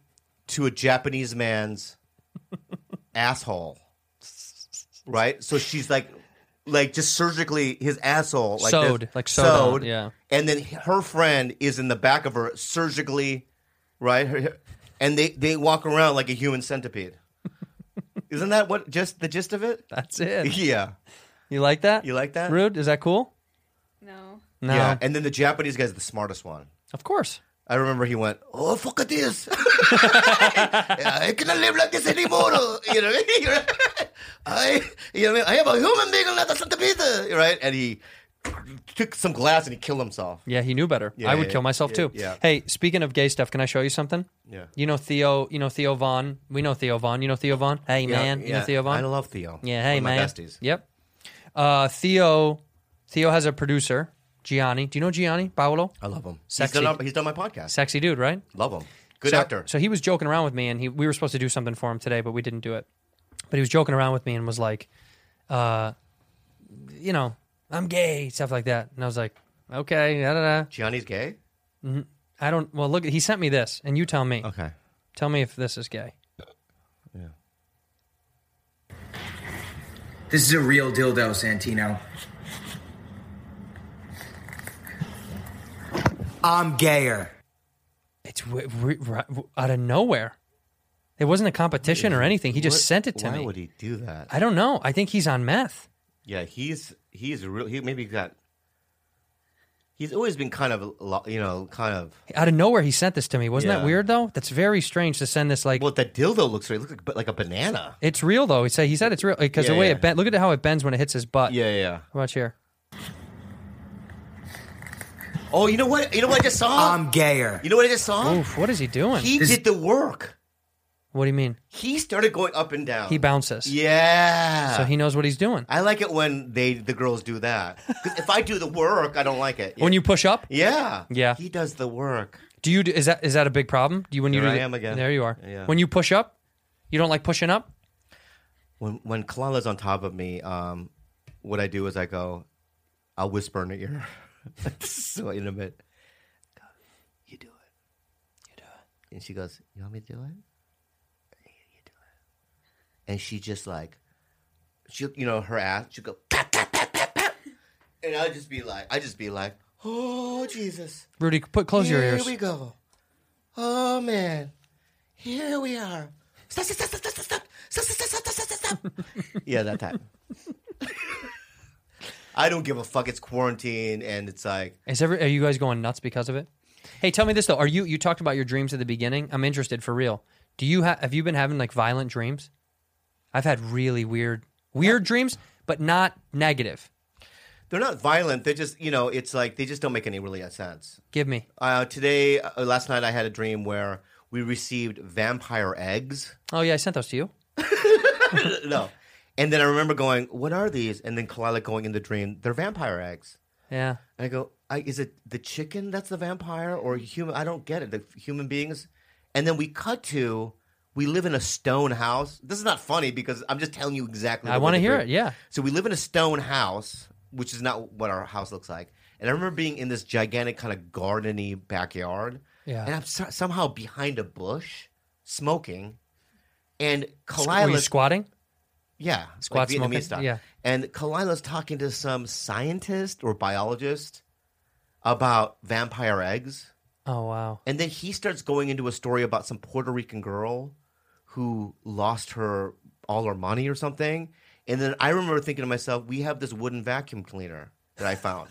Speaker 2: to a Japanese man's asshole. Right? So she's like, like just surgically his asshole, like this-
Speaker 1: Sewed, like sewed on, yeah.
Speaker 2: And then her friend is in the back of her surgically, right? Her, and they they walk around like a human centipede. Isn't that what just the gist of it?
Speaker 1: That's it.
Speaker 2: Yeah,
Speaker 1: You like that?
Speaker 2: You like that?
Speaker 1: Rude? Is that cool?
Speaker 7: No.
Speaker 1: No.
Speaker 2: yeah. And then the Japanese guy's the smartest one.
Speaker 1: of course.
Speaker 2: I remember he went, "Oh fuck it is! I cannot live like this anymore." You know, I you know I am a human being, not a centipede, right? And he took some glass and he killed himself.
Speaker 1: Yeah, he knew better.
Speaker 2: Yeah,
Speaker 1: I would
Speaker 2: yeah,
Speaker 1: kill myself
Speaker 2: yeah,
Speaker 1: too.
Speaker 2: yeah.
Speaker 1: Hey, speaking of gay stuff, can I show you something?
Speaker 2: Yeah.
Speaker 1: You know Theo. You know Theo Vaughn. We know Theo Vaughn. You know Theo Vaughn. Hey man. You know Theo Vaughn.
Speaker 2: I love Theo.
Speaker 1: Yeah, hey,
Speaker 2: One of my
Speaker 1: man.
Speaker 2: besties.
Speaker 1: Yep. Uh, Theo, Theo has a producer, Gianni. Do you know Gianni Paolo?
Speaker 2: I love him.
Speaker 1: Sexy.
Speaker 2: He's done, our- he's done my podcast.
Speaker 1: Sexy dude, right?
Speaker 2: Love him. Good
Speaker 1: so,
Speaker 2: actor.
Speaker 1: So he was joking around with me, and he, we were supposed to do something for him today, but we didn't do it. But he was joking around with me and was like, uh, you know, I'm gay, stuff like that. And I was like, okay, da, da, da.
Speaker 2: Gianni's gay.
Speaker 1: I don't. Well, look, he sent me this, and you tell me.
Speaker 2: Okay.
Speaker 1: Tell me if this is gay.
Speaker 8: This is a real dildo, Santino. I'm gayer.
Speaker 1: It's w- w- r- w- out of nowhere. It wasn't a competition or anything. He just
Speaker 2: What-
Speaker 1: sent it to
Speaker 2: why
Speaker 1: me.
Speaker 2: Why would he do that?
Speaker 1: I don't know. I think he's on meth.
Speaker 2: yeah, he's he's a real. He maybe got. He's always been kind of a lo- you know kind of.
Speaker 1: out of nowhere he sent this to me. Wasn't that
Speaker 2: Yeah.
Speaker 1: weird though? That's very strange to send this like
Speaker 2: Well, that dildo looks right. It looks like, like a banana.
Speaker 1: it's real though. He said he said it's real because
Speaker 2: Yeah,
Speaker 1: the way
Speaker 2: yeah.
Speaker 1: it bent. Look at how it bends when it hits his butt.
Speaker 2: Yeah, yeah.
Speaker 1: How about here?
Speaker 2: Oh, you know what? You know what I just saw?
Speaker 8: I'm gayer.
Speaker 2: you know what I just saw?
Speaker 1: Oof, what Um, oh, is he doing?
Speaker 2: He did the work.
Speaker 1: what do you mean?
Speaker 2: He started going up and down.
Speaker 1: He bounces.
Speaker 2: Yeah.
Speaker 1: So he knows what he's doing.
Speaker 2: I like it when they the girls do that. 'Cause if I do the work, I don't like it.
Speaker 1: When you push up,
Speaker 2: yeah.
Speaker 1: Yeah.
Speaker 2: He does the work.
Speaker 1: do you do, is that is that a big problem? Do you when you
Speaker 2: There
Speaker 1: do
Speaker 2: I
Speaker 1: the-
Speaker 2: am again.
Speaker 1: There you are.
Speaker 2: Yeah.
Speaker 1: When you push up, you don't like pushing up.
Speaker 2: When when Kalala's on top of me, um, what I do is I go, I'll whisper in her ear. It's so intimate. Go, you do it. You do it. And she goes, You want me to do it? You do it. And she just like she will you know, her ass, she'll go pat, pat, pat, pat, pat. And I'll just be like I just be like, Oh Jesus.
Speaker 1: Rudy, put close your
Speaker 2: Here
Speaker 1: ears.
Speaker 2: we go. Oh man. Here we are. Stop, stop, stop, stop, stop, stop. Stop, stop, stop, stop, stop, stop, stop. yeah, that time. I don't give a fuck. It's quarantine and it's like
Speaker 1: Is every, are you guys going nuts because of it? Hey, tell me this though. Are you you talked about your dreams at the beginning? I'm interested for real. Do you ha- have you been having like violent dreams? I've had really weird weird dreams, but not negative.
Speaker 2: they're not violent. They're just you know, it's like they just don't make any really sense.
Speaker 1: Give me.
Speaker 2: Uh, today, uh, last night, I had a dream where we received vampire eggs.
Speaker 1: Oh yeah, I sent those to you.
Speaker 2: no, and then I remember going, "What are these?" And then Kalila going in the dream, "They're vampire eggs."
Speaker 1: Yeah.
Speaker 2: And I go, I, is it the chicken that's the vampire or human? I don't get it. The human beings. And then we cut to, we live in a stone house. This is not funny because I'm just telling you exactly.
Speaker 1: I
Speaker 2: what
Speaker 1: want to
Speaker 2: the
Speaker 1: hear
Speaker 2: dream-
Speaker 1: it. Yeah.
Speaker 2: So we live in a stone house, which is not what our house looks like. And I remember being in this gigantic kind of gardeny backyard.
Speaker 1: Yeah.
Speaker 2: And I'm so- somehow behind a bush, smoking, and
Speaker 1: Were you
Speaker 2: Kalila's
Speaker 1: squatting?
Speaker 2: yeah,
Speaker 1: Squat
Speaker 2: like Vietnamese
Speaker 1: smoking,
Speaker 2: style.
Speaker 1: yeah.
Speaker 2: And Kalila's talking to some scientist or biologist about vampire eggs,
Speaker 1: Oh wow.
Speaker 2: and then he starts going into a story about some Puerto Rican girl who lost her all her money or something. And then I remember thinking to myself, we have this wooden vacuum cleaner that I found.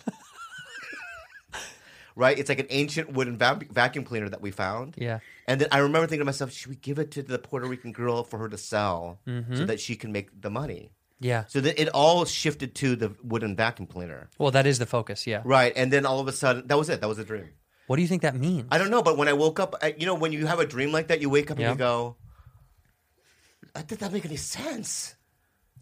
Speaker 2: right? It's like an ancient wooden vac- vacuum cleaner that we found.
Speaker 1: Yeah.
Speaker 2: And then I remember thinking to myself, should we give it to the Puerto Rican girl for her to sell
Speaker 1: Mm-hmm.
Speaker 2: so that she can make the money?
Speaker 1: Yeah.
Speaker 2: So that it all shifted to the wooden vacuum cleaner.
Speaker 1: Well, that is the focus. Yeah.
Speaker 2: Right. And then all of a sudden, that was it. That was a dream.
Speaker 1: What do you think that means?
Speaker 2: I don't know, but when I woke up, I, you know, when you have a dream like that, you wake up
Speaker 1: Yeah.
Speaker 2: and you go, "That did that make any sense?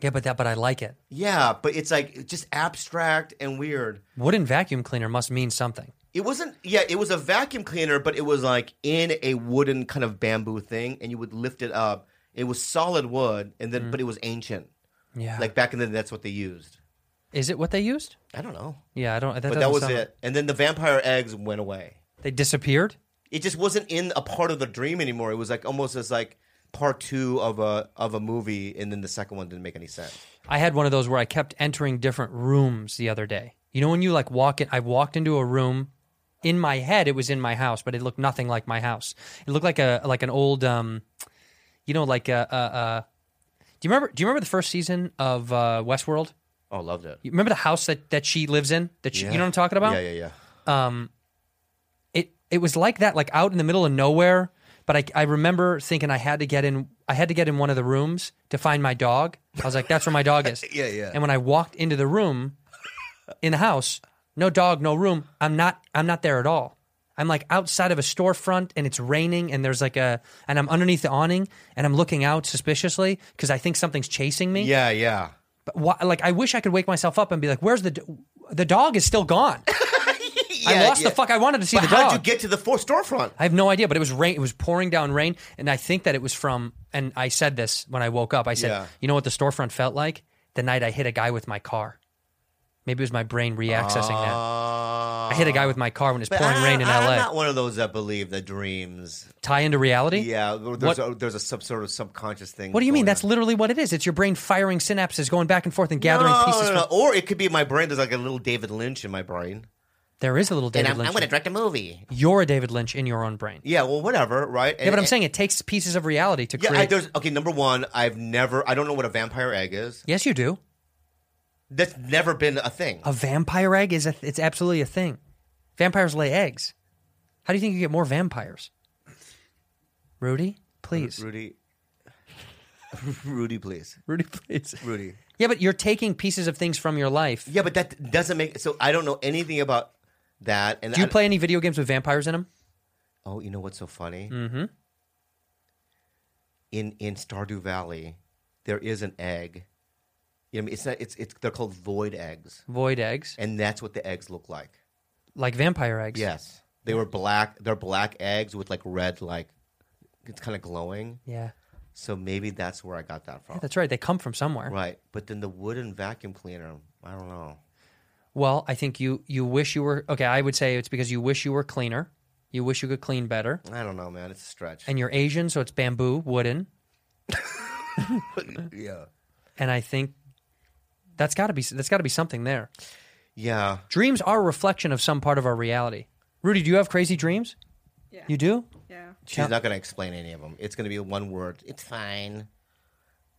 Speaker 1: yeah, but that but I like it.
Speaker 2: Yeah, but it's like it's just abstract and weird.
Speaker 1: Wooden vacuum cleaner must mean something.
Speaker 2: It wasn't, yeah, it was a vacuum cleaner, but it was like in a wooden kind of bamboo thing, and you would lift it up. It was solid wood, and then, but it was ancient.
Speaker 1: Yeah.
Speaker 2: Like back in the day, that's what they used.
Speaker 1: is it what they used?
Speaker 2: I don't know.
Speaker 1: Yeah, I don't. That
Speaker 2: But that
Speaker 1: doesn't
Speaker 2: was
Speaker 1: sound-
Speaker 2: it. And then the vampire eggs went away.
Speaker 1: They disappeared.
Speaker 2: it just wasn't in a part of the dream anymore. It was like almost as like part two of a of a movie, and then the second one didn't make any sense.
Speaker 1: I had one of those where I kept entering different rooms the other day. You know when you like walk in I walked into a room in my head it was in my house, but it looked nothing like my house. It looked like a like an old, um, you know, like a. a, a do you remember? Do you remember the first season of uh, Westworld?
Speaker 2: Oh, loved it.
Speaker 1: You remember the house that, that she lives in? That she, you know what I'm talking about?
Speaker 2: Yeah, yeah, yeah.
Speaker 1: it it was like that, like out in the middle of nowhere. But I, I remember thinking I had to get in I had to get in one of the rooms to find my dog. I was like, that's where my dog is.
Speaker 2: Yeah, yeah.
Speaker 1: And when I walked into the room in the house, no dog, no room. I'm not I'm not there at all. I'm like outside of a storefront and it's raining and there's like a and I'm underneath the awning and I'm looking out suspiciously because I think something's chasing me.
Speaker 2: Yeah, yeah.
Speaker 1: But why, like I wish I could wake myself up and be like, where's the do- the dog is still gone. I
Speaker 2: Yeah,
Speaker 1: lost
Speaker 2: yeah.
Speaker 1: the fuck. I wanted to see
Speaker 2: But
Speaker 1: the dog.
Speaker 2: how did you get to the four storefront?
Speaker 1: I have no idea, but it was rain. It was pouring down rain, and I think that it was from. And I said this when I woke up. I said,
Speaker 2: Yeah.
Speaker 1: "You know what the storefront felt like the night I hit a guy with my car. Maybe it was my brain reaccessing that.
Speaker 2: Uh,
Speaker 1: I hit a guy with my car when it's
Speaker 2: but
Speaker 1: pouring
Speaker 2: I-
Speaker 1: rain in
Speaker 2: I'm
Speaker 1: L.A.
Speaker 2: not one of those that believe the dreams.
Speaker 1: Tie into reality.
Speaker 2: Yeah, there's
Speaker 1: What-
Speaker 2: a, there's a some sort of subconscious thing.
Speaker 1: What do you mean?
Speaker 2: going
Speaker 1: That's
Speaker 2: on.
Speaker 1: literally what it is. It's your brain firing synapses, going back and forth and gathering
Speaker 2: no,
Speaker 1: pieces.
Speaker 2: No,
Speaker 1: from-
Speaker 2: no, Or it could be my brain. There's like a little David Lynch in my brain,
Speaker 1: There is a little
Speaker 2: and
Speaker 1: David
Speaker 2: I'm,
Speaker 1: Lynch.
Speaker 2: I'm going to direct a movie.
Speaker 1: You're a David Lynch in your own brain.
Speaker 2: Yeah, well, whatever, right?
Speaker 1: Yeah, but I'm saying it takes pieces of reality to
Speaker 2: Yeah, I,
Speaker 1: create.
Speaker 2: there's okay. Number one, I've never. I don't know what a vampire egg is.
Speaker 1: yes, you do.
Speaker 2: That's never been a thing.
Speaker 1: A vampire egg is a, it's absolutely a thing. Vampires lay eggs. How do you think you get more vampires? Rudy, please.
Speaker 2: Rudy, Rudy, please,
Speaker 1: Rudy, please.
Speaker 2: Rudy.
Speaker 1: Yeah, but you're taking pieces of things from your life.
Speaker 2: Yeah, but that doesn't make. So I don't know anything about that. And
Speaker 1: Do you
Speaker 2: I-
Speaker 1: play any video games with vampires in them?
Speaker 2: Oh, you know what's so funny? Mm-hmm. In in Stardew Valley, there is an egg. You know, it's not. It's it's. They're called void eggs,
Speaker 1: Void eggs,
Speaker 2: and that's what the eggs look like.
Speaker 1: like vampire eggs.
Speaker 2: Yes, they were black. They're black eggs with like red, like it's kind of glowing.
Speaker 1: Yeah.
Speaker 2: So maybe that's where I got that from.
Speaker 1: Yeah, that's right. They come from somewhere.
Speaker 2: right. But then the wooden vacuum cleaner. I don't know.
Speaker 1: Well, I think you you wish you were okay. I would say it's because you wish you were cleaner. You wish you could clean better.
Speaker 2: I don't know, man. It's a stretch.
Speaker 1: And you're Asian, so it's bamboo, wooden.
Speaker 2: yeah.
Speaker 1: And I think that's got to be that's got to be something there.
Speaker 2: Yeah.
Speaker 1: Dreams are a reflection of some part of our reality. Rudy, do you have crazy dreams?
Speaker 7: Yeah.
Speaker 1: You do?
Speaker 7: Yeah.
Speaker 2: She's not going to explain any of them. It's going to be one word. It's fine.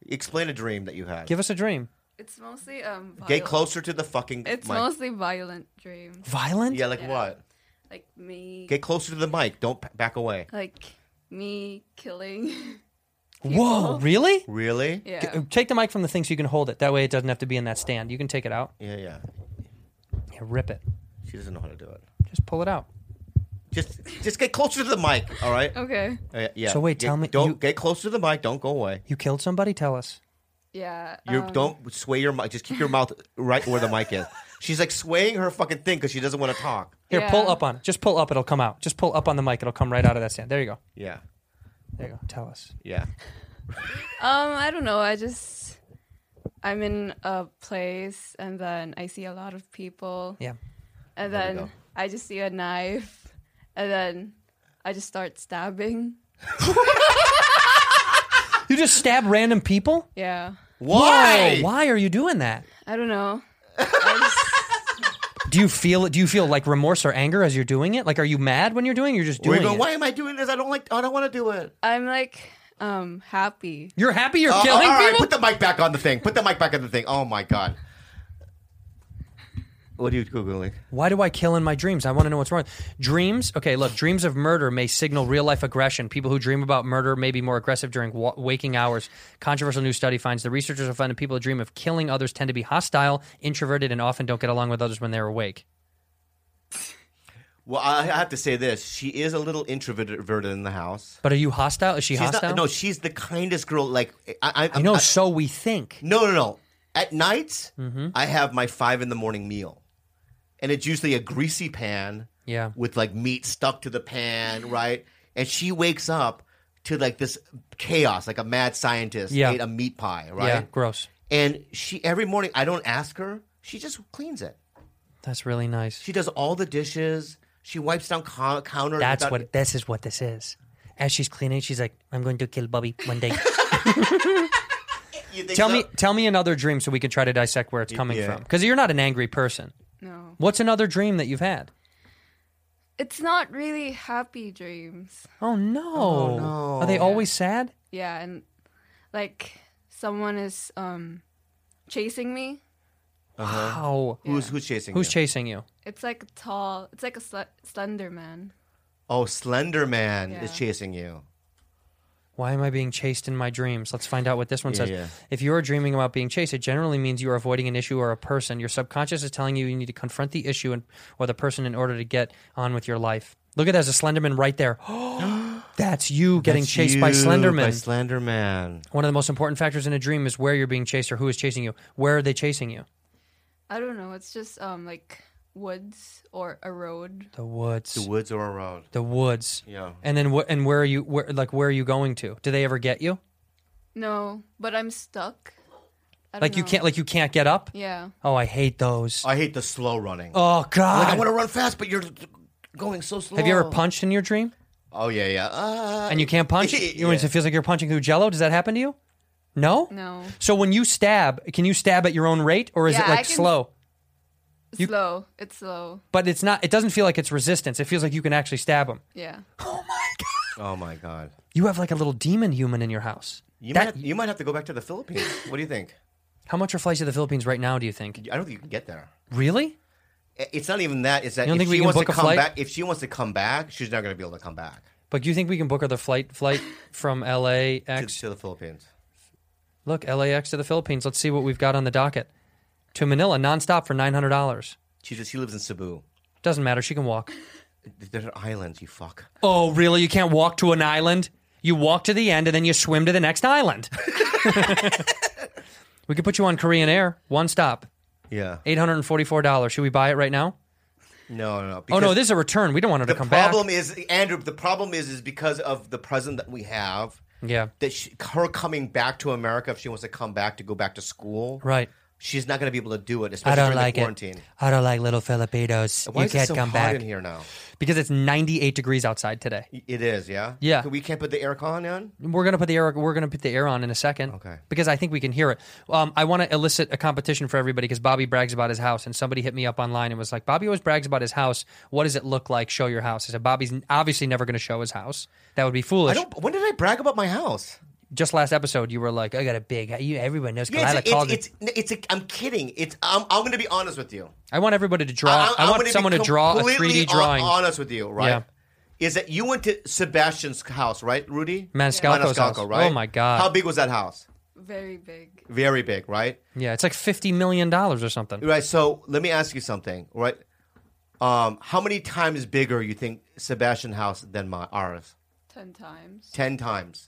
Speaker 2: Explain a dream that you had.
Speaker 1: Give us a dream.
Speaker 7: It's mostly um.
Speaker 2: Get
Speaker 7: viol-
Speaker 2: closer to the fucking
Speaker 7: It's
Speaker 2: mic.
Speaker 7: mostly violent dreams,
Speaker 1: Violent?
Speaker 2: yeah, like
Speaker 7: Yeah.
Speaker 2: what?
Speaker 7: like me,
Speaker 2: Get closer to the mic. Don't p- back away.
Speaker 7: like me killing.
Speaker 1: Whoa, really?
Speaker 2: Really?
Speaker 1: G- uh,
Speaker 7: yeah.
Speaker 1: Take the mic from the thing so you can hold it. That way it doesn't have to be in that stand. You can take it out.
Speaker 2: Yeah, yeah.
Speaker 1: Yeah, rip it.
Speaker 2: She doesn't know how to do it.
Speaker 1: Just pull it out.
Speaker 2: Just just get closer to the mic, all right?
Speaker 7: Okay.
Speaker 2: Uh, yeah.
Speaker 1: So wait,
Speaker 2: Get-
Speaker 1: tell me-
Speaker 2: Don't
Speaker 1: you-
Speaker 2: get closer to the mic. Don't go away.
Speaker 1: You killed somebody? Tell us.
Speaker 7: Yeah.
Speaker 2: You
Speaker 7: um,
Speaker 2: don't sway your mic. Just keep your mouth right where the mic is. She's like swaying her fucking thing because she doesn't want to talk.
Speaker 1: Here, pull
Speaker 7: Yeah.
Speaker 1: up on it. Just pull up. It'll come out. Just pull up on the mic. It'll come right out of that stand. There you go.
Speaker 2: Yeah,
Speaker 1: There you go. Tell us.
Speaker 2: yeah.
Speaker 7: Um, I don't know. I just I'm in a place and then I see a lot of people
Speaker 1: Yeah.
Speaker 7: and
Speaker 2: There we
Speaker 7: then
Speaker 2: go.
Speaker 7: I just see a knife and then I just start stabbing.
Speaker 1: You just stab random people?
Speaker 7: Yeah.
Speaker 2: Why?
Speaker 1: Oh, Why are you doing that?
Speaker 7: I don't know. I
Speaker 1: Do you feel do you feel like remorse or anger as you're doing it? Like are you mad when you're doing it? You're just
Speaker 2: Why?
Speaker 1: doing it.
Speaker 2: Why am I doing this? I don't like. I don't want to do it.
Speaker 7: am like um happy.
Speaker 1: You're happy you're
Speaker 2: Uh, all
Speaker 1: killing
Speaker 2: right,
Speaker 1: people?
Speaker 2: put the mic back on the thing. Put the mic back on the thing. Oh my god. What are you googling?
Speaker 1: Why do I kill in my dreams? I want to know what's wrong. Dreams, okay, look, dreams of murder may signal real life aggression. People who dream about murder may be more aggressive during wa- waking hours. Controversial new study finds the researchers have found that people who dream of killing others tend to be hostile, introverted, and often don't get along with others when they're awake.
Speaker 2: Well, I I have to say this. She is a little introverted in the house.
Speaker 1: But are you hostile? Is she
Speaker 2: She's
Speaker 1: hostile?
Speaker 2: not. No, she's the kindest girl. Like I, I,
Speaker 1: I know,
Speaker 2: I-
Speaker 1: so we think.
Speaker 2: No, no, no. At night,
Speaker 1: Mm-hmm.
Speaker 2: I have my five in the morning meal, and it's usually a greasy pan
Speaker 1: Yeah.
Speaker 2: with like meat stuck to the pan, right? And she wakes up to like this chaos, like a mad scientist
Speaker 1: Yeah.
Speaker 2: ate a meat pie, right?
Speaker 1: Yeah, gross.
Speaker 2: And she every morning, I don't ask her; she just cleans it.
Speaker 1: That's really nice.
Speaker 2: She does all the dishes. She wipes down co- counters.
Speaker 1: That's
Speaker 2: without-
Speaker 1: what this is what this is. As she's cleaning, she's like, I'm going to kill Bubby one day.
Speaker 2: You think
Speaker 1: tell
Speaker 2: so?
Speaker 1: me tell me another dream so we can try to dissect where it's coming
Speaker 2: yeah.
Speaker 1: from. Because you're not an angry person.
Speaker 7: No.
Speaker 1: What's another dream that you've had?
Speaker 7: it's not really happy dreams.
Speaker 1: Oh no.
Speaker 2: Oh, no.
Speaker 1: Are they always sad?
Speaker 7: Yeah, and like someone is um chasing me.
Speaker 2: Uh-huh.
Speaker 1: Wow.
Speaker 2: Who's who's chasing?
Speaker 1: Who's
Speaker 2: you?
Speaker 1: chasing you?
Speaker 7: It's like a tall. It's like a sl- slender man.
Speaker 2: Oh, Slender Man is
Speaker 7: Yeah.
Speaker 2: chasing you.
Speaker 1: Why am I being chased in my dreams? Let's find out what this one
Speaker 2: Yeah,
Speaker 1: says.
Speaker 2: yeah.
Speaker 1: If you are dreaming about being chased, it generally means you are avoiding an issue or a person. Your subconscious is telling you you need to confront the issue and, or the person in order to get on with your life. Look at that, there's a Slenderman right there. That's you getting
Speaker 2: That's
Speaker 1: chased by
Speaker 2: you,
Speaker 1: Slenderman.
Speaker 2: By Slender Man.
Speaker 1: one of the most important factors in a dream is where you're being chased or who is chasing you. Where are they chasing you?
Speaker 7: I don't know. It's just um like woods or a road.
Speaker 1: The woods.
Speaker 2: The woods or a road.
Speaker 1: The woods.
Speaker 2: Yeah.
Speaker 1: And then what? And where are you? Where like where are you going to? Do they ever get you?
Speaker 7: No, but I'm stuck. I don't
Speaker 1: Like you
Speaker 7: know.
Speaker 1: can't like you can't get up.
Speaker 7: Yeah.
Speaker 1: Oh, I hate those.
Speaker 2: I hate the slow running.
Speaker 1: oh God.
Speaker 2: like, I want to run fast, but you're going so slow.
Speaker 1: Have you ever punched in your dream?
Speaker 2: Oh yeah, yeah. Uh,
Speaker 1: And you can't punch?
Speaker 2: Yeah.
Speaker 1: You It feels like you're punching through jello. Does that happen to you? No?
Speaker 7: No.
Speaker 1: So when you stab, can you stab at your own rate or is
Speaker 7: Yeah,
Speaker 1: it
Speaker 7: I
Speaker 1: like
Speaker 7: can-
Speaker 1: slow? You-
Speaker 7: slow. It's slow.
Speaker 1: But it's not it doesn't feel like it's resistance. It feels like you can actually stab him.
Speaker 7: Yeah.
Speaker 1: Oh my god.
Speaker 2: oh my god.
Speaker 1: You have like a little demon human in your house.
Speaker 2: You
Speaker 1: That-
Speaker 2: might have, you might have to go back to the Philippines. what do you think?
Speaker 1: How much are flights to the Philippines right now, do you think?
Speaker 2: I don't think you can get there.
Speaker 1: Really?
Speaker 2: I- It's not even that. It's that
Speaker 1: You don't think
Speaker 2: if
Speaker 1: we
Speaker 2: she
Speaker 1: can
Speaker 2: wants
Speaker 1: book
Speaker 2: to
Speaker 1: a
Speaker 2: come
Speaker 1: flight?
Speaker 2: back, if she wants to come back, she's not going to be able to come back
Speaker 1: But do you think we can book her the flight flight from
Speaker 2: to,
Speaker 1: LAX?
Speaker 2: to the Philippines.
Speaker 1: Look, LAX to the Philippines. Let's see what we've got on the docket. To Manila nonstop for nine hundred dollars.
Speaker 2: She just she lives in Cebu.
Speaker 1: Doesn't matter, she can walk.
Speaker 2: They're islands. You fuck.
Speaker 1: Oh, really? You can't walk to an island? You walk to the end and then you swim to the next island. we could put you on Korean Air, one stop,
Speaker 2: Yeah.
Speaker 1: $844. Should we buy it right now?
Speaker 2: No, no. no
Speaker 1: Oh, no,
Speaker 2: because-
Speaker 1: this is a return. We don't want her to
Speaker 2: the
Speaker 1: come
Speaker 2: problem
Speaker 1: back.
Speaker 2: is Andrew. The problem is is because of the present that we have.
Speaker 1: Yeah.
Speaker 2: That she, her coming back to America, if she wants to come back to go back to school,
Speaker 1: Right.
Speaker 2: She's not going to be able to do it, especially
Speaker 1: I don't
Speaker 2: during
Speaker 1: like
Speaker 2: the quarantine.
Speaker 1: it. I don't like little Filipinos.
Speaker 2: Why
Speaker 1: you
Speaker 2: is
Speaker 1: can't
Speaker 2: it so
Speaker 1: come
Speaker 2: hot
Speaker 1: back.
Speaker 2: in here now?
Speaker 1: Because it's 98 degrees outside today.
Speaker 2: It is, yeah.
Speaker 1: Yeah.
Speaker 2: So we can't put the aircon on.
Speaker 1: We're gonna put the air. We're gonna put the air on in a second.
Speaker 2: Okay.
Speaker 1: Because I think we can hear it. Um, I want to elicit a competition for everybody because Bobby brags about his house, and somebody hit me up online and was like, "Bobby always brags about his house. What does it look like? Show your house." I said, "Bobby's n- obviously never gonna show his house. That would be
Speaker 2: I
Speaker 1: foolish."
Speaker 2: don't. When did I brag about my house?
Speaker 1: Just last episode, you were like, "I got a big. hou- You everyone knows."
Speaker 2: Yeah,
Speaker 1: Kalila
Speaker 2: it's,
Speaker 1: called
Speaker 2: it's,
Speaker 1: it.
Speaker 2: it's, it's, a, I'm kidding. It's. I'm, I'm going to be honest with you.
Speaker 1: I want everybody to draw.
Speaker 2: I-
Speaker 1: Uh, I,
Speaker 2: I'm
Speaker 1: want
Speaker 2: gonna be
Speaker 1: someone to draw a
Speaker 2: completely
Speaker 1: 3D
Speaker 2: hon-
Speaker 1: drawing.
Speaker 2: honest with you, right?
Speaker 1: Yeah.
Speaker 2: Is that you went to Sebastian's house, right, Rudy?
Speaker 1: Maniscalco's house.
Speaker 2: Maniscalco, right?
Speaker 1: Oh, my God.
Speaker 2: How big was that house?
Speaker 7: Very big.
Speaker 2: Very big, right?
Speaker 1: yeah, it's like fifty million dollars or something.
Speaker 2: Right. So let me ask you something, right? Um, how many times bigger you think Sebastian house than my ours?
Speaker 7: Ten times.
Speaker 2: Ten times.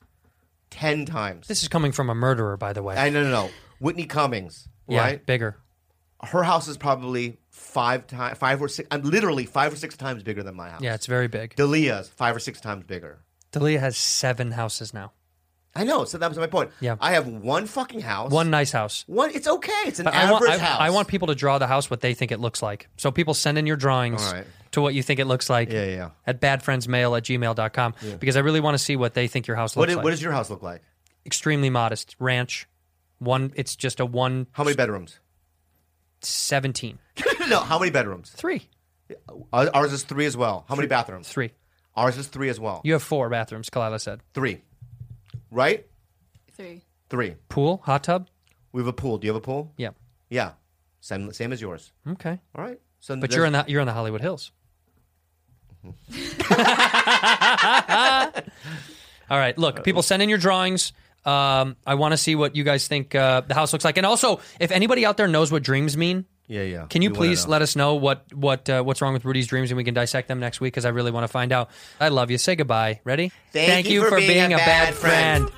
Speaker 2: Ten times.
Speaker 1: This is coming from a murderer, by the way.
Speaker 2: I no no no. Whitney Cummings,
Speaker 1: yeah,
Speaker 2: right?
Speaker 1: bigger.
Speaker 2: Her house is probably five times, five or six. I'm literally five or six times bigger than my house.
Speaker 1: Yeah, it's very big.
Speaker 2: Delia's five or six times bigger.
Speaker 1: Delia has seven houses now.
Speaker 2: I know. So that was my point.
Speaker 1: Yeah.
Speaker 2: I have one fucking house.
Speaker 1: One nice house.
Speaker 2: One. It's okay. It's an
Speaker 1: But I
Speaker 2: average
Speaker 1: want, I,
Speaker 2: house.
Speaker 1: I want people to draw the house what they think it looks like. So people send in your drawings
Speaker 2: All right.
Speaker 1: to what you think it looks like
Speaker 2: Yeah, yeah.
Speaker 1: at badfriendsmail at gmail.com because I really want to see what they think your house
Speaker 2: What,
Speaker 1: looks
Speaker 2: is,
Speaker 1: like.
Speaker 2: what does your house look like?
Speaker 1: Extremely modest. Ranch. One. It's just a one
Speaker 2: How many bedrooms?
Speaker 1: 17.
Speaker 2: no. How many bedrooms?
Speaker 1: Three.
Speaker 2: Ours ours is three as well. How many bathrooms?
Speaker 1: Three.
Speaker 2: Ours is three as well.
Speaker 1: You have four bathrooms, Kalila said.
Speaker 2: Three. Right?
Speaker 7: Three.
Speaker 2: Three.
Speaker 1: Pool, hot tub.
Speaker 2: We have a pool. Do you have a pool?
Speaker 1: Yeah.
Speaker 2: Yeah. Same same as yours.
Speaker 1: Okay.
Speaker 2: All right. So
Speaker 1: But you're in the you're in the Hollywood Hills. All right, look, people send in your drawings. Um, I want to see what you guys think uh, the house looks like, and also if anybody out there knows what dreams mean,
Speaker 2: Yeah, yeah.
Speaker 1: can you please let us know what what uh, what's wrong with Rudy's dreams, and we can dissect them next week because I really want to find out. I love you. Say goodbye. Ready?
Speaker 2: Thank you for being a bad friend.